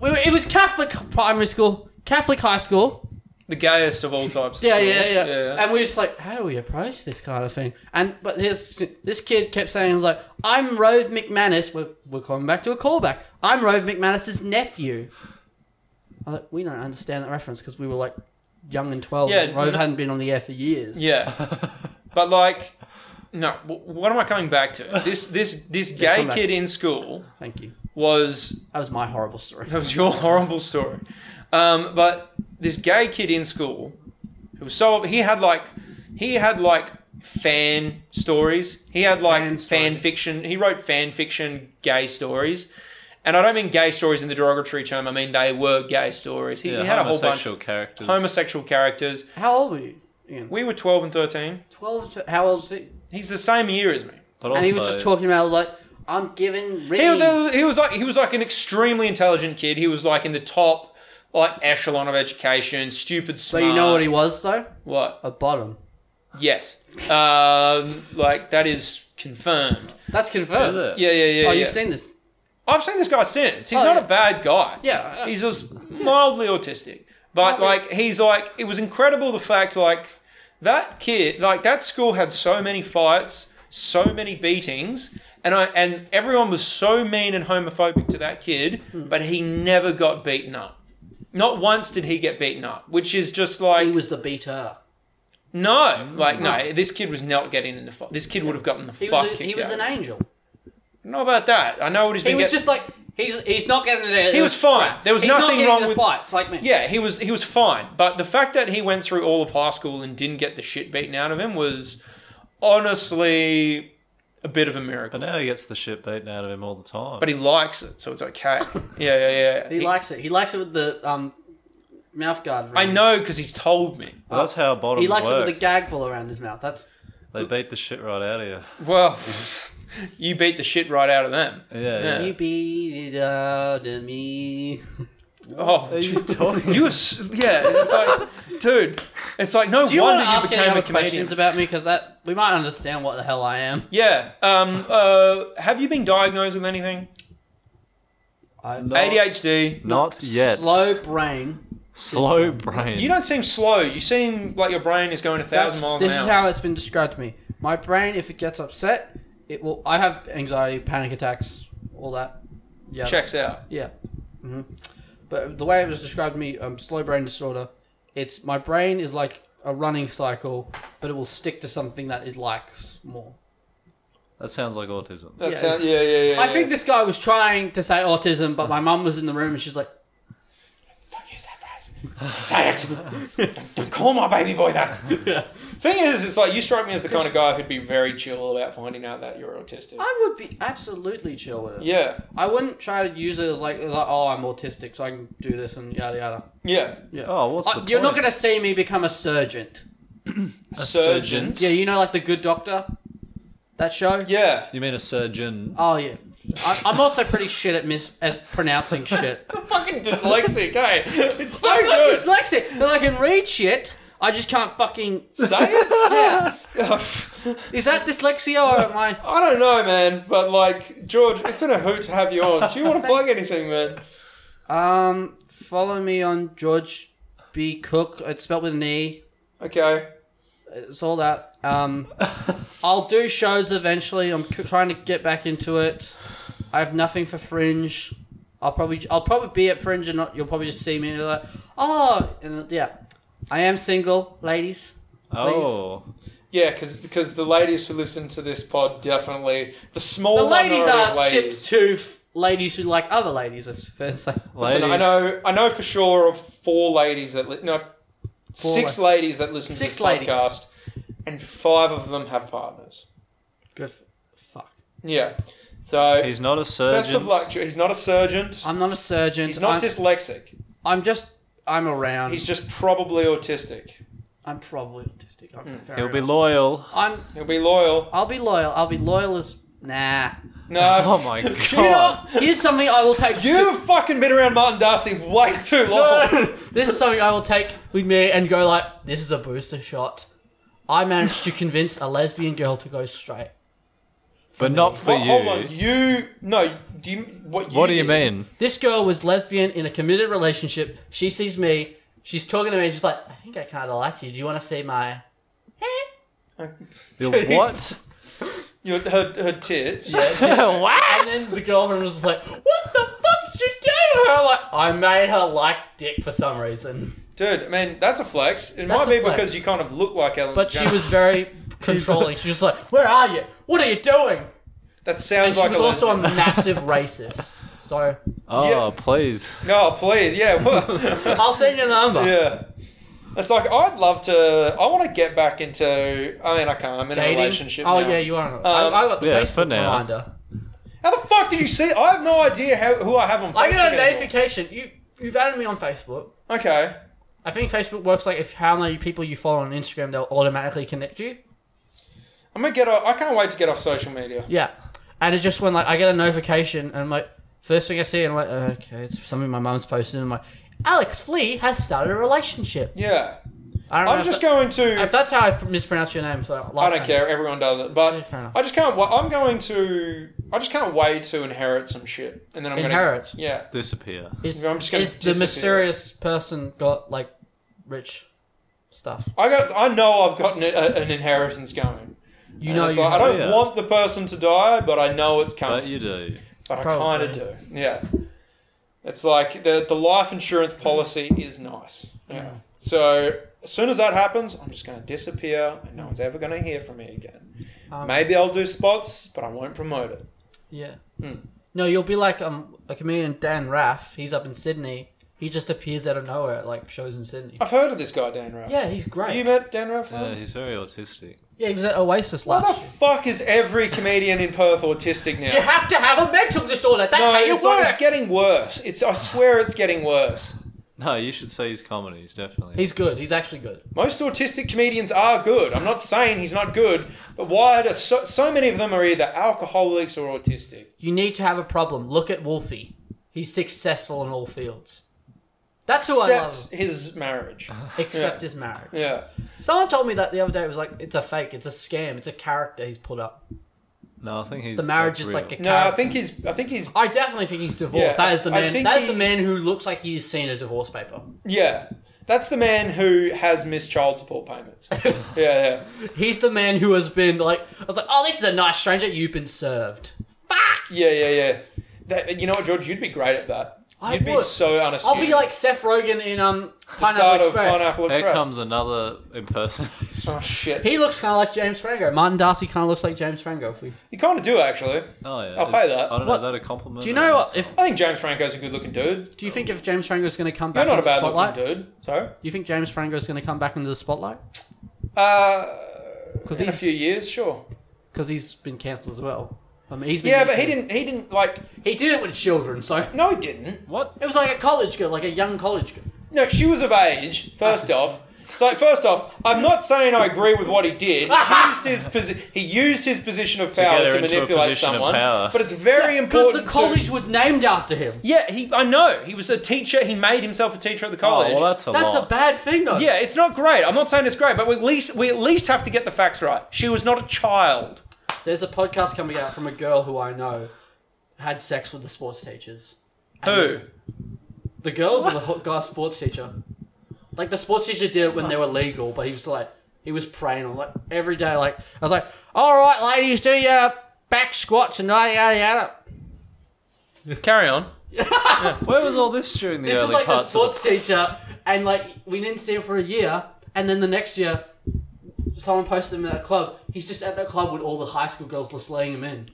S1: We were, it was Catholic primary school, Catholic high school.
S2: The gayest of all types. Of
S1: Yeah,
S2: schools.
S1: yeah, yeah, And we were just like, how do we approach this kind of thing? And but this this kid kept saying, he was like, I'm Rove McManus. We're, we're coming back to a callback. I'm Rove McManus's nephew. I was like, we don't understand that reference because we were like young and twelve.
S2: Yeah,
S1: and Rove
S2: no-
S1: hadn't been on the air for years.
S2: yeah. but like, no. wh- What am I coming back to? This this this
S1: Yeah,
S2: gay
S1: come back.
S2: kid in school
S1: Thank you.
S2: was
S1: That was my horrible story.
S2: that was your horrible story. Um, but this gay kid in school who was so he had like he had like fan stories. He had like fan,
S1: Fan stories.
S2: fiction. He wrote fan fiction gay stories. And I don't mean gay stories in the derogatory term. I mean they were gay stories. He,
S3: Yeah,
S2: he had a whole bunch
S3: homosexual
S2: of
S3: characters.
S2: homosexual characters.
S1: How old were you? Ian?
S2: We were twelve and thirteen.
S1: Twelve. To, how old was he?
S2: He's the same year as me.
S3: but
S1: And
S3: also,
S1: he was just talking about. I was like, I'm giving.
S2: He, was-
S1: reads."
S2: he was like he was like an extremely intelligent kid. He was like in the top like echelon of education, stupid
S1: But
S2: smart.
S1: you know what he was though?
S2: What?
S1: A bottom.
S2: Yes. Um, like that is confirmed.
S1: That's confirmed.
S3: Is it?
S2: Yeah, yeah, yeah.
S1: oh,
S2: yeah.
S1: you've seen this.
S2: I've seen this guy since. He's
S1: Oh,
S2: not
S1: yeah.
S2: a bad guy.
S1: Yeah.
S2: He's just mildly autistic. But
S1: Mildly-
S2: like he's like it was incredible the fact like that kid like that school had so many fights, so many beatings, and I and everyone was so mean and homophobic to that kid,
S1: Hmm.
S2: but he never got beaten up. Not once did he get beaten up, which is just like
S1: He was the beater.
S2: no, like no. This kid was not getting in the fight. This kid would have gotten the
S1: He
S2: fuck
S1: was, a,
S2: kicked
S1: he was
S2: out.
S1: an angel.
S2: Not about that. I know what he's
S1: He
S2: been
S1: was
S2: getting-
S1: just like he's he's not getting it.
S2: He was fine. There was
S1: he's
S2: nothing
S1: not getting
S2: wrong
S1: the
S2: with-
S1: fights like me.
S2: Yeah, he was he was fine, but the fact that he went through all of high school and didn't get the shit beaten out of him was honestly a bit of a
S3: But
S2: miracle.
S3: now he gets the shit beaten out of him all the time.
S2: But he likes it, so it's okay. Yeah, yeah, yeah.
S1: he, likes it. He likes it with the um mouth guard.
S2: I
S1: around.
S2: know because he's told me.
S3: Well, that's how bottoms
S1: He likes
S3: work.
S1: it with the gag pull around his mouth. That's
S3: They beat the shit right out of you.
S2: Well, you beat the shit right out of them.
S3: Yeah.
S2: Yeah.
S3: yeah.
S1: you beat it out of me.
S2: Oh,
S3: Are you
S2: you,
S3: talking?
S2: were s- yeah. It's like, dude, it's like no
S1: Do you want
S2: wonder
S1: to
S2: you
S1: ask any
S2: became
S1: other
S2: a comedian.
S1: questions about me? Because that we might understand what the hell I am.
S2: yeah. Um. Uh. Have you been diagnosed with anything?
S1: I'm
S2: ADHD.
S3: Not yet.
S1: Slow brain.
S3: Slow brain.
S2: You don't seem slow. You seem like your brain is going a thousand
S1: That's-
S2: miles
S1: this
S2: an hour.
S1: is how it's been described to me. My brain, if it gets upset, it will. I have anxiety, panic attacks, all that. Yeah.
S2: checks out.
S1: Yeah. hmm
S3: Mm-hmm.
S1: But the way it was described to me, um, slow brain disorder, it's my brain is like a running cycle, but it will stick to something that it likes more.
S3: That sounds like autism.
S2: That
S1: Yeah.
S2: sounds, yeah, yeah, yeah.
S1: I think this guy was trying to say autism, but my mum was in the room and she's like,
S2: Say it. Don't- Don't call my baby boy that. Thing is, it's like you strike me as the kind of guy who'd be very chill about finding out that you're autistic.
S1: I would be absolutely chill with it.
S2: Yeah,
S1: I wouldn't try to use it as like, as like, oh, I'm autistic, so I can do this and yada yada.
S2: yeah.
S1: Yeah.
S3: Oh, what's
S1: Uh,
S3: the
S1: you're not
S3: point?
S1: gonna see me become a surgeon.
S2: A surgeon.
S1: Yeah, you know, like the Good Doctor, that show.
S2: Yeah.
S3: You mean a surgeon?
S1: Oh yeah. I, I'm also pretty shit at mis at pronouncing shit.
S2: Fucking dyslexic, hey. It's so
S1: I'm not
S2: good.
S1: dyslexic, but I can read shit. I just can't fucking.
S2: Say it.
S1: Yeah.
S2: Ugh.
S1: Is that dyslexia or am I?
S2: I don't know, man. But like, George, it's been a hoot to have you on. Do you want to plug anything, man?
S1: Um, follow me on George B. Cook. It's spelled with an E.
S2: Okay.
S1: It's all that. Um, I'll do shows eventually. I'm c- trying to get back into it. I have nothing for Fringe. I'll probably I'll probably be at Fringe and not, you'll probably just see me and you're like, oh, and yeah, I am single, ladies.
S3: Oh,
S2: Yeah, because the ladies who listen to this pod definitely the small
S1: The ladies
S2: minority
S1: are
S2: of ladies.
S1: chipped to f- ladies who like other ladies. If it's fair to say.
S2: Listen, I
S3: ladies.
S2: know, I know for sure of four ladies that li- no, six
S1: la-
S2: ladies that listen
S1: Six
S2: to this
S1: ladies.
S2: podcast, and five of them have partners.
S1: Good. f- Fuck.
S2: Yeah, so
S3: He's not a surgeon.
S2: best of luck. to- He's not a surgeon.
S1: I'm not a surgeon.
S2: He's not
S1: I'm,
S2: dyslexic.
S1: I'm just. I'm around.
S2: He's just probably autistic.
S1: I'm probably autistic. I'm very
S3: He'll be
S1: much-
S3: loyal.
S1: I'm.
S2: He'll be loyal.
S1: I'll be loyal. I'll be loyal as. Nah.
S2: No.
S3: Oh my god.
S2: God.
S1: Here's something I will take.
S2: You've fucking been around Martin Darcy way too long.
S1: to- this is something I will take with me and go like, this is a booster shot. I managed to convince a lesbian girl to go straight.
S3: But not for
S2: Ho- Hold on,
S3: you.
S2: you no. Do you what? You
S3: What do you
S2: did-
S3: mean?
S1: This girl was lesbian in a committed relationship. She sees me. She's talking to me. She's like, I think I kind of like you. Do you want to see my?
S3: You'll- What?
S2: Your, her, her tits.
S1: And then the girlfriend was just like, What the fuck did you do to her? I'm like, I made her like dick for some reason.
S2: Dude, I mean, that's a flex. It
S1: That's
S2: might be
S1: a flex.
S2: because you kind of look like Ellen
S1: But she
S2: DeGeneres.
S1: was very controlling. She was like, Where are you? What are you doing?
S2: That
S1: And
S2: sounds
S1: she
S2: like
S1: was
S2: a
S1: also a
S2: lesbian.
S1: massive racist. So
S3: Oh,
S2: Yeah.
S3: please.
S2: No, Oh, please, yeah. what-
S1: I'll send you a number.
S2: yeah. It's like, I'd love to. I want to get back into. I mean, I can't. I'm in
S1: Dating?
S2: a relationship.
S1: Oh
S2: now.
S1: yeah, you are. I, I
S2: Um,
S1: got the
S3: yeah, for
S1: Facebook
S3: now.
S1: reminder.
S2: How the fuck did you see? I have no idea how, who I have on Facebook.
S1: I got a
S2: anymore.
S1: notification. You you've added me on Facebook.
S2: Okay.
S1: I think Facebook works like if how many people you follow on Instagram, they'll automatically connect you.
S2: I'm going to get off. I can't wait to get off social media.
S1: Yeah, and it just when like I get a notification and I'm like first thing I see, and I'm like okay, it's something my mum's posted. And I'm like, Alex Flea has started a relationship.
S2: Yeah.
S1: I don't know.
S2: I'm
S1: if
S2: just
S1: that-
S2: going to.
S1: If that's how I mispronounce your name, so last
S2: I don't
S1: name.
S2: care. Everyone does it.
S1: Yeah,
S2: But
S1: fair enough.
S2: I just can't. wa- I'm going to. I just can't wait to inherit some shit. And then I'm going
S1: Inherit?
S2: to. Yeah.
S3: Disappear.
S1: Is,
S2: I'm just gonna
S1: is the
S2: disappear.
S1: mysterious person got like rich stuff?
S2: I got. I know I've gotten a, an inheritance going.
S1: You
S2: And
S1: know,
S2: it's
S1: you
S2: like, I
S1: have-
S2: don't
S3: Yeah.
S2: want the person to die, but I know it's
S3: But
S2: coming.
S3: you do.
S2: But, I
S1: Probably.
S2: kind of do. Yeah. It's like the the life insurance policy is nice. Yeah. So as soon as that happens, I'm just going to disappear, and no one's ever going to hear from me again.
S1: Um,
S2: Maybe I'll do spots, but I won't promote it.
S1: Yeah.
S2: Hmm.
S1: No, you'll be like um, a comedian, Dan Raff. He's up in Sydney. He just appears out of nowhere at like shows in Sydney.
S2: I've heard of this guy Dan Raff.
S1: Yeah, he's
S2: Have Oh. you
S1: great.
S2: met Dan Raff?
S3: Yeah, he's very autistic.
S1: Yeah, he was at Oasis
S2: Why
S1: last
S2: the
S1: year.
S2: fuck is every comedian in Perth autistic now?
S1: You have to have a mental disorder. That's
S2: no,
S1: how you
S2: it's, like, it's
S1: work.
S2: getting worse. It's I swear it's getting worse.
S3: No, you should see his comedies, definitely.
S1: He's good. He's actually good.
S2: Most autistic comedians are good. I'm not saying he's not good, but why do so, so many of them are either alcoholics or autistic?
S1: You need to have a problem. Look at Wolfie. He's successful in all fields. That's who I love, Uh-huh.
S2: Except his marriage.
S1: except his marriage.
S2: Yeah.
S1: Someone told me that the other day. It was like, it's a fake. It's a scam. It's a character he's put up.
S3: No, I think he's.
S1: The marriage
S3: that's
S1: is
S3: real.
S1: like a
S2: No, I
S1: character.
S2: think he's. I think he's.
S1: I definitely think he's divorced.
S2: Yeah,
S1: that is the
S2: I- I
S1: man.
S2: think
S1: That is
S2: he-
S1: the man who looks like he's seen a divorce paper.
S2: Yeah, that's the man who has missed child support payments. yeah, yeah.
S1: He's the man who has been like, I was like, oh, this is a nice stranger. You've been served. Fuck.
S2: Yeah, yeah, yeah. That, you know what, George? You'd be great at that.
S1: I
S2: You'd be
S1: would.
S2: so
S1: I'll
S2: unassuming.
S1: be like Seth Rogen in um
S2: the start
S1: Pineapple
S2: of
S1: Express.
S2: Pineapple
S3: There
S2: Express.
S3: comes another impersonation.
S2: Oh shit!
S1: He looks kind of like James Franco. Martin Darcy kind of looks like James Franco. If we,
S2: you kind of do actually.
S3: Oh yeah,
S2: I'll
S3: is-
S2: pay that.
S3: I don't know.
S1: What-
S3: Is that a compliment?
S1: do you
S3: or Oh,
S1: know
S3: insult?
S1: if
S2: I think James Franco's a good-looking dude.
S1: do you think if James Franco's going to come
S2: You're
S1: back
S2: not a
S1: into the
S2: bad-looking
S1: spotlight,
S2: dude. Sorry.
S1: you think James Franco's going to come back into the spotlight
S2: Uh,
S1: 'Cause
S2: in a
S1: he's-
S2: few years, sure.
S1: because he's been cancelled as well? I mean, he's been
S2: Yeah, but he
S1: cancelled.
S2: didn't. He didn't like.
S1: He did it with children, so
S2: No, he didn't.
S3: what?
S1: it was like a college girl, like a young college girl.
S2: No, she was of age. First off, it's like first off, I'm not saying I agree with what he did. He used his posi- he used his position of power
S3: her
S2: to
S3: into a
S2: manipulate
S3: position of
S2: someone.
S3: power.
S2: But it's very
S1: Because
S2: important.
S1: the
S2: to-
S1: college was named after him.
S2: yeah, he. I know he was a teacher. He made himself a teacher at the
S3: Oh,
S2: college.
S3: well, that's a
S1: That's
S3: lot.
S1: a bad thing, though.
S2: yeah, it's not great. I'm not saying it's great, but we at least we at least have to get the facts right. She was not a child.
S1: There's a podcast coming out from a girl who I know had sex with the sports teachers. And
S2: Who?
S1: this- The girls or the hot guy sports teacher? Like the sports teacher did it when they were legal, but he was like he was praying on like every day. Like I was like, all right, ladies, do your back squats and yada yada yada.
S2: Carry on.
S3: Where was all this during the
S1: This is
S3: early
S1: like a
S3: parts? Of
S1: sports teacher, and like we didn't see him for a year, and then the next year, someone posted him at a club. He's just at that club with all the high school girls just laying him in.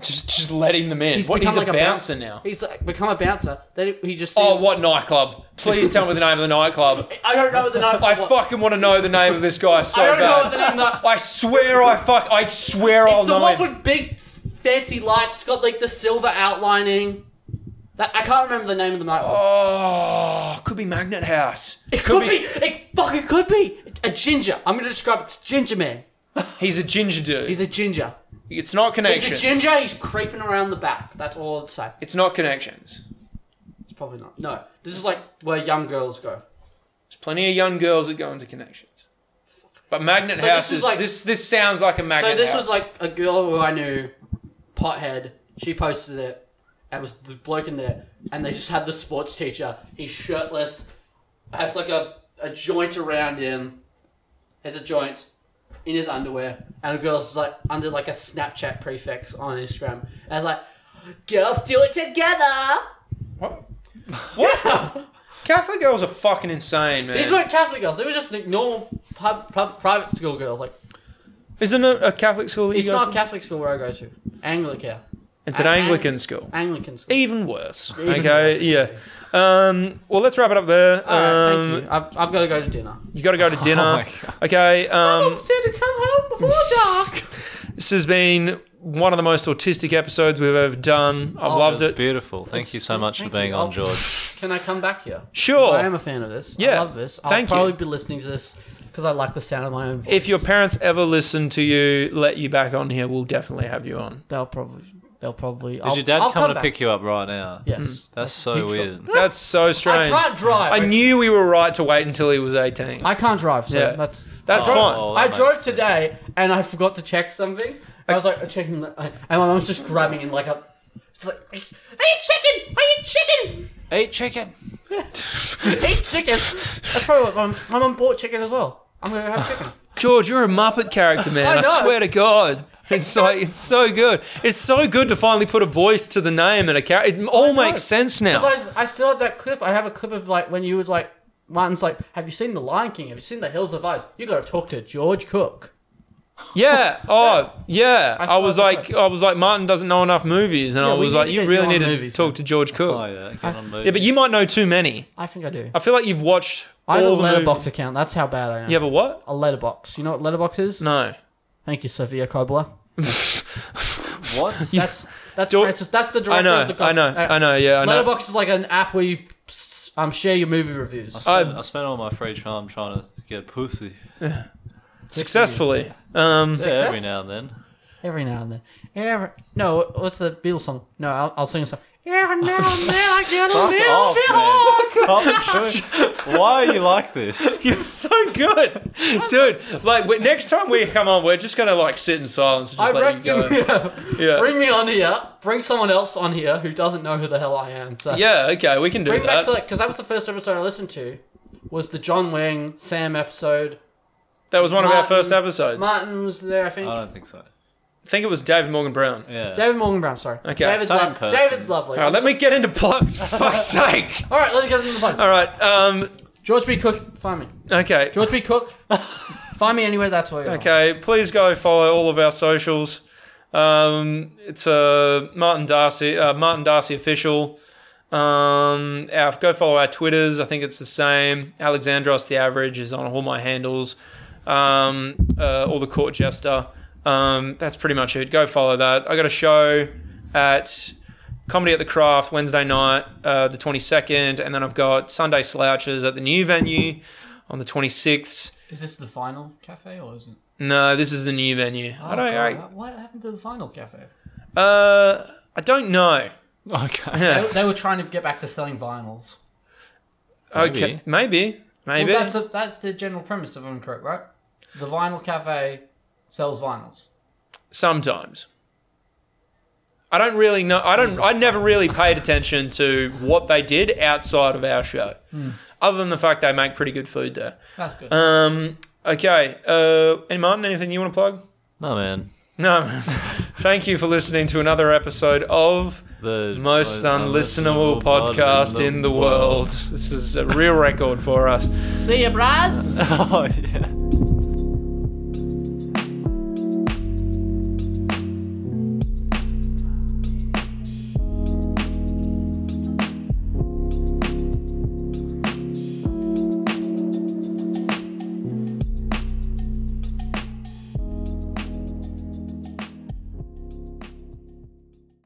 S2: Just just letting them in.
S1: He's
S2: what,
S1: become
S2: he's
S1: like
S2: a
S1: a
S2: bouncer now.
S1: He's like become a bouncer. Then he just
S2: Oh, what nightclub? Please tell me the name of the nightclub.
S1: I don't know what the name.
S2: I fucking want to know the name of this guy so
S1: I don't
S2: bad.
S1: know what the name. Of the,
S2: I swear I fuck. I swear I'll
S1: it's the
S2: know
S1: one
S2: it.
S1: with big f- fancy lights. It's got like the silver outlining. That I can't remember the name of the night.
S2: Oh, could be Magnet House.
S1: it could, be. It fucking could be a ginger. I'm gonna describe it. It's ginger man.
S2: He's a ginger dude.
S1: He's a ginger.
S2: it's not
S1: He's a
S2: connections.
S1: ginger. He's creeping around the back. That's all I'd say.
S2: it's not connections.
S1: It's probably not. No, this is like where young girls go.
S2: There's plenty of young girls that go into connections. But Magnet
S1: So
S2: House
S1: this is
S2: is
S1: like-
S2: this. This sounds like a Magnet
S1: So
S2: House.
S1: this was like a girl who I knew, pothead. She posted it. and It was the bloke in there, and they just had the sports teacher. He's shirtless, has like a, a joint around him, has a joint in his underwear, and the girl's like under like a Snapchat prefix on Instagram, and like, girls do it together.
S2: what? What? Catholic girls are fucking insane, man.
S1: These weren't Catholic girls; they were just like normal pub, pub, private school girls. Like
S2: Isn't it a Catholic school that
S1: it's
S2: you go
S1: not
S2: to?
S1: a Catholic school where I go to. Anglican,
S2: it's an
S1: I- I-
S2: Anglican school.
S1: Anglican school.
S2: Even worse.
S1: Even
S2: okay,
S1: worse,
S2: yeah. Um, well, let's wrap it up there.
S1: All right,
S2: um,
S1: thank you. Oh I've, I've got to go to dinner.
S2: you got to go to dinner.
S3: my God.
S2: okay. Um,
S1: said to come home before dark.
S2: This has been one of the most autistic episodes we've ever done.
S1: Oh,
S2: I've loved
S3: That's
S2: it.
S3: beautiful. Thank you so much for
S1: Thank
S3: being
S1: you.
S3: on,
S1: Oh.
S3: George.
S1: Can I come back here? I am
S2: Sure.
S1: a fan of this.
S2: Yeah,
S1: I love this. I'll
S2: thank you.
S1: probably be listening to this because I like the sound of my own voice.
S2: If your parents ever listen to you, let you back on here, we'll definitely have you on.
S1: they'll probably, they'll probably.
S3: Is your dad coming to pick you up right now?
S1: Yes.
S3: That's so weird.
S2: That's so
S1: I
S2: strange. I,
S1: can't drive. I,
S2: knew we were right to wait until he was 18.
S1: can't drive. So
S2: Yeah.
S1: that's.
S2: That's
S3: Oh,
S2: fine.
S3: well, that
S1: I
S3: makes
S1: drove
S3: sense.
S1: today and I forgot to check something. I was like checking, the, and my mom's just grabbing in like a. It's like, are you chicken? Are you chicken?
S3: Eat chicken.
S1: Eat chicken. That's probably what my mum- my mum bought chicken as well. I'm gonna have chicken.
S2: George, you're a Muppet character, man. I,
S1: I know.
S2: swear to God. It's like it's so good. It's so good to finally put a voice to the name and a character. It all makes sense now.
S1: Because I, I still have that clip. I have a clip of like when you would like Martin's like, "Have you seen The Lion King? Have you seen The Hills of Eyes? You gotta talk to George Cook."
S2: Yeah. Oh, yeah. I,
S1: saw
S2: was
S1: that
S2: like, I was like, Martin doesn't know enough movies, and
S1: Yeah,
S2: I
S1: we
S2: was
S1: need
S2: like,
S1: to
S2: you
S1: get
S2: really
S1: you on
S2: need to
S1: movies,
S2: talk
S1: man.
S2: to George Cook.
S3: Oh yeah, get on
S2: Yeah, but you might know too many.
S1: I think I do.
S2: I feel like you've watched
S1: I have a
S2: all the movies.
S1: letterbox account. That's how bad I am.
S2: You have a what?
S1: A letterbox. You know what letterbox is?
S2: No.
S1: Thank you, Sophia Cobler.
S3: What?
S1: That's that's
S2: George-
S1: Francis. That's the director
S2: I know.
S1: of the. Godf-
S2: I know.
S1: uh,
S2: I know. Yeah. I know.
S1: Letterbox is like an app where you s- um share your movie reviews.
S3: I,
S2: I-
S3: I spent all my free time trying to get pussy.
S2: Successfully. Um,
S3: Yeah,
S1: Success?
S3: every now and then.
S1: Every now and then. Every no, what's the Beatles song? No, I'll, I'll sing a song. Every now and then I get a little
S3: Off,
S1: bit
S3: man.
S1: off.
S3: Stop doing- Why are you like this?
S2: you're so good, dude. Like we- next time we come on, we're just gonna like sit in silence and
S1: I
S2: just let
S1: reckon.
S2: you go. Yeah.
S1: Bring me on here. Bring someone else on here who doesn't know who the hell I am. So
S2: yeah. Okay. We can do
S1: Bring back
S2: that.
S1: to because that was the first episode I listened to. Was the John Wang Sam episode?
S2: that was one of our
S1: Martin-
S2: first episodes. Uh,
S1: Martin was there, I think.
S3: I don't think so.
S2: think it was David Morgan Brown.
S3: Yeah.
S1: David Morgan Brown, sorry.
S2: Okay,
S1: David's,
S3: same
S1: lo-
S3: person.
S1: David's lovely.
S2: All right, let me get into plugs. For fuck's sake.
S1: All right, let me get into the plugs.
S2: All right. Um.
S1: George B. Cook, find me.
S2: Okay.
S1: George B. Cook, find me anywhere. That's where you are.
S2: Okay, please go follow all of our socials. Um, it's uh, Martin Darcy, uh, Martin Darcy official. Um, our, go follow our Twitters. I think it's the same. Alexandros the average is on all my handles. Um, uh, all the court jester. Um, that's pretty much it. Go follow that. I got a show at Comedy at the Craft Wednesday night, uh, the 22nd, and then I've got Sunday Slouches at the new venue on the 26th.
S1: Is this the final cafe or isn't?
S2: No, this is the new venue. I don't. I,
S1: what happened to the final cafe?
S2: uh, I don't know.
S3: Okay.
S1: They, they were trying to get back to selling vinyls.
S2: Okay, maybe, maybe.
S1: Well, that's a, that's the general premise, if I'm correct, right? The vinyl cafe sells vinyls.
S2: Sometimes. I don't really know. I don't. I never really paid attention to what they did outside of our show,
S1: Hmm.
S2: other than the fact they make pretty good food there.
S1: That's good.
S2: Um. Okay. Uh. And Martin, anything you want to plug?
S3: No man.
S2: No. Thank you for listening to another episode of.
S3: The
S2: most unlistenable podcast in the world. This is a real record for us.
S1: See you, bros.
S3: oh yeah.